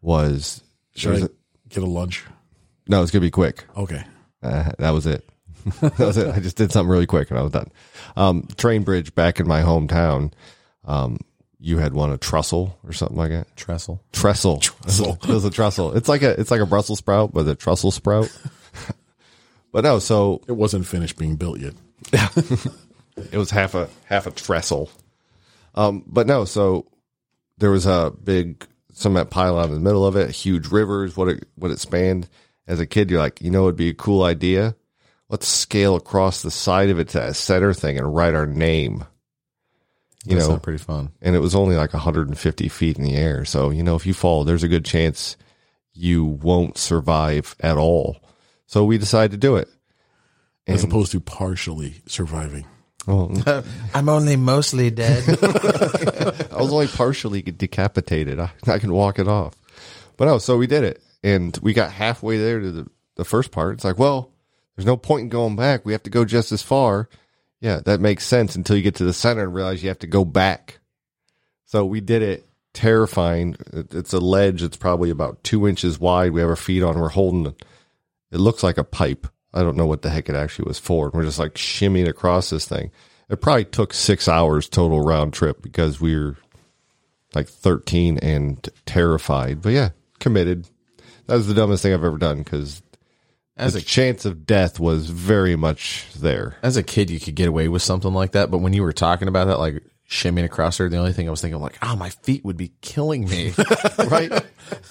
Speaker 1: was.
Speaker 2: Should
Speaker 1: there's
Speaker 2: I
Speaker 1: a-
Speaker 2: get a lunch?
Speaker 1: no, it's going to be quick.
Speaker 2: Okay.
Speaker 1: Uh, that was it. that was it. I just did something really quick and I was done. Um, train bridge back in my hometown. Um, you had won a trestle or something like that.
Speaker 3: Trestle.
Speaker 1: Trestle. Trestle. it was a trestle. It's like a it's like a Brussels sprout, but a trestle sprout. but no, so
Speaker 2: It wasn't finished being built yet.
Speaker 1: it was half a half a trestle. Um, but no, so there was a big cement pile out in the middle of it, huge rivers, what it what it spanned. As a kid, you're like, you know, it'd be a cool idea. Let's scale across the side of it to that center thing and write our name. You
Speaker 3: That's
Speaker 1: know,
Speaker 3: not pretty fun.
Speaker 1: and it was only like 150 feet in the air. So, you know, if you fall, there's a good chance you won't survive at all. So we decided to do it.
Speaker 2: as opposed to partially surviving.
Speaker 1: Well,
Speaker 4: I'm only mostly dead.
Speaker 1: I was only partially decapitated. I, I can walk it off. But no, so we did it. And we got halfway there to the, the first part. It's like, well, there's no point in going back. We have to go just as far. Yeah, that makes sense until you get to the center and realize you have to go back. So we did it terrifying. It- It's a ledge. It's probably about two inches wide. We have our feet on. We're holding it. It looks like a pipe. I don't know what the heck it actually was for. We're just like shimmying across this thing. It probably took six hours total round trip because we were like 13 and terrified. But yeah, committed. That was the dumbest thing I've ever done because
Speaker 3: As
Speaker 1: the
Speaker 3: a
Speaker 1: chance of death was very much there.
Speaker 3: as a kid, you could get away with something like that, but when you were talking about that, like shimmying across there, the only thing I was thinking, like, oh, my feet would be killing me.
Speaker 1: right?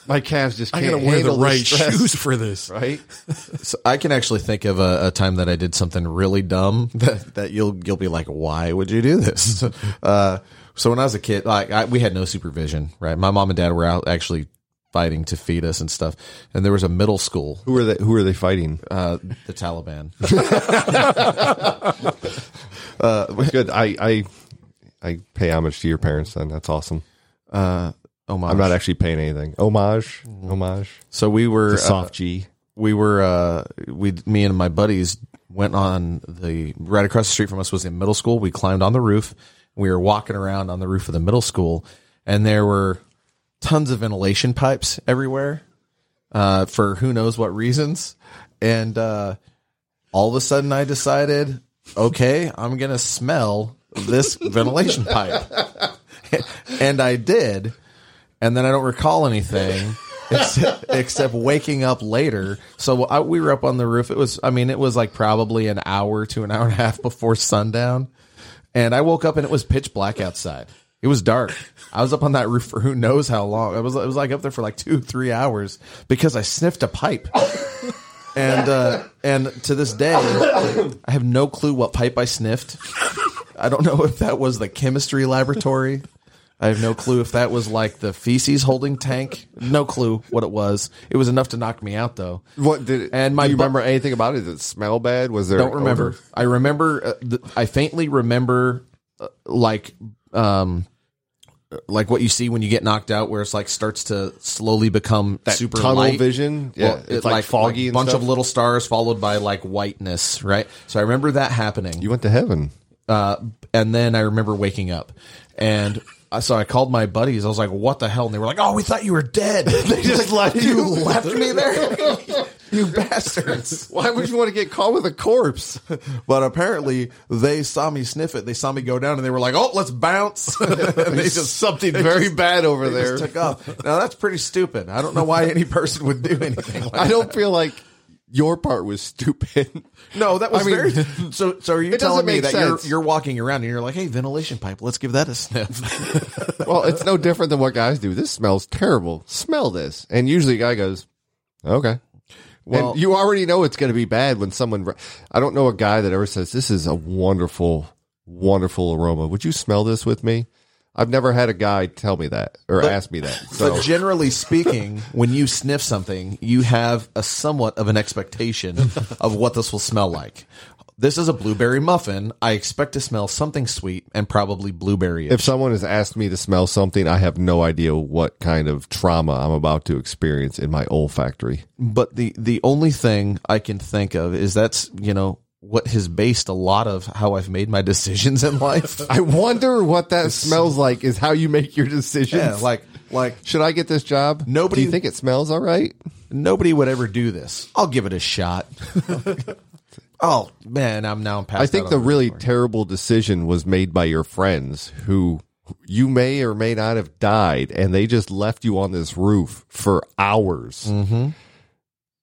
Speaker 1: My calves just
Speaker 2: I
Speaker 1: can't
Speaker 2: gotta wear the
Speaker 1: handle
Speaker 2: right
Speaker 1: stress,
Speaker 2: shoes for this.
Speaker 1: Right?
Speaker 3: so I can actually think of a, a time that I did something really dumb that, that you'll you'll be like, why would you do this? uh, so when I was a kid, like I, we had no supervision, right? My mom and dad were out actually fighting to feed us and stuff, and there was a middle school
Speaker 1: Who are they? Who are they fighting?
Speaker 3: uh, the Taliban.
Speaker 1: Good. I, I I pay homage to your parents. Then that's awesome.
Speaker 3: Oh my!
Speaker 1: I'm not actually paying anything. Homage, homage.
Speaker 3: so we were uh,
Speaker 1: Soft G.
Speaker 3: we were uh we me and my buddies went on the right across the street from us was the middle school we climbed on the roof we were walking around on the roof of the middle school and there were tons of ventilation pipes everywhere uh for who knows what reasons and uh all of a sudden i decided okay i'm gonna smell this ventilation pipe and i did and then I don't recall anything except, except waking up later. So I, we were up on the roof. It was, I mean, it was like probably an hour to an hour and a half before sundown, and I woke up and it was pitch black outside. It was dark. I was up on that roof for who knows how long. I was it was like up there for like two, three hours because I sniffed a pipe. And uh, and to this day, I have no clue what pipe I sniffed. I don't know if that was the chemistry laboratory. I have no clue if that was like the feces holding tank. No clue what it was. It was enough to knock me out though.
Speaker 1: What did it,
Speaker 3: And my
Speaker 1: do you
Speaker 3: bu-
Speaker 1: remember anything about it? Did it smell bad? Was there
Speaker 3: don't remember.
Speaker 1: odor?
Speaker 3: I remember. Uh, th- I faintly remember, uh, like, um, like what you see when you get knocked out, where it's like starts to slowly become
Speaker 1: That
Speaker 3: super
Speaker 1: tunnel
Speaker 3: light.
Speaker 1: vision? Yeah,
Speaker 3: Well,
Speaker 1: it's like foggy and
Speaker 3: bunch
Speaker 1: stuff.
Speaker 3: of little stars followed by like whiteness, right? So I remember that happening
Speaker 1: You went to heaven.
Speaker 3: uh, and then I remember waking up, and I, so I called my buddies. I was like, "What the hell?" And they were like, "Oh, we thought you were dead. they just left you, left me there, you bastards."
Speaker 1: Why would you want to get caught with a corpse?
Speaker 3: But apparently, they saw me sniff it. They saw me go down, and they were like, "Oh, let's bounce." and they just
Speaker 1: something very bad over
Speaker 3: they
Speaker 1: there.
Speaker 3: just took off. Now that's pretty stupid. I don't know why any person would do anything. Like
Speaker 1: I don't feel like your part was stupid.
Speaker 3: No, that was
Speaker 1: I mean,
Speaker 3: very. So, so are you
Speaker 1: it doesn't
Speaker 3: telling me
Speaker 1: make
Speaker 3: that
Speaker 1: sense.
Speaker 3: you're you're walking around and you're like, "Hey, ventilation pipe, let's give that a sniff."
Speaker 1: Well, it's no different than what guys do. This smells terrible. Smell this. And usually a guy goes, okay.
Speaker 3: Well-
Speaker 1: and you already know it's going to be bad when someone. I don't know a guy that ever says, this is a wonderful, wonderful aroma. Would you smell this with me? I've never had a guy tell me that or ask me that. So
Speaker 3: But generally speaking, when you sniff something, you have a somewhat of an expectation of what this will smell like. This is a blueberry muffin. I expect to smell something sweet and probably blueberry.
Speaker 1: if someone has asked me to smell something, I have no idea what kind of trauma I'm about to experience in my olfactory.
Speaker 3: But the the only thing I can think of is that's you know what has based a lot of how I've made my decisions in life.
Speaker 1: I wonder what that smells like is how you make your decisions.
Speaker 3: yeah, like like
Speaker 1: should I get this job?
Speaker 3: Nobody-
Speaker 1: Do you think it smells all right?
Speaker 3: nobody would ever do this. I'll give it a shot. oh man, I'm now past.
Speaker 1: I think the really terrible decision was made by your friends who you may or may not have died, and they just left you on this roof for hours.
Speaker 3: Mm-hmm.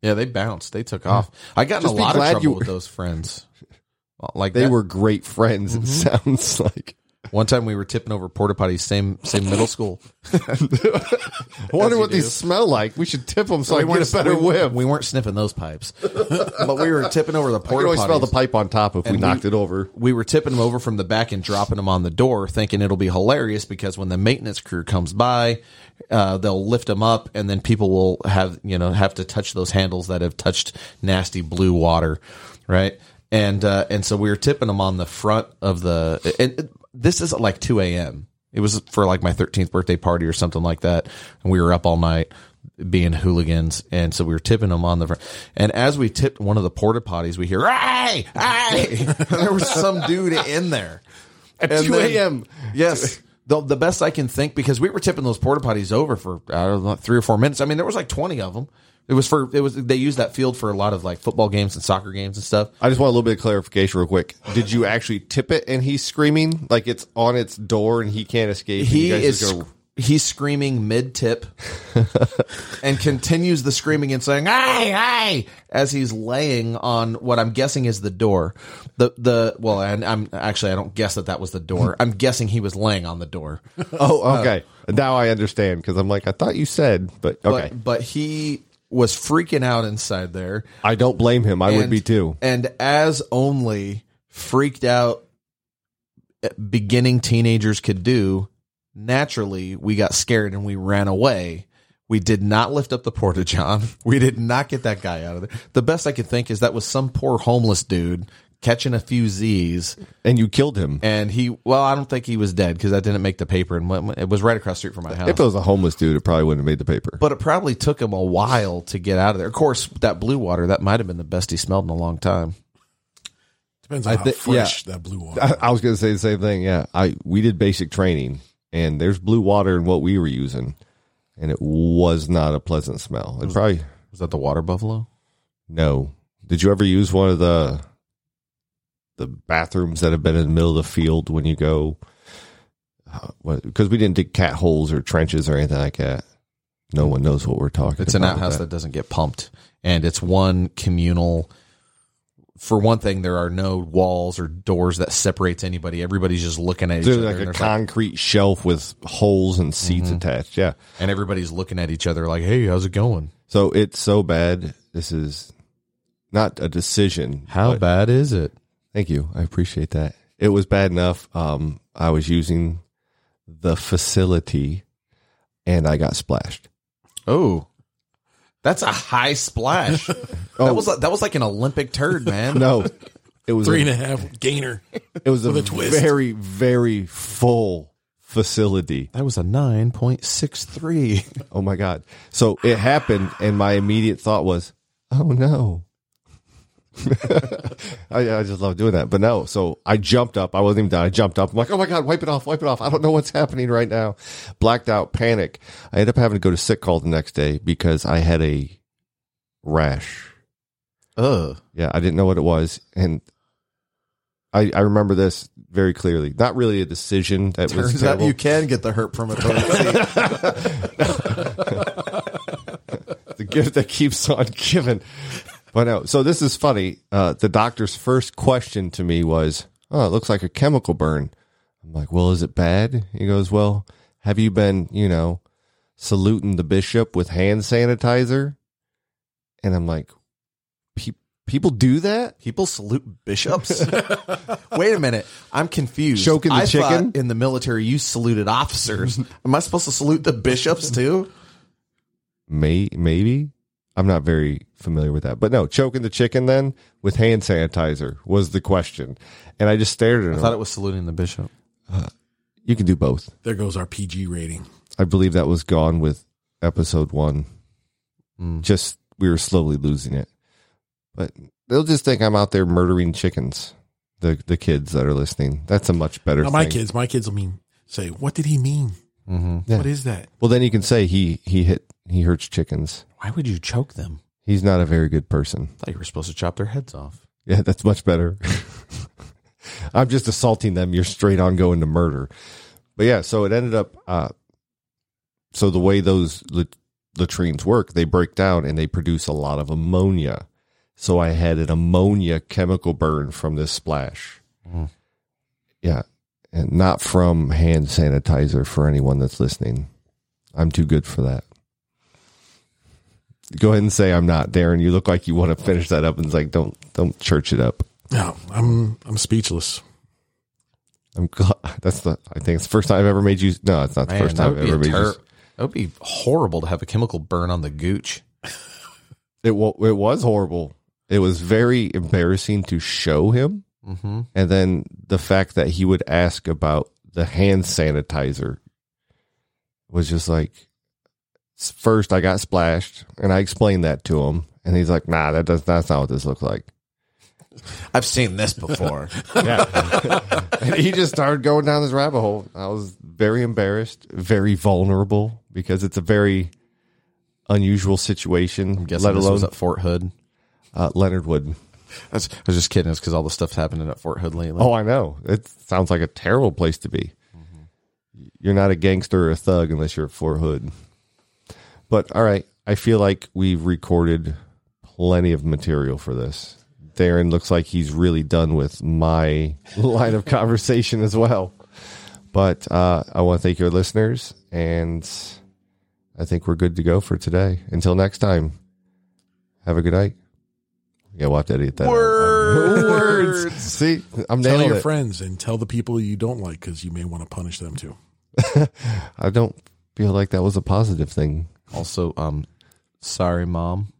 Speaker 3: Yeah, they bounced. They took off. I got in
Speaker 1: Just
Speaker 3: a
Speaker 1: be
Speaker 3: lot of
Speaker 1: glad you
Speaker 3: trouble
Speaker 1: were-
Speaker 3: with those friends. Well, Like
Speaker 1: They
Speaker 3: that-
Speaker 1: were great friends. It
Speaker 3: Mm-hmm.
Speaker 1: sounds like.
Speaker 3: one time we were tipping over porta potties, same same middle school.
Speaker 1: I wonder
Speaker 3: you
Speaker 1: what
Speaker 3: do.
Speaker 1: these smell like. We should tip them so I can get a better
Speaker 3: we,
Speaker 1: whip.
Speaker 3: We weren't sniffing those pipes, but we were tipping over the
Speaker 1: I could
Speaker 3: porta
Speaker 1: always smell the
Speaker 3: potties.
Speaker 1: pipe on top if we knocked it over.
Speaker 3: we were tipping them over from the back and dropping them on the door, thinking it'll be hilarious because when the maintenance crew comes by, uh, they'll lift them up, and then people will have you know have to touch those handles that have touched nasty blue water, right? And uh, and so we were tipping them on the front of the. And it- this is at like two a.m. It was for like my thirteenth birthday party or something like that, and we were up all night being hooligans, and so we were tipping them on the front. And as we tipped one of the porta potties, we hear "Hey, hey!" And there was some dude in there at
Speaker 1: 2 a.m..
Speaker 3: Yes. The, the best I can think because we were tipping those porta potties over for I don't know, three or four minutes. I mean, there was like twenty of them. It was for it was they used that field for a lot of like football games and soccer games and stuff.
Speaker 1: I just want a little bit of clarification, real quick. Did you actually tip it and he's screaming like it's on its door and he can't escape? and you
Speaker 3: he
Speaker 1: guys
Speaker 3: is
Speaker 1: just go-
Speaker 3: sc- he's screaming mid tip and continues the screaming and saying "Hey, hey!" as he's laying on what I'm guessing is the door. The the well, and I'm actually I don't guess that that was the door. I'm guessing he was laying on the door. uh,
Speaker 1: Oh, okay. now I understand because I'm like, I thought you said, but okay.
Speaker 3: But but he was freaking out inside there.
Speaker 1: I don't blame him. I would
Speaker 3: And-
Speaker 1: be too.
Speaker 3: And as only freaked out beginning teenagers could do, naturally we got scared and we ran away. We did not lift up the porta john. We did not get that guy out of there. The best I could think is that was some poor homeless dude catching a few Z's
Speaker 1: And you killed him.
Speaker 3: and he well, I don't think he was dead because that didn't make the paper and went, it was right across the street from my house.
Speaker 1: If it was a homeless dude, it probably wouldn't have made the paper.
Speaker 3: But it probably took him a while to get out of there. Of course, that blue water, that might have been the best he smelled in a long time.
Speaker 2: Depends on how
Speaker 1: thi-
Speaker 2: fresh that blue water.
Speaker 1: I, I was going to say the same thing. Yeah, I we did basic training, and there's blue water in what we were using, and it was not a pleasant smell.
Speaker 3: Mm.
Speaker 1: It probably
Speaker 3: Was that the water buffalo?
Speaker 1: no. Did you ever use one of the the bathrooms that have been in the middle of the field when you go? Because we didn't dig cat holes or trenches or anything like that. No one knows what we're talking.
Speaker 3: It's an
Speaker 1: about with
Speaker 3: outhouse
Speaker 1: that.
Speaker 3: that doesn't get pumped, and it's one communal for one thing, there are no walls or doors that separates anybody. Everybody's just looking at each
Speaker 1: There's
Speaker 3: other,
Speaker 1: like
Speaker 3: and
Speaker 1: a
Speaker 3: there's Mm-hmm.
Speaker 1: concrete shelf with holes and seats attached. Yeah.
Speaker 3: and everybody's looking at each other like, "Hey, how's it going?
Speaker 1: So it's so bad. This is not a decision.
Speaker 3: How
Speaker 1: but-
Speaker 3: bad is it?"
Speaker 1: Thank you. I appreciate that. It was bad enough. Um, I was using the facility and I got splashed.
Speaker 3: Oh, that's a high splash. That was like, that was like an Olympic turd, man.
Speaker 1: No, it was
Speaker 2: Three
Speaker 1: a-
Speaker 2: and a half gainer.
Speaker 1: it was a,
Speaker 2: with a twist.
Speaker 1: very very full facility.
Speaker 3: That was a nine point six three.
Speaker 1: Oh my god! So it happened, and my immediate thought was, "Oh no." I, I just love doing that, but no. So I jumped up. I wasn't even done. I jumped up. I'm like, oh my god, wipe it off, wipe it off. I don't know what's happening right now. Blacked out, panic. I ended up having to go to sick call the next day because I had a rash.
Speaker 3: Ugh.
Speaker 1: Yeah, I didn't know what it was, and I, I remember this very clearly. Not really a decision that was
Speaker 3: Turns out
Speaker 1: terrible.
Speaker 3: you can get the hurt from a toilet seat.
Speaker 1: the gift that keeps on giving. But no, so this is funny. Uh, the doctor's first question to me was, "Oh, it looks like a chemical burn." I'm like, "Well, is it bad?" He goes, "Well, have you been, you know, saluting the bishop with hand sanitizer?" And I'm like, "Pe- "People do that?"
Speaker 3: People salute bishops. Wait a minute, I'm confused.
Speaker 1: Choking the
Speaker 3: I thought
Speaker 1: chicken?
Speaker 3: in the military, you saluted officers. Am I supposed to salute the bishops too?
Speaker 1: May maybe I'm not very familiar with that, but no, choking the chicken then with hand sanitizer was the question, and I just stared at him.
Speaker 3: I thought it was saluting the bishop.
Speaker 1: you can do both.
Speaker 2: There goes our PG rating.
Speaker 1: I believe that was gone with episode one.
Speaker 3: Hmm.
Speaker 1: Just we were slowly losing it, but they'll just think I'm out there murdering chickens. The the kids that are listening. That's a much better.
Speaker 2: Now my
Speaker 1: thing.
Speaker 2: kids, my kids will mean say, "What did he mean? What is that?"
Speaker 1: Well, then you can say he he hit he hurts chickens.
Speaker 3: Why would you choke them?
Speaker 1: He's not a very good person.
Speaker 3: I thought you were supposed to chop their heads off.
Speaker 1: Yeah, that's much better. I'm just assaulting them. You're straight on going to murder. But yeah, so it ended up. Uh, so the way those lat- latrines work, they break down and they produce a lot of ammonia. So I had an ammonia chemical burn from this splash. Yeah, and not from hand sanitizer for anyone that's listening. I'm too good for that. Go ahead and say I'm not, Darren. You look like you want to finish that up, and it's like don't don't church it up.
Speaker 2: No, I'm I'm speechless.
Speaker 1: I'm glad. That's the. I think it's the first time I've ever made you. No, it's not the
Speaker 3: Man,
Speaker 1: first time
Speaker 3: that
Speaker 1: I've
Speaker 3: would be
Speaker 1: ever
Speaker 3: a
Speaker 1: made you.
Speaker 3: ter- That would be horrible to have a chemical burn on the gooch.
Speaker 1: It wa- it was horrible. It was very embarrassing to show him,
Speaker 3: Mm-hmm.
Speaker 1: and then the fact that he would ask about the hand sanitizer was just like. s- First, I got splashed, and I explained that to him, and he's like, "Nah, that does that's not what this looks like."
Speaker 3: I've seen this before.
Speaker 1: Yeah. and he just started going down this rabbit hole. I was very embarrassed, very vulnerable because it's a very unusual situation.
Speaker 3: I'm guessing
Speaker 1: Let
Speaker 3: this
Speaker 1: alone
Speaker 3: was at Fort Hood.
Speaker 1: uh, Leonard Wood.
Speaker 3: I was, I was just kidding. It's because all the stuff's happening at Fort Hood lately.
Speaker 1: Oh, I know. It sounds like a terrible place to be.
Speaker 2: Mm-hmm.
Speaker 1: You're not a gangster or a thug unless you're at Fort Hood. But all right, I feel like we've recorded plenty of material for this. Darren looks like he's really done with my line of conversation as well. But uh, I want to thank your listeners, and I think we're good to go for today. Until next time, have a good night. Yeah, we'll have to edit that. out. Words. See, I'm
Speaker 2: Tell
Speaker 1: nailing
Speaker 2: your
Speaker 1: it.
Speaker 2: friends and tell the people you don't like because you may want to punish them too.
Speaker 1: I don't feel like that was a positive thing.
Speaker 3: Also, um, sorry, mom.